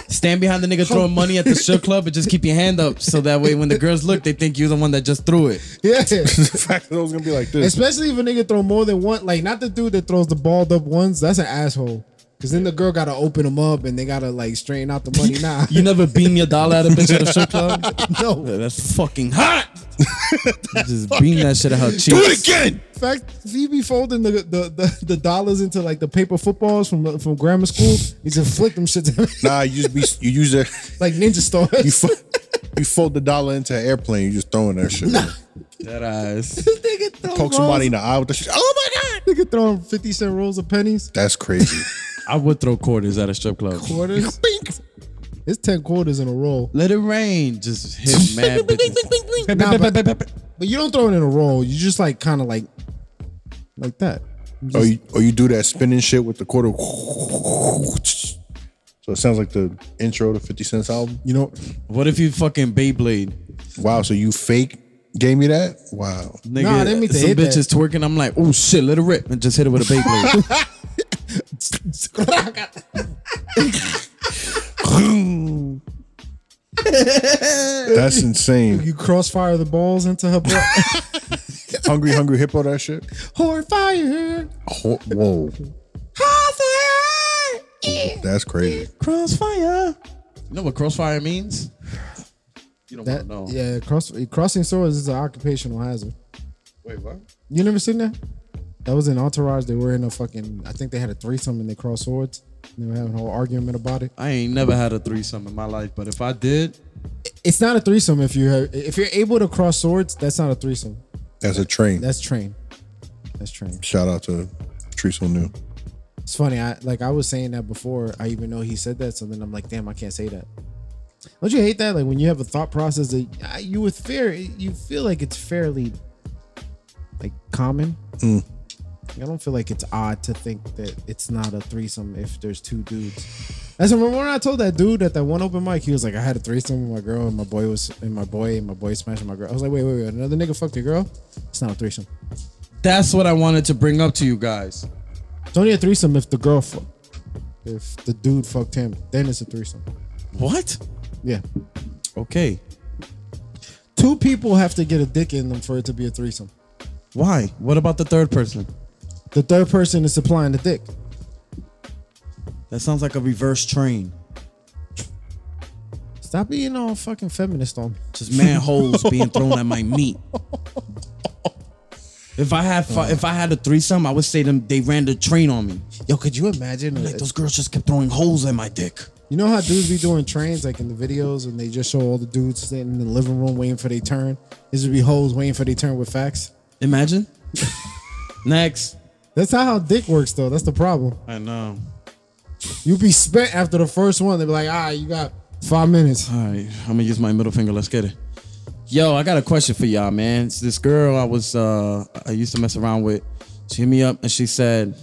[SPEAKER 1] Stand behind the nigga throwing money at the strip club and just keep your hand up so that way when the girls look, they think you're the one that just threw it.
[SPEAKER 2] yeah.
[SPEAKER 3] The fact that I was gonna be like this.
[SPEAKER 2] Especially if a nigga throw more than one, like not the dude that throws the balled up ones. That's an asshole. Cause then the girl gotta open them up and they gotta like straighten out the money. Nah,
[SPEAKER 1] You never beam your dollar at a bitch at a strip club.
[SPEAKER 2] no.
[SPEAKER 1] Yeah, That's fucking hot. You just beam that shit at her cheeks.
[SPEAKER 3] Do it again.
[SPEAKER 2] In fact, Phoebe folding the, the the the dollars into like the paper footballs from from grammar school. He just flick them shit to me.
[SPEAKER 3] Nah, you just be you use a
[SPEAKER 2] like ninja stars.
[SPEAKER 3] you fo- you fold the dollar into an airplane. You just throwing that shit.
[SPEAKER 1] That ass.
[SPEAKER 2] this nigga throwing
[SPEAKER 3] Poke somebody in the eye with the shit. Oh my god,
[SPEAKER 2] Rolls. Nigga throwing fifty cent rolls of pennies,
[SPEAKER 3] that's crazy.
[SPEAKER 1] I would throw quarters at a strip club.
[SPEAKER 2] quarters. It's ten quarters in a roll.
[SPEAKER 1] Let it rain. Just hit mad bitches.
[SPEAKER 2] Nah, but, but you don't throw it in a roll. You just like kind of like like that. You
[SPEAKER 3] or
[SPEAKER 2] just-
[SPEAKER 3] Oh, you or you do that spinning shit with the quarter. So it sounds like the intro to Fifty Cent's album.
[SPEAKER 2] you know,
[SPEAKER 1] What if you fucking Beyblade?
[SPEAKER 3] Wow, so you fake gave me that? Wow,
[SPEAKER 1] Nigga,
[SPEAKER 2] Nah, they make the
[SPEAKER 1] some
[SPEAKER 2] hit that.
[SPEAKER 1] bitches twerking. I'm like, oh shit, let it rip, and just hit it with a Beyblade.
[SPEAKER 3] that's insane.
[SPEAKER 2] you crossfire the balls into her butt.
[SPEAKER 3] Hungry, hungry hippo. That shit.
[SPEAKER 2] Whore fire.
[SPEAKER 3] Ho- Whoa, that's crazy.
[SPEAKER 1] crossfire. You know what crossfire means? You don't
[SPEAKER 2] That,
[SPEAKER 1] want to know.
[SPEAKER 2] yeah, cross, crossing swords is an occupational hazard.
[SPEAKER 3] Wait, what?
[SPEAKER 2] You never seen that? That was in Entourage. They were in a fucking. I think they had a threesome and they crossed swords. And they were having a whole argument about it.
[SPEAKER 1] I ain't never had a threesome in my life, but if I did,
[SPEAKER 2] It's not a threesome if you have, if you're able to cross swords. That's not a threesome.
[SPEAKER 3] That's a train.
[SPEAKER 2] That's train. That's train.
[SPEAKER 3] Shout out to Treacle New.
[SPEAKER 2] It's funny. I like I was saying that before. I even know he said that. So then I'm like, damn, I can't say that. Don't you hate that? Like when you have a thought process that uh, you with fear, you feel like it's fairly like common. I don't feel like it's odd to think that it's not a threesome if there's two dudes. As I remember when I told that dude at that one open mic, he was like, "I had a threesome with my girl and my boy was and my boy and my boy smashing my girl." I was like, "Wait, wait, wait! Another nigga fucked your girl? It's not a threesome.
[SPEAKER 1] That's what I wanted to bring up to you guys.
[SPEAKER 2] It's only a threesome if the girl fucked. If the dude fucked him, then it's a threesome.
[SPEAKER 1] What?
[SPEAKER 2] Yeah,
[SPEAKER 1] Okay.
[SPEAKER 2] two people have to get a dick in them for it to be a threesome.
[SPEAKER 1] Why? What about the third person?
[SPEAKER 2] The third person is supplying the dick.
[SPEAKER 1] That sounds like a reverse train.
[SPEAKER 2] Stop being all fucking feminist on me.
[SPEAKER 1] Just manholes being thrown at my meat. If I had fi- if I had a threesome, I would say them they ran the train on me.
[SPEAKER 2] Yo, could you imagine?
[SPEAKER 1] Like those girls just kept throwing holes in my dick.
[SPEAKER 2] You know how dudes be doing trains, like in the videos, and they just show all the dudes sitting in the living room waiting for their turn. These would be hoes waiting for their turn with facts.
[SPEAKER 1] Imagine. Next.
[SPEAKER 2] That's not how dick works, though. That's the problem.
[SPEAKER 1] I know.
[SPEAKER 2] You be spent after the first one. They be like, ah, you got five minutes.
[SPEAKER 1] All right, I'm gonna use my middle finger. Let's get it. Yo, I got a question for y'all, man. It's this girl I was uh I used to mess around with. She hit me up and she said,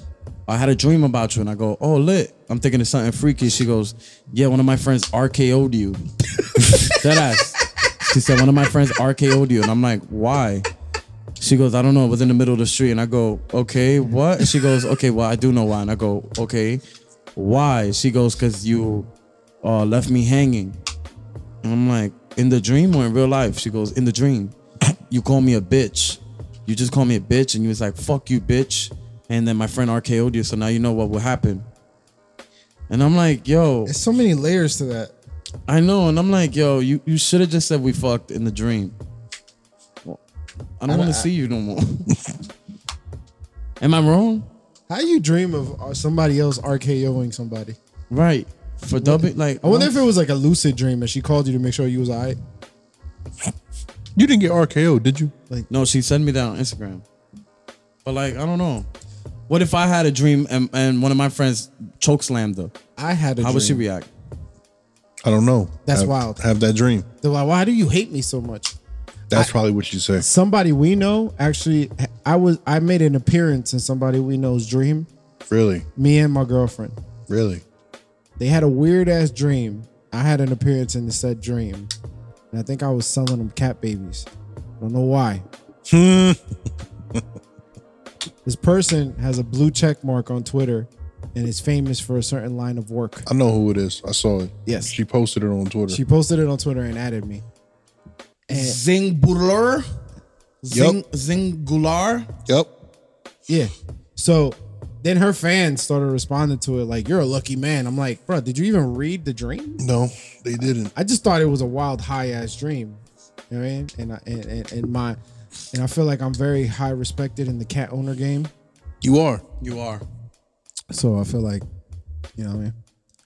[SPEAKER 1] I had a dream about you. And I go, Oh lit. I'm thinking it's something freaky. She goes, Yeah, one of my friends RKO'd you. Dead ass. She said, One of my friends RKO'd you. And I'm like, why? She goes, I don't know. It was in the middle of the street. And I go, okay, what? And she goes, okay, well, I do know why. And I go, okay, why? She goes, because you uh, left me hanging. And I'm like, in the dream or in real life? She goes, in the dream. You call me a bitch. You just call me a bitch. And you was like, fuck you, bitch. And then my friend RKO'd you. So now you know what will happen. And I'm like, yo,
[SPEAKER 2] There's so many layers to that.
[SPEAKER 1] I know, and I'm like, yo, you, you should have just said we fucked in the dream. Well, I don't want to see you no more. Am I wrong?
[SPEAKER 2] How you dream of uh, somebody else RKOing somebody?
[SPEAKER 1] Right. For dubbing, like
[SPEAKER 2] I wonder if it was like a lucid dream and she called you to make sure you was all right.
[SPEAKER 3] You didn't get RKO, did you?
[SPEAKER 1] no, she sent me that on Instagram. But like, I don't know. What if I had a dream and, and one of my friends choke slammed her?
[SPEAKER 2] I had a
[SPEAKER 1] How
[SPEAKER 2] dream.
[SPEAKER 1] would she react?
[SPEAKER 3] I don't know.
[SPEAKER 2] That's
[SPEAKER 3] have,
[SPEAKER 2] wild.
[SPEAKER 3] Have that dream.
[SPEAKER 2] They're like, why do you hate me so much?
[SPEAKER 3] That's probably what you say.
[SPEAKER 2] Somebody we know actually, I was I made an appearance in somebody we know's dream.
[SPEAKER 3] Really,
[SPEAKER 2] Me and my girlfriend,
[SPEAKER 3] really.
[SPEAKER 2] they had a weird ass dream. I had an appearance in the said dream, and I think I was selling them cat babies. I don't know why. this person has a blue check mark on Twitter, and is famous for a certain line of work.
[SPEAKER 3] I know who it is. I saw it.
[SPEAKER 2] Yes.
[SPEAKER 3] she posted it on Twitter.
[SPEAKER 2] She posted it on Twitter and added me.
[SPEAKER 1] Zing Bular? Zing
[SPEAKER 3] Yup.
[SPEAKER 1] Zing Gular?
[SPEAKER 3] yep.
[SPEAKER 2] Yeah. So then her fans started responding to it like, "You're a lucky man." I'm like, "Bro, did you even read the dream?"
[SPEAKER 3] No, they didn't.
[SPEAKER 2] I just thought it was a wild high ass dream. You know what I mean? And I and, and, and my and I feel like I'm very high respected in the cat owner game.
[SPEAKER 3] You are.
[SPEAKER 1] You are.
[SPEAKER 2] So I feel like, you know what I mean?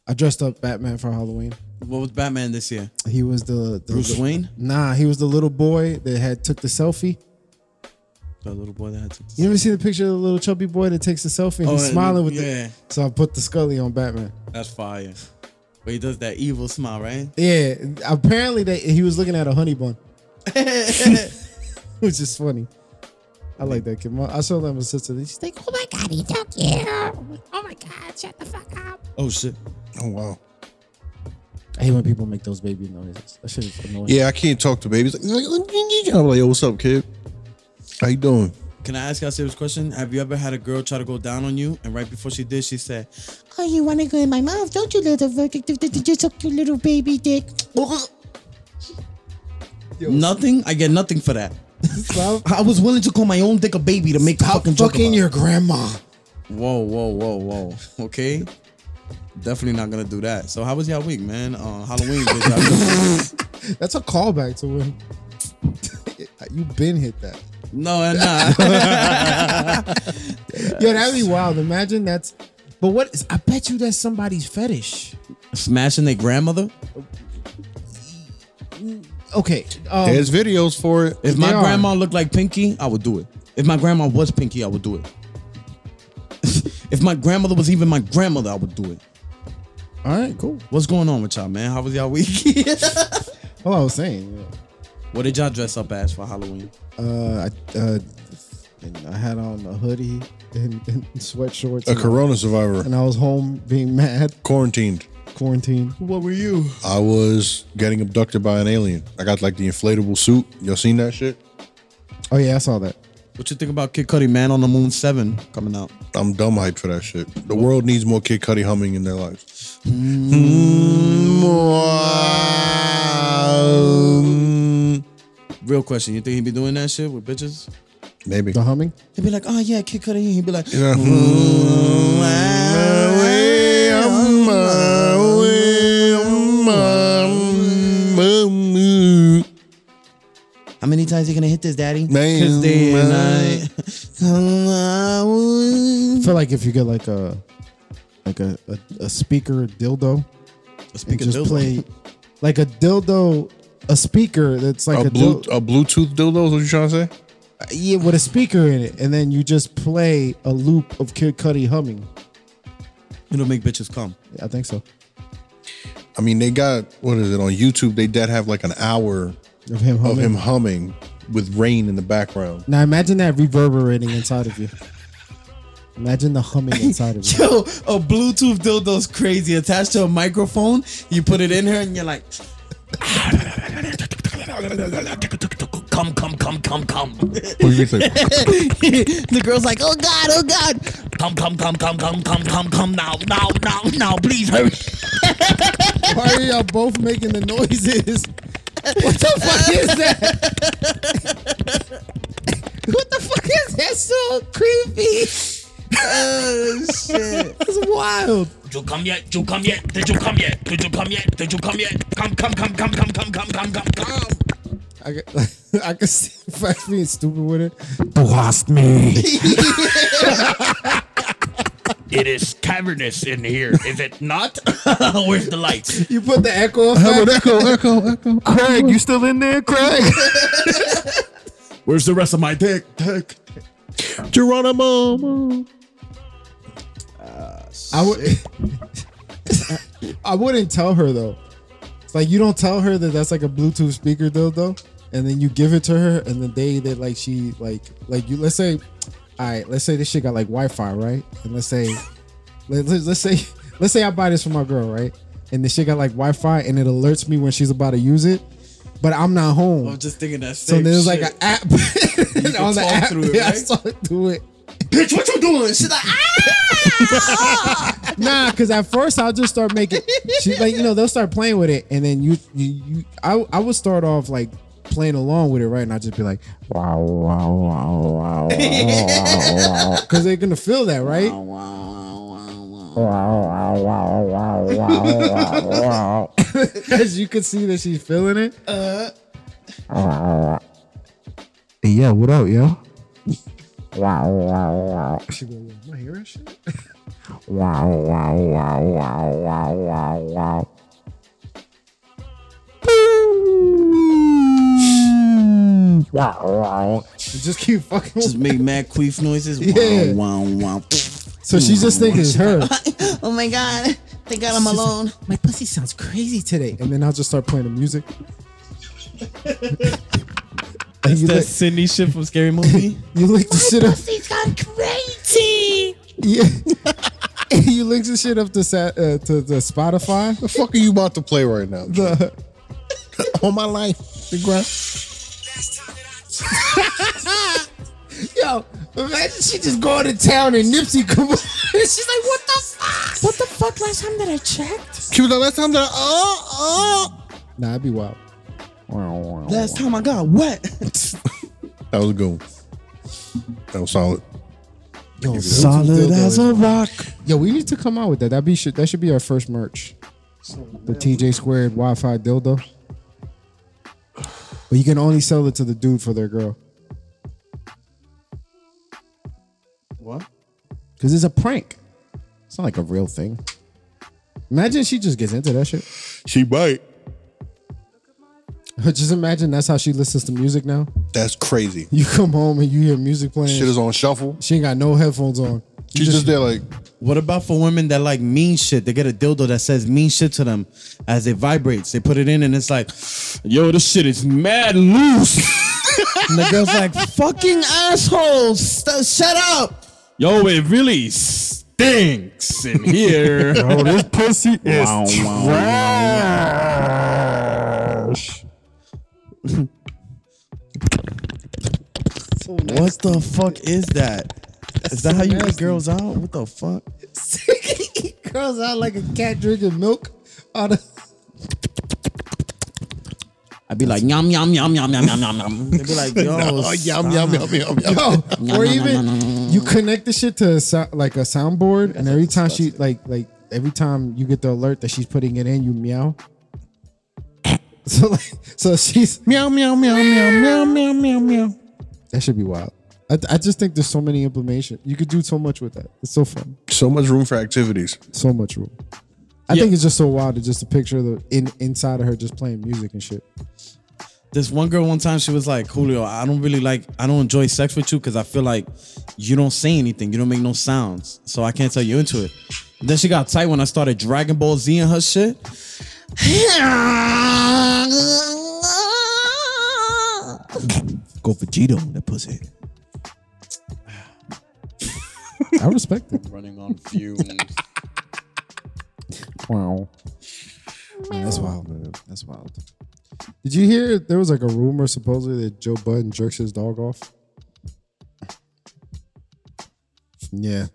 [SPEAKER 2] I dressed up Batman for Halloween.
[SPEAKER 1] What was Batman this year?
[SPEAKER 2] He was the, the
[SPEAKER 1] Bruce
[SPEAKER 2] the-
[SPEAKER 1] Wayne?
[SPEAKER 2] Nah, he was the little boy that had took the selfie.
[SPEAKER 1] The little boy that had to
[SPEAKER 2] You ever see the picture of the little chubby boy that takes the selfie and
[SPEAKER 1] Oh,
[SPEAKER 2] he's
[SPEAKER 1] and-
[SPEAKER 2] smiling with
[SPEAKER 1] yeah.
[SPEAKER 2] the So I put the Scully on Batman.
[SPEAKER 1] That's fire. But he does that evil smile, right?
[SPEAKER 2] Yeah, apparently they he was looking at a honey bun, which is funny. I like that kid. My- I saw that my sister. She's like,
[SPEAKER 5] Oh my god, he took you! Oh my god, shut the fuck up!
[SPEAKER 1] Oh shit.
[SPEAKER 3] Oh wow.
[SPEAKER 2] I hate when people make those baby noises. That shit is annoying.
[SPEAKER 3] Yeah, I can't talk to babies. I'm like, yo, what's up, kid? How you
[SPEAKER 2] Um,
[SPEAKER 3] doing?
[SPEAKER 1] Can I ask you a serious question? Have you ever had a girl try to go down on you and right before she did, she said,
[SPEAKER 5] Oh, you wanna go in my mouth, don't you, little virgin? You took your little baby dick.
[SPEAKER 1] Nothing? I get nothing for that.
[SPEAKER 2] Stop
[SPEAKER 1] I was willing to call my own dick a baby to make the fucking joke.
[SPEAKER 2] fucking
[SPEAKER 1] about
[SPEAKER 2] your grandma.
[SPEAKER 1] it. Whoa, whoa, whoa, whoa. Okay. Definitely not gonna do that. So how was y'all week, man? Uh, Halloween, bitch.
[SPEAKER 2] That's a callback to when you've been hit that.
[SPEAKER 1] I- no, and not.
[SPEAKER 2] Yo, that'd be wild. Imagine that's. But what is? I bet you that's somebody's fetish.
[SPEAKER 1] Smashing their grandmother?
[SPEAKER 2] Okay. Um,
[SPEAKER 3] There's videos for it.
[SPEAKER 1] If my
[SPEAKER 2] They are.
[SPEAKER 1] grandma looked like Pinky, I would do it. If my grandma was Pinky, I would do it. if my grandmother was even my grandmother, I would do it.
[SPEAKER 2] All right, cool.
[SPEAKER 1] What's going on with y'all, man? How was y'all week?
[SPEAKER 2] Well, I was saying,
[SPEAKER 1] what did y'all dress up as for Halloween?
[SPEAKER 2] uh, I, uh, and I had on a hoodie and, and sweatshorts.
[SPEAKER 3] A
[SPEAKER 2] and-
[SPEAKER 3] corona survivor,
[SPEAKER 2] And I was home being mad,
[SPEAKER 3] quarantined.
[SPEAKER 2] quarantined.
[SPEAKER 1] What were you?
[SPEAKER 3] I was getting abducted by an alien. I got like the inflatable suit. Y'all seen that shit?
[SPEAKER 2] Oh yeah, I saw that.
[SPEAKER 1] What you think about Kid Cudi, Man on the Moon 7 coming out?
[SPEAKER 3] I'm dumb hyped for that shit. The world needs more Kid Cudi humming in their lives.
[SPEAKER 1] Real question. You think he'd be doing that shit with bitches?
[SPEAKER 3] Maybe.
[SPEAKER 2] The humming.
[SPEAKER 1] He'd be like, oh yeah, Kid Cudi. He'd be like,
[SPEAKER 3] Yeah. Mm-hmm.
[SPEAKER 1] ah." how many times you gonna hit this, daddy?
[SPEAKER 3] Man,
[SPEAKER 1] 'Cause day and
[SPEAKER 3] man.
[SPEAKER 1] night. Halloween.
[SPEAKER 2] I feel like if you get like a like a a, a speaker dildo and
[SPEAKER 1] Speak of
[SPEAKER 2] just
[SPEAKER 1] dildo.
[SPEAKER 2] play like a dildo, a speaker that's like a,
[SPEAKER 3] A, blue,
[SPEAKER 2] dil-
[SPEAKER 3] a Bluetooth dildo is what you trying to say?
[SPEAKER 2] yeah with a speaker in it, and then you just play a loop of Kid Cudi humming.
[SPEAKER 1] It'll make bitches come.
[SPEAKER 2] Yeah, I think so.
[SPEAKER 3] I mean, they got, what is it, on YouTube, they did have like an hour
[SPEAKER 2] Of him
[SPEAKER 3] of
[SPEAKER 2] humming.
[SPEAKER 3] him humming with rain in the background.
[SPEAKER 2] Now imagine that reverberating inside of you. Imagine the humming inside of you.
[SPEAKER 1] Yo, a Bluetooth dildo's crazy. Attached to a microphone, you put it in her and you're like, come, come, come, come, come.
[SPEAKER 4] the girl's like, oh God, oh God. Come, come, come, come, come, come, come, come now, now, now, now, please hurry.
[SPEAKER 2] Why are y'all both making the noises? What the fuck is that?
[SPEAKER 4] What the fuck is that? So creepy.
[SPEAKER 1] Oh,
[SPEAKER 2] That's wild.
[SPEAKER 6] Did you come yet? Did you come yet? Did you come yet? Did you come yet? Did you come yet? Come, come, come, come, come, come, come, come, come, come.
[SPEAKER 2] I could, I could see Fax being stupid with it.
[SPEAKER 6] It is cavernous in here, is it not? Where's the lights?
[SPEAKER 2] You put the echo effect.
[SPEAKER 3] echo, echo, echo.
[SPEAKER 7] Craig, you still in there, Craig?
[SPEAKER 1] Where's the rest of my dick? Dick.
[SPEAKER 3] Geronimo.
[SPEAKER 2] I would. I wouldn't tell her though. It's like you don't tell her that that's like a Bluetooth speaker dildo, and then you give it to her, and the day that like she like like you let's say, all right, let's say this shit got like Wi-Fi, right? And let's say, let, let, let's say let's say I buy this for my girl, right? And this shit got like Wi-Fi, and it alerts me when she's about to use it, but I'm not home.
[SPEAKER 1] I'm just thinking that Oh, same
[SPEAKER 2] so there's like
[SPEAKER 1] shit.
[SPEAKER 2] an app and on the
[SPEAKER 1] talk
[SPEAKER 2] app.
[SPEAKER 1] through it,
[SPEAKER 2] yeah, I
[SPEAKER 1] right?
[SPEAKER 2] talk through it.
[SPEAKER 1] "Uh, bitch, what you doing? She's like, "Ah!"
[SPEAKER 2] Nah, because at first I'll just start making. She like you know they'll start playing with it, and then you you, you I I would start off like playing along with it, right? And I'll just be like, wow, wow, wow, wow, wow, because they're gonna feel that, right? Wow, wow, wow, wow, wow, wow, wow, Because you could see that she's feeling it. Uh. Yeah, what up, yo? Wow, wow, wow. She go, am I hearing shit? You just keep fucking. with
[SPEAKER 1] just make mad queef noises.
[SPEAKER 2] Yeah.
[SPEAKER 1] Wow, wow, wow.
[SPEAKER 2] So she's just thinking it's her.
[SPEAKER 4] Oh my God. Thank God I'm alone.
[SPEAKER 2] My pussy sounds crazy today. And then I'll just start playing the music. and you,
[SPEAKER 1] That
[SPEAKER 2] lick,
[SPEAKER 1] Sydney shit from Scary Movie.
[SPEAKER 2] you lick the shit up.
[SPEAKER 5] Pussy's gone crazy.
[SPEAKER 2] Yeah. you lick the shit up to sa- uh, to the Spotify.
[SPEAKER 3] The fuck are you about to play right now?
[SPEAKER 2] The,
[SPEAKER 3] All my life.
[SPEAKER 2] the grunt. Yo, imagine she just going to town and Nipsey come on. She's like, what the fuck?
[SPEAKER 5] What the fuck? Last time that I checked,
[SPEAKER 3] She was the last time that I, oh,
[SPEAKER 2] Nah, I'd be wild.
[SPEAKER 1] Last time I got wet.
[SPEAKER 3] oh. That was a good. one. That was solid.
[SPEAKER 2] Yo,
[SPEAKER 1] Solid as a rock.
[SPEAKER 2] Yo, we need to come out with that. That be should, that should be our first merch. The TJ squared Wi-Fi dildo. But you can only sell it to the dude for their girl.
[SPEAKER 1] What?
[SPEAKER 2] Cause it's a prank. It's not like a real thing. Imagine she just gets into that shit.
[SPEAKER 3] She bite.
[SPEAKER 2] Just imagine that's how she listens to music now.
[SPEAKER 3] That's crazy.
[SPEAKER 2] You come home and you hear music playing.
[SPEAKER 3] Shit is on shuffle.
[SPEAKER 2] she ain't got no headphones on.
[SPEAKER 3] She's just there like,
[SPEAKER 1] What about for women that like mean shit? They get a dildo that says mean shit to them as it vibrates. They put it in and it's like, yo, this shit is mad loose. and the girl's like,
[SPEAKER 4] Fucking assholes! St- shut up!
[SPEAKER 1] yo, it really stinks in here.
[SPEAKER 7] Oh, this pussy is trash.
[SPEAKER 1] what the fuck is that? Is that how you get girls out? What the fuck?
[SPEAKER 2] he curls out like a cat drinking milk out of
[SPEAKER 1] I'd be like, yum, yum, yum, yum, yum, yum, yum, yum. They'd be like, yo,
[SPEAKER 3] oh, yum, yum, yum, yum, yum.
[SPEAKER 2] yo, or even you connect the shit to a sou- like a soundboard, and every time she like like every time you get the alert that she's putting it in, you meow. So like so she's
[SPEAKER 3] Meow, meow, meow, meow, meow, meow, meow, meow.
[SPEAKER 2] that should be wild. I, I just think there's so many implementations. You could do so much with that. It's so fun.
[SPEAKER 3] So much room for activities.
[SPEAKER 2] So much room. I think it's just so wild to just a picture of the in inside of her just playing music and shit.
[SPEAKER 1] this one girl one time she was like julio i don't really like i don't enjoy sex with you because i feel like you don't say anything you don't make no sounds so i can't tell you into it then she got tight when i started dragon ball z and her shit go vegeta on that pussy
[SPEAKER 2] I respect it.
[SPEAKER 1] running on fumes
[SPEAKER 2] Wow. Man, that's wild, man. That's wild. Did you hear there was like a rumor supposedly that Joe Budden jerks his dog off? Yeah.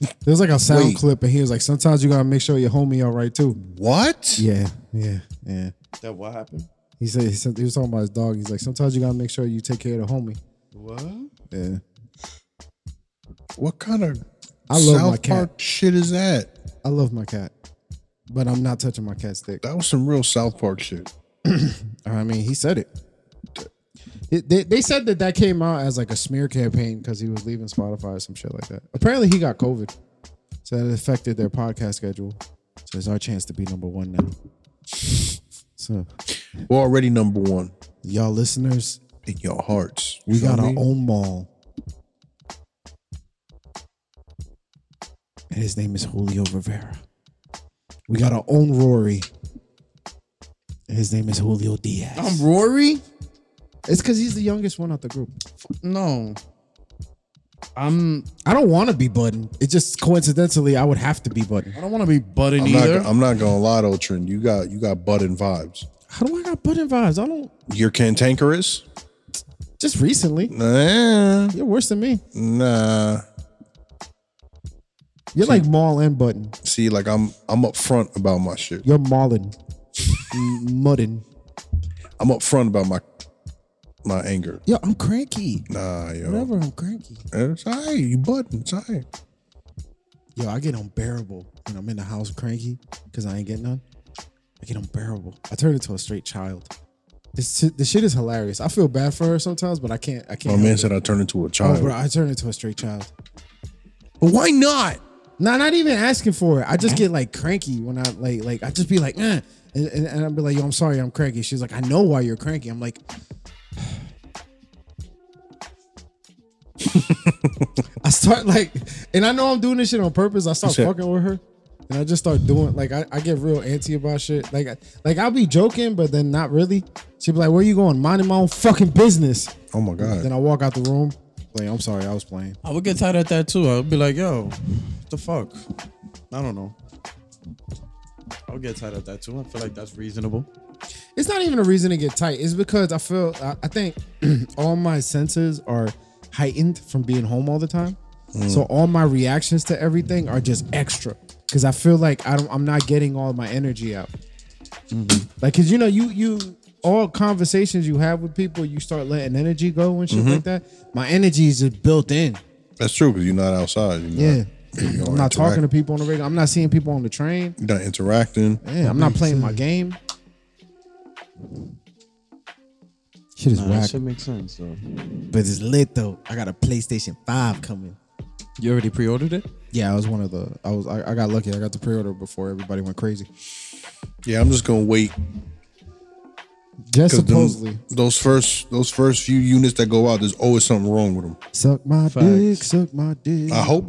[SPEAKER 2] There was like a sound
[SPEAKER 3] Wait.
[SPEAKER 2] clip and he was like, sometimes you gotta make sure your homie all right too.
[SPEAKER 3] What?
[SPEAKER 2] Yeah, yeah, yeah.
[SPEAKER 1] that what happened
[SPEAKER 2] He said he, said, he was talking about his dog. He's like, sometimes you gotta make sure you take care of the homie. What? Yeah.
[SPEAKER 3] What kind of
[SPEAKER 2] I love
[SPEAKER 3] South
[SPEAKER 2] my cat.
[SPEAKER 3] Park shit is that?
[SPEAKER 2] I love my cat, but I'm not touching my cat's dick.
[SPEAKER 3] That was some real South Park shit.
[SPEAKER 2] I mean, he said it. It- They, they said that that came out as like a smear campaign because he was leaving Spotify or some shit like that. Apparently, he got COVID, so that affected their podcast schedule. So it's our chance to be number one now. So,
[SPEAKER 3] We're already number one
[SPEAKER 2] y'all listeners,
[SPEAKER 3] in your hearts.
[SPEAKER 2] we
[SPEAKER 3] You know
[SPEAKER 2] got
[SPEAKER 3] what I
[SPEAKER 2] our
[SPEAKER 3] mean?
[SPEAKER 2] own mall, and his name is Julio Rivera. We got our own Rory, and his name is Julio Diaz.
[SPEAKER 1] i'm rory
[SPEAKER 2] It's because he's the youngest one out the group.
[SPEAKER 1] no i'm
[SPEAKER 2] I don't want to be Button. It just coincidentally, I would have to be Button.
[SPEAKER 1] i don't want to be butting
[SPEAKER 3] I'm
[SPEAKER 1] either
[SPEAKER 3] not, I'm not gonna lie, though, Trent. You got you got button vibes.
[SPEAKER 2] How do I got Button vibes? I don't.
[SPEAKER 3] You're cantankerous?
[SPEAKER 2] Just recently,
[SPEAKER 3] Nah,
[SPEAKER 2] you're worse than me.
[SPEAKER 3] nah.
[SPEAKER 2] You're like Maul and Button.
[SPEAKER 3] See, like I'm I'm upfront about my shit.
[SPEAKER 2] You're Maulin, Muddin.
[SPEAKER 3] I'm upfront about my my anger.
[SPEAKER 4] Yo, I'm cranky.
[SPEAKER 3] Nah, yo.
[SPEAKER 4] Whatever, I'm cranky.
[SPEAKER 3] It's all right. You button. It's all right.
[SPEAKER 2] Yo, I get unbearable when I'm in the house cranky because I ain't getting none. I get unbearable. I turn into a straight child. This this shit is hilarious. I feel bad for her sometimes, but I can't. I
[SPEAKER 3] My
[SPEAKER 2] can't.
[SPEAKER 3] man
[SPEAKER 2] help
[SPEAKER 3] said
[SPEAKER 2] it.
[SPEAKER 3] I turned into a
[SPEAKER 2] Oh,
[SPEAKER 3] child.
[SPEAKER 2] bro, I turn into a straight child.
[SPEAKER 3] But why not?
[SPEAKER 2] No, not even asking for it. I just get like cranky when I like like I just be like, eh. and, and, and I'll be like, yo, I'm sorry, I'm cranky. She's like, I know why you're cranky. I'm like, I start like, and I know I'm doing this shit on purpose. I start
[SPEAKER 3] That's it.
[SPEAKER 2] fucking with her, and I just start doing like I, I get real antsy about shit. Like I, like I'll be joking, but then not really. She'd be like, where you going? Minding my own fucking business.
[SPEAKER 3] Oh my god.
[SPEAKER 2] Then I walk out the room. Like I'm sorry, I was playing.
[SPEAKER 1] I would get tired at that too. I would be like, yo, what the fuck? I don't know. I would get tired at that too. I feel like that's reasonable.
[SPEAKER 2] it's not even a reason to get tight. It's because I feel I, I think all my senses are heightened from being home all the time. So all my reactions to everything are just extra because I feel like I don't I'm not getting all my energy out. Like cause you know you you all conversations you have with people you start letting energy go and shit like that. My energy is just built in.
[SPEAKER 3] That's true because you're not outside. You're
[SPEAKER 2] Yeah.
[SPEAKER 3] not, you're
[SPEAKER 2] I'm not talking to people on the radio. I'm not seeing people on the train.
[SPEAKER 3] You're not interacting.
[SPEAKER 2] Yeah, I'm not playing my game. Shit is whack.
[SPEAKER 1] makes sense though.
[SPEAKER 4] But it's lit though. I got a PlayStation 5 coming.
[SPEAKER 1] You already pre-ordered it?
[SPEAKER 2] Yeah, I was one of the. I was. I, I got lucky. I got the pre-order before everybody went crazy.
[SPEAKER 3] Yeah, I'm just gonna wait
[SPEAKER 2] Just
[SPEAKER 3] because
[SPEAKER 2] supposedly.
[SPEAKER 3] those first those first few units that go out, there's always something wrong with them.
[SPEAKER 2] suck my
[SPEAKER 1] Facts.
[SPEAKER 2] dick. Suck my dick.
[SPEAKER 3] I hope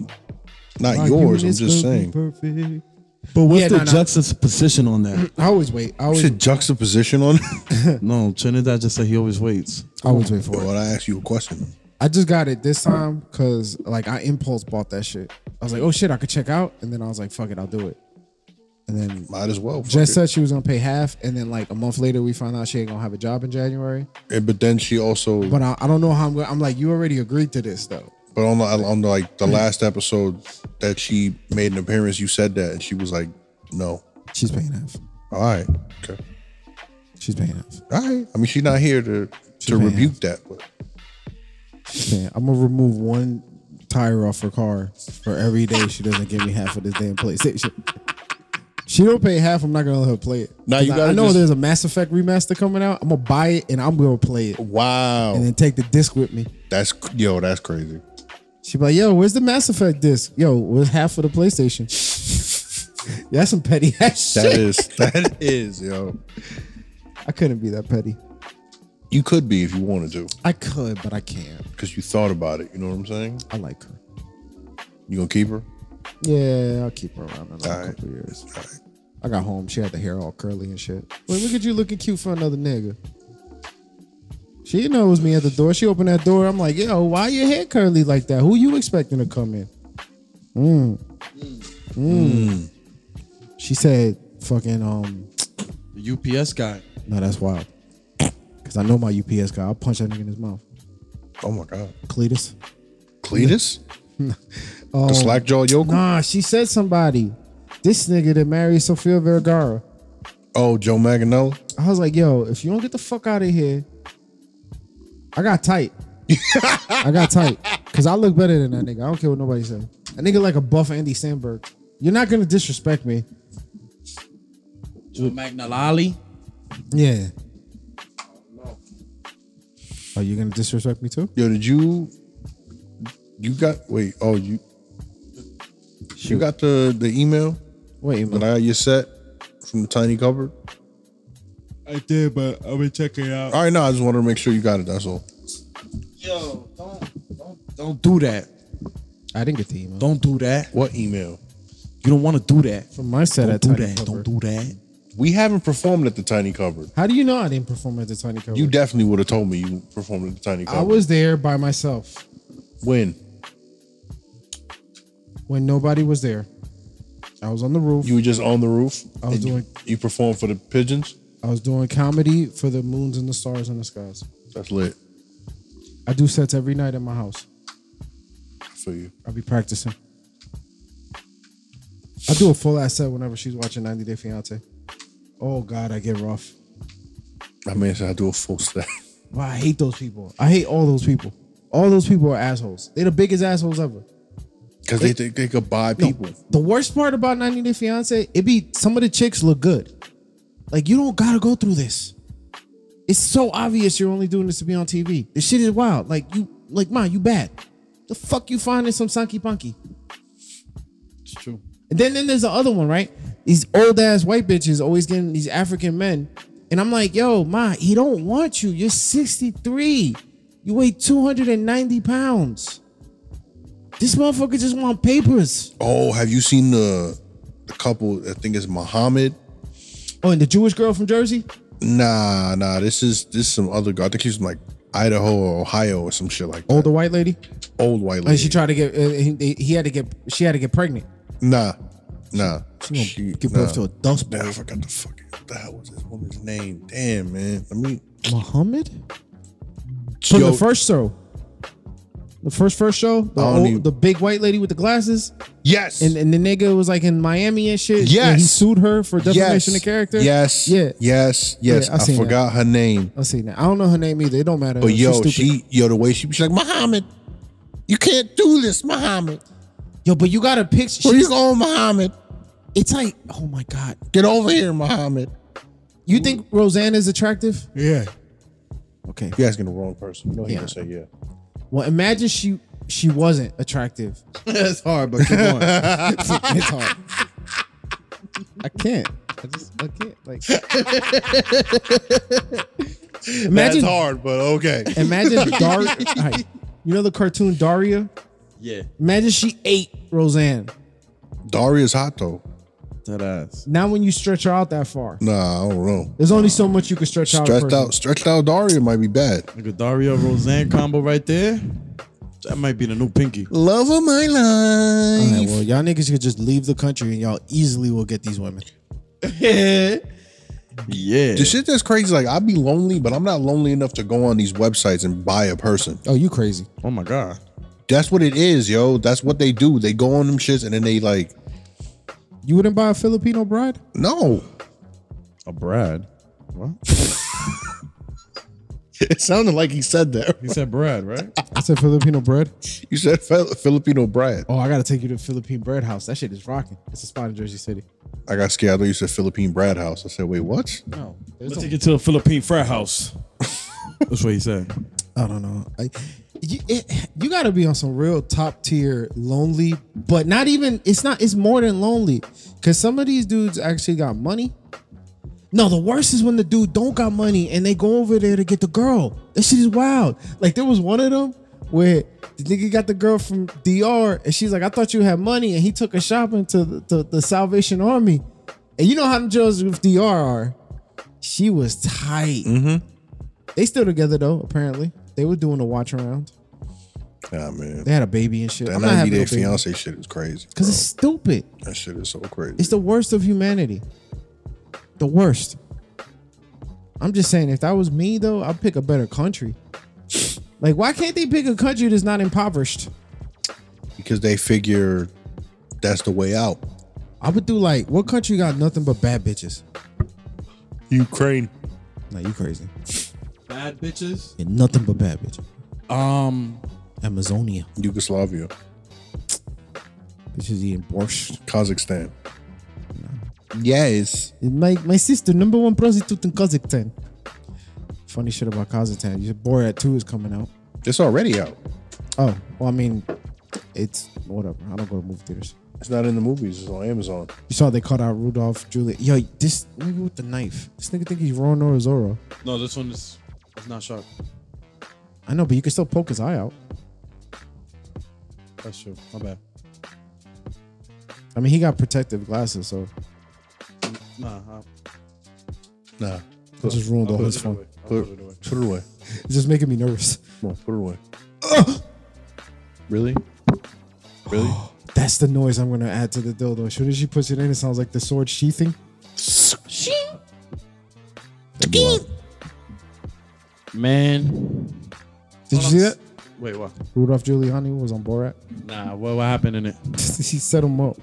[SPEAKER 2] My
[SPEAKER 3] Not Ah, yours. I'm
[SPEAKER 2] unit's
[SPEAKER 3] just
[SPEAKER 2] gonna be
[SPEAKER 3] saying.
[SPEAKER 2] Perfect.
[SPEAKER 1] But what's
[SPEAKER 2] Yeah,
[SPEAKER 1] the
[SPEAKER 2] no, no.
[SPEAKER 1] juxtaposition on that?
[SPEAKER 2] I always wait. I always,
[SPEAKER 3] Should juxtaposition on.
[SPEAKER 1] no, Trinidad just said he always waits.
[SPEAKER 2] I always wait for it.
[SPEAKER 3] well, I asked you a question.
[SPEAKER 2] I just got it this time because like I impulse bought that shit. I was like, oh shit, I could check out, and then I was like, fuck it, I'll do it. And then
[SPEAKER 3] Might as well. fuck
[SPEAKER 2] Jess
[SPEAKER 3] it.
[SPEAKER 2] said she was gonna pay half, and then like a month later, we found out she ain't gonna have a job in January.
[SPEAKER 3] And- but then she also. But,
[SPEAKER 2] But I, I don't know how I'm. Gonna, I'm like, you already agreed to this though.
[SPEAKER 3] on the on the, like the last episode that she made an appearance, you said that, and she was like, "No,
[SPEAKER 2] She's paying half.
[SPEAKER 3] all right, okay,
[SPEAKER 2] She's paying half.
[SPEAKER 3] all right." I mean, she's not here to to
[SPEAKER 2] may
[SPEAKER 3] rebuke that, but
[SPEAKER 2] She's paying. I'm gonna remove one tire off her car for every day she doesn't give me half of this damn PlayStation. She don't pay half. I'm not gonna let her play it.
[SPEAKER 3] Nah, you
[SPEAKER 2] 'Cause I-
[SPEAKER 3] gotta
[SPEAKER 2] I know
[SPEAKER 3] just-
[SPEAKER 2] there's a Mass Effect remaster coming out. I'm gonna buy it and I'm gonna play it.
[SPEAKER 3] wow,
[SPEAKER 2] and then take the disc with me.
[SPEAKER 3] that's yo, that's crazy.
[SPEAKER 2] She'd be like, yo, where's the Mass Effect disc? Yo, where's half of the PlayStation? That's some petty ass
[SPEAKER 3] That
[SPEAKER 2] shit.
[SPEAKER 3] is that is yo.
[SPEAKER 2] I couldn't be that petty.
[SPEAKER 3] You could be if you wanted to,
[SPEAKER 2] I could, but I can't.
[SPEAKER 3] because you thought about it. You know what I'm saying?
[SPEAKER 2] I like her.
[SPEAKER 3] You gonna keep her?
[SPEAKER 2] Yeah, I'll keep her around another
[SPEAKER 3] Alright.
[SPEAKER 2] couple years.
[SPEAKER 3] All right.
[SPEAKER 2] I got home. She had the hair all curly and shit. Wait, look at you looking cute for another nigga. She knows me at the door. She opened that door. I'm like, yo, why your hair curly like that? Who you expecting to come in? Mm. Mm.
[SPEAKER 3] Mm.
[SPEAKER 2] She said, fucking, um,
[SPEAKER 1] The UPS guy.
[SPEAKER 2] No, that's wild. Cause I know my UPS guy. I'll punch that nigga in his mouth.
[SPEAKER 3] Oh my god,
[SPEAKER 2] Cletus.
[SPEAKER 3] Cletus,
[SPEAKER 2] Oh,
[SPEAKER 3] the slack jaw yokel.
[SPEAKER 2] nah, she said somebody. This nigga that married Sofia Vergara.
[SPEAKER 3] Oh, Joe Manganiello.
[SPEAKER 2] I was like, yo, if you don't get the fuck out of here, I got tight. I got tight. Cause I look better than that nigga. I don't care what nobody says. A nigga like a buff Andy Sandberg. You're not gonna disrespect me.
[SPEAKER 1] Joe Magnalali.
[SPEAKER 2] Yeah. Are you gonna disrespect me too?
[SPEAKER 3] Yo, did you? You got wait. Oh, you. You got the the email
[SPEAKER 2] Wait a
[SPEAKER 3] that
[SPEAKER 2] minute.
[SPEAKER 3] I got you set from the tiny cupboard.
[SPEAKER 1] I did, but I've been checking it out.
[SPEAKER 3] All right, no, I just wanted to make sure you got it. That's all.
[SPEAKER 1] Yo, don't, don't, don't do that.
[SPEAKER 2] I didn't get the email.
[SPEAKER 1] Don't do that.
[SPEAKER 3] What email?
[SPEAKER 1] You don't want to do that.
[SPEAKER 2] From my set
[SPEAKER 1] Don't
[SPEAKER 2] at
[SPEAKER 1] do
[SPEAKER 2] Tiny
[SPEAKER 1] that.
[SPEAKER 2] Cupboard.
[SPEAKER 1] Don't do that.
[SPEAKER 3] We haven't performed at the tiny cupboard.
[SPEAKER 2] How do you know I didn't perform at the Tiny Cupboard?
[SPEAKER 3] You definitely would have told me you performed at the tiny cupboard.
[SPEAKER 2] I was there by myself
[SPEAKER 3] when
[SPEAKER 2] when nobody was there. I was on the roof.
[SPEAKER 3] you were just on the roof.
[SPEAKER 2] I was
[SPEAKER 3] and you-
[SPEAKER 2] doing-
[SPEAKER 3] You performed for the pigeons.
[SPEAKER 2] I was doing comedy for the moons and the stars and the skies.
[SPEAKER 3] That's lit.
[SPEAKER 2] I do sets every night at my house.
[SPEAKER 3] for you.
[SPEAKER 2] I'll be practicing. I do a full ass set whenever she's watching 90 Day Fiance. Oh God, I get rough.
[SPEAKER 3] I mean, I said I do a full set.
[SPEAKER 2] Wow, I hate those people. I hate all those people. All those people are assholes. They're the biggest assholes ever.
[SPEAKER 3] Because they think they could buy people.
[SPEAKER 2] The worst part about 90 Day Fiance, it be some of the chicks look good. Like you don't gotta go through this. It's so obvious you're only doing this to be on TV. This shit is wild. Like you, like man, you bad. The fuck you finding some Sanky Punky?
[SPEAKER 1] It's true.
[SPEAKER 2] And then, then there's the other one, right? These old ass white bitches always getting these African men. And I'm like, yo, ma, he don't want you. You're 63. You weigh 290 pounds. This motherfucker just want papers.
[SPEAKER 3] Oh, have you seen the the couple? I think it's Muhammad.
[SPEAKER 2] Oh, and the Jewish girl from Jersey?
[SPEAKER 3] Nah, nah. This is this is some other guy. I think he's from like Idaho or Ohio or some shit like that.
[SPEAKER 2] Older white lady?
[SPEAKER 3] old white lady.
[SPEAKER 2] And she tried to get. Uh, he, he had to get. She had to get pregnant.
[SPEAKER 3] nah, nah. She,
[SPEAKER 2] Give birth
[SPEAKER 3] nah.
[SPEAKER 2] to a dust
[SPEAKER 3] Damn, I
[SPEAKER 2] bowl.
[SPEAKER 3] forgot the fucking what the hell was this woman's name. Damn, man. Let me.
[SPEAKER 2] Muhammad from
[SPEAKER 3] Yo,
[SPEAKER 2] the first show. The first first show, the,
[SPEAKER 3] I don't
[SPEAKER 2] old,
[SPEAKER 3] even-
[SPEAKER 2] the big white lady with the glasses,
[SPEAKER 3] yes,
[SPEAKER 2] and, and the nigga was like in Miami and shit. and he
[SPEAKER 3] Yes.
[SPEAKER 2] sued her for defamation
[SPEAKER 3] yes,
[SPEAKER 2] of character.
[SPEAKER 3] Yes,
[SPEAKER 2] yeah.
[SPEAKER 3] yes, yes.
[SPEAKER 2] Yeah, I
[SPEAKER 3] I,
[SPEAKER 2] seen that.
[SPEAKER 3] forgot her name,
[SPEAKER 2] I see now. I don't know her name either. It don't matter.
[SPEAKER 3] but
[SPEAKER 2] She's
[SPEAKER 3] yo,
[SPEAKER 2] stupid.
[SPEAKER 3] she, yo, the way she, she's like Muhammad. You can't do this, Muhammad.
[SPEAKER 2] yo, but you got a picture.
[SPEAKER 3] Where you
[SPEAKER 2] She's,
[SPEAKER 3] going, Muhammad?
[SPEAKER 2] it's like, oh my god,
[SPEAKER 3] Get over here, Muhammad.
[SPEAKER 2] you think Roseanne is attractive?
[SPEAKER 3] Yeah.
[SPEAKER 2] Okay.
[SPEAKER 3] You're asking the wrong person. You know he
[SPEAKER 2] Yeah.
[SPEAKER 3] gonna say yeah.
[SPEAKER 2] Well, imagine she she wasn't attractive.
[SPEAKER 1] it's hard, but keep on.
[SPEAKER 2] it's hard. I can't. I just I can't. Like imagine
[SPEAKER 3] hard, but okay.
[SPEAKER 2] imagine Daria. you know the cartoon Daria.
[SPEAKER 1] Yeah.
[SPEAKER 2] Imagine she ate Roseanne.
[SPEAKER 3] Daria's hot though.
[SPEAKER 1] That ass.
[SPEAKER 2] Now when you stretch her out that far,
[SPEAKER 3] Nah, I don't know.
[SPEAKER 2] there's only so much you can stretch out. a
[SPEAKER 3] Stretched
[SPEAKER 2] person.
[SPEAKER 3] out, stretched out Daria might be bad.
[SPEAKER 1] Like a Dario Roseanne combo right there. That might be the new pinky.
[SPEAKER 3] Love of my
[SPEAKER 4] All
[SPEAKER 3] life.
[SPEAKER 4] right, well, y'all niggas could just leave the country and y'all easily will get these women.
[SPEAKER 1] Yeah.
[SPEAKER 3] The shit that's crazy, like I'd be lonely, but I'm not lonely enough to go on these websites and buy a person.
[SPEAKER 4] Oh, you crazy.
[SPEAKER 1] Oh my god.
[SPEAKER 3] That's what it is, yo. That's what they do. They go on them shits and then they like,
[SPEAKER 2] You wouldn't buy a Filipino bride?
[SPEAKER 3] no.
[SPEAKER 1] A Brad. What?
[SPEAKER 3] It sounded like he said that.
[SPEAKER 1] He said Brad, right?
[SPEAKER 2] I said Filipino bread.
[SPEAKER 3] You said Fil- Filipino bread.
[SPEAKER 2] Oh, I gotta take you to Philippine bread house. That shit is rocking. It's a spot in Jersey City.
[SPEAKER 3] I got scared. I thought you said Philippine bread house. I said, wait, what?
[SPEAKER 2] No,
[SPEAKER 1] Let's take it to a Philippine frat house. That's what he said.
[SPEAKER 2] I don't know. I, you, it, you gotta be on some real top tier lonely, but not even. It's not. It's more than lonely, cause some of these dudes actually got money. No, the worst is when the dude don't got money and they go over there to get the girl. That shit is wild. Like there was one of them where the nigga got the girl from DR and she's like, "I thought you had money," and he took her shopping to the, to the Salvation Army. And you know how them girls with DR are. She was tight. They still together though. Apparently, they were doing a watch around.
[SPEAKER 3] Nah, man.
[SPEAKER 2] They had a baby and shit.
[SPEAKER 3] That
[SPEAKER 2] I'm not
[SPEAKER 3] 90
[SPEAKER 2] having
[SPEAKER 3] Day
[SPEAKER 2] no baby
[SPEAKER 3] Fiance shit is crazy.
[SPEAKER 2] because it's stupid.
[SPEAKER 3] bro. that shit is so crazy.
[SPEAKER 2] It's the worst of humanity. The worst. I'm just saying, if that was me though, I'd pick a better country. Like, why can't they pick a country that's not impoverished?
[SPEAKER 3] because they figure that's the way out.
[SPEAKER 2] I would do like, what country got nothing but bad bitches?
[SPEAKER 3] Ukraine.
[SPEAKER 4] Nah, you crazy.
[SPEAKER 1] Bad bitches.
[SPEAKER 4] Yeah, nothing but bad bitches.
[SPEAKER 1] Um,
[SPEAKER 4] Amazonia.
[SPEAKER 3] Yugoslavia.
[SPEAKER 4] Bitches eating borscht.
[SPEAKER 3] Kazakhstan. Yes.
[SPEAKER 2] My my sister, number one prostitute in Kazakhstan. Funny shit about Kazakhstan. Your Borat 2 is coming out.
[SPEAKER 3] It's already out.
[SPEAKER 2] Oh, well, I mean, it's whatever. I don't go to movie theaters.
[SPEAKER 3] It's not in the movies. It's on Amazon.
[SPEAKER 2] You saw they called out Rudolph Juliet. Yo, this nigga with the knife. This nigga think he's Ron Orozoro.
[SPEAKER 1] no, this one is it's not sharp.
[SPEAKER 2] I know, but you can still poke his eye out.
[SPEAKER 1] That's true. My bad.
[SPEAKER 2] I mean, he got protective glasses, so
[SPEAKER 1] Nah, I'll
[SPEAKER 3] Nah.
[SPEAKER 2] it just ruined the
[SPEAKER 1] put
[SPEAKER 2] whole
[SPEAKER 1] it
[SPEAKER 2] fun.
[SPEAKER 1] away. I'll
[SPEAKER 3] Put,
[SPEAKER 1] put it away.
[SPEAKER 3] put it away.
[SPEAKER 2] It's just making me nervous.
[SPEAKER 3] Come on, put it away. Really? Really?
[SPEAKER 2] That's the noise I'm gonna add to the dildo. As soon as she puts it in, it sounds like the sword sheathing.
[SPEAKER 1] Man.
[SPEAKER 2] Did you see that?
[SPEAKER 1] Wait, what?
[SPEAKER 2] Rudolph Giuliani was on Borat.
[SPEAKER 1] Nah, what, what happened in it?
[SPEAKER 2] he set him up,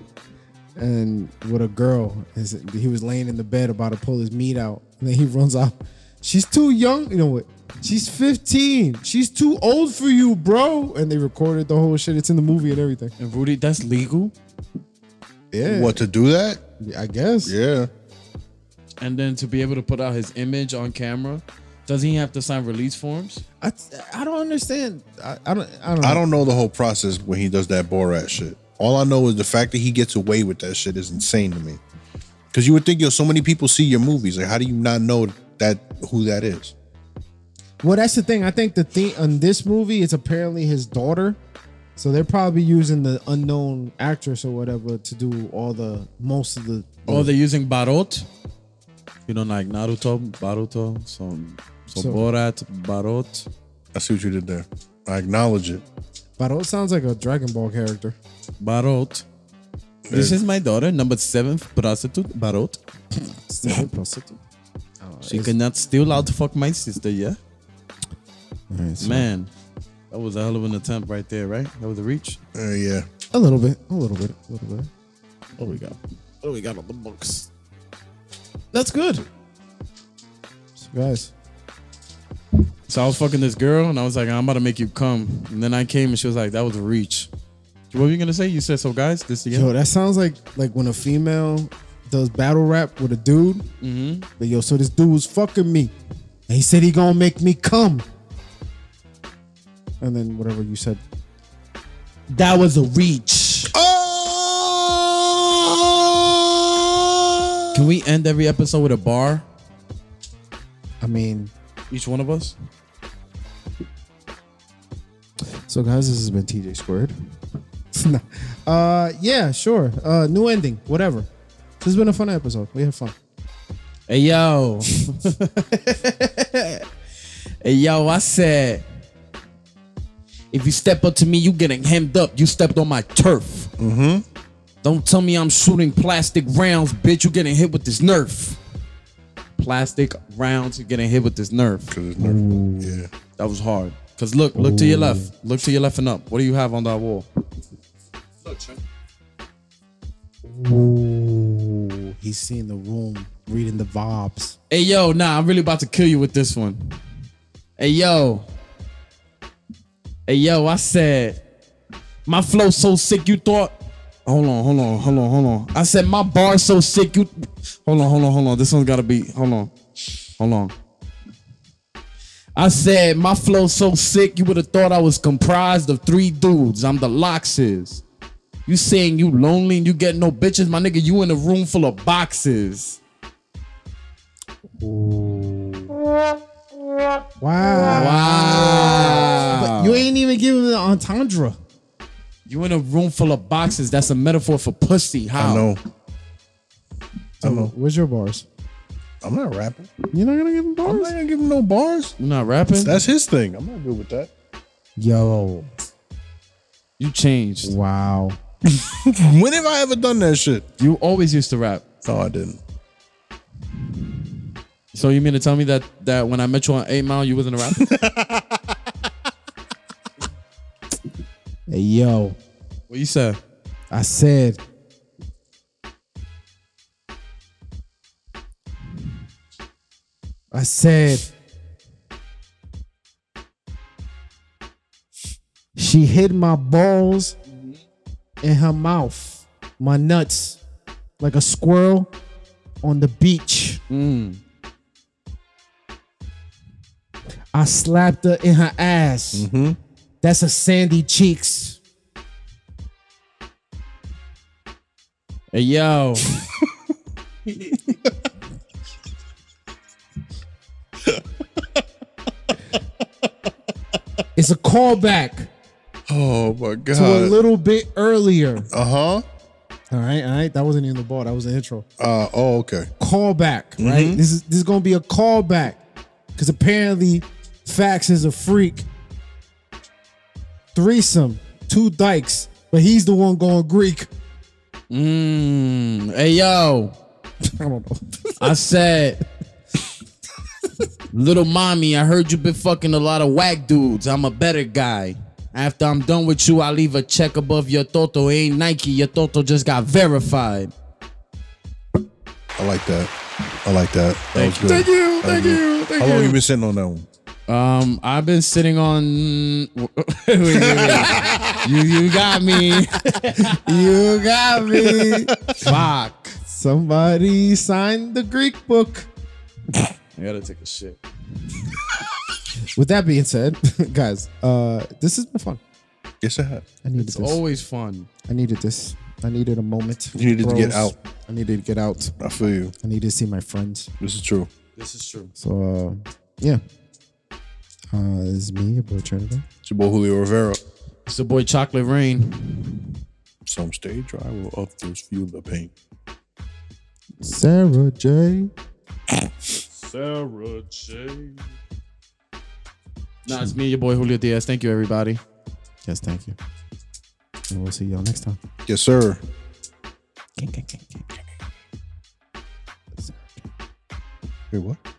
[SPEAKER 2] and with a girl, His- he was laying in the bed about to pull his meat out, and then he runs out. She's too young. You know what? She's 15. She's too old for you, bro. And they recorded the whole shit. It's in the movie and everything.
[SPEAKER 1] And Rudy, that's legal.
[SPEAKER 2] Yeah,
[SPEAKER 3] What to do that?
[SPEAKER 2] I guess.
[SPEAKER 3] Yeah.
[SPEAKER 1] And then to be able to put out his image on camera, doesn't he have to sign release forms?
[SPEAKER 2] I, I don't understand. I, I don't. I don't. Know.
[SPEAKER 3] I don't know the whole process when he does that Borat shit. All I know is the fact that he gets away with that shit is insane to me. Because you would think, yo, so many people see your movies. Like, how do you not know that who that is?
[SPEAKER 2] Well, that's the thing. I think the thing on this movie it's apparently his daughter. So they're probably using the unknown actress or whatever to do all the most of the.
[SPEAKER 1] Or they're using Barot. You know, like Naruto, Baruto, some so,
[SPEAKER 2] So-
[SPEAKER 1] Borat, Barot.
[SPEAKER 3] I see what you did there. I acknowledge it.
[SPEAKER 2] But it sounds like a Dragon Ball character.
[SPEAKER 1] Barot. This is my daughter, number seventh prostitute, Barot. She could not still out fuck my sister, yeah? Man, that was a hell of an attempt right there, right? That was a reach.
[SPEAKER 3] Uh, yeah.
[SPEAKER 2] A little bit, a little bit, a little bit.
[SPEAKER 1] Oh, we got.
[SPEAKER 4] What do we got on the books?
[SPEAKER 2] That's good. So guys,
[SPEAKER 1] So I was fucking this girl, and I was like, I'm about to make you come. And then I came, and she was like, that was a reach. What were you gonna say? You said so, guys. This again.
[SPEAKER 2] yo, that sounds like like when a female does battle rap with a dude. Mm-hmm. But yo, so this dude was fucking me, and he said he gonna make me come. And then whatever you said,
[SPEAKER 4] That was a reach.
[SPEAKER 1] Can we end every episode with a bar?
[SPEAKER 2] I mean,
[SPEAKER 1] Each one of us.
[SPEAKER 2] so guys, this has been TJ Squared. it's not. Uh, yeah, sure. Uh, new ending, whatever. This has been a fun episode. We had fun.
[SPEAKER 1] Hey yo. hey yo, I said if you step up to me, you getting hemmed up. You stepped on my turf. Mm-hmm. Don't tell me I'm shooting plastic rounds, bitch. You getting hit with this nerf. Plastic rounds, you getting hit with this nerf.
[SPEAKER 3] Cause it's nerve. Yeah.
[SPEAKER 1] That was hard. Cause look, look to your left. Look to your left and up. What do you have on that wall?
[SPEAKER 2] Ooh, he's seeing the room, reading the vibes.
[SPEAKER 1] Hey yo, nah, I'm really about to kill you with this one. Hey yo. Hey yo, I said my flow so sick you thought Hold on, hold on, hold on, hold on. I said my bar so sick you Hold on, hold on, hold on. This one's got to be Hold on. Hold on. I said my flow so sick you would have thought I was comprised of three dudes. I'm the locks is. You saying you lonely and you get no bitches, my nigga, you in a room full of boxes.
[SPEAKER 2] Wow.
[SPEAKER 1] Wow.
[SPEAKER 2] You ain't even giving the entendre.
[SPEAKER 1] You in a room full of boxes. That's a metaphor for pussy. How?
[SPEAKER 3] I know.
[SPEAKER 2] Where's your bars?
[SPEAKER 3] I'm not rapping.
[SPEAKER 2] You're not gonna give him
[SPEAKER 3] I'm
[SPEAKER 2] bars?
[SPEAKER 3] not gonna give him no bars.
[SPEAKER 1] You not rapping?
[SPEAKER 3] That's his thing. I'm not good with that.
[SPEAKER 2] Yo.
[SPEAKER 1] you changed.
[SPEAKER 2] Wow.
[SPEAKER 3] When have I ever done that shit?
[SPEAKER 1] You always used to rap.
[SPEAKER 3] No, I didn't.
[SPEAKER 1] So you mean to tell me that that when I met you on 8 Mile, you wasn't a rapper?
[SPEAKER 2] Hey, yo.
[SPEAKER 1] what you said?
[SPEAKER 2] I said. I said. She hid my balls in her mouth, my nuts, like a squirrel on the beach. I slapped her in her ass. That's a sandy cheeks.
[SPEAKER 1] Hey, yo.
[SPEAKER 2] It's a callback
[SPEAKER 3] Oh my
[SPEAKER 2] to a
[SPEAKER 3] god.
[SPEAKER 2] little bit earlier.
[SPEAKER 3] Uh
[SPEAKER 1] Uh-huh.
[SPEAKER 3] huh.
[SPEAKER 2] All right, all right. That wasn't even the ball. That was the intro.
[SPEAKER 3] Uh oh. Okay.
[SPEAKER 2] Callback, right? This is this is gonna be a callback because apparently, Fax is a freak. Threesome, two dykes, but he's the one going Greek.
[SPEAKER 1] Mm, hey, yo.
[SPEAKER 2] I don't know.
[SPEAKER 1] I said, little mommy, I heard you been fucking a lot of whack dudes. I'm a better guy. After I'm done with you, I leave a check above your Toto. It ain't Nike. Your Toto just got verified.
[SPEAKER 3] I like that. I like that. That was good.
[SPEAKER 1] Thank you,
[SPEAKER 3] That was
[SPEAKER 1] thank
[SPEAKER 3] good.
[SPEAKER 1] you, thank
[SPEAKER 3] How long
[SPEAKER 1] you.
[SPEAKER 3] you been sitting on that one?
[SPEAKER 1] Um, I've been sitting on. wait, wait, wait. you you got me. you got me. Fuck.
[SPEAKER 2] Somebody signed the Greek book.
[SPEAKER 1] I gotta take a shit.
[SPEAKER 2] With that being said, guys, uh, this has been fun.
[SPEAKER 3] Yes, I have.
[SPEAKER 2] I needed
[SPEAKER 1] It's
[SPEAKER 2] this.
[SPEAKER 1] always fun.
[SPEAKER 2] I needed this. I needed a moment.
[SPEAKER 3] You needed to get out.
[SPEAKER 2] I needed to get out.
[SPEAKER 3] I feel you.
[SPEAKER 2] I needed to see my friends.
[SPEAKER 3] This is true.
[SPEAKER 1] This is true.
[SPEAKER 2] So uh, yeah. Uh this is me, your boy Trinidad.
[SPEAKER 3] It's your boy Julio Rivera.
[SPEAKER 1] It's the boy Chocolate Rain.
[SPEAKER 3] Some stage I will up this fuel the pain.
[SPEAKER 2] Sarah J.
[SPEAKER 1] Nah, it's me, your boy Julio Diaz. Thank you, everybody.
[SPEAKER 2] Yes, thank you. And we'll see y'all next time.
[SPEAKER 3] Yes, sir. Wait, what?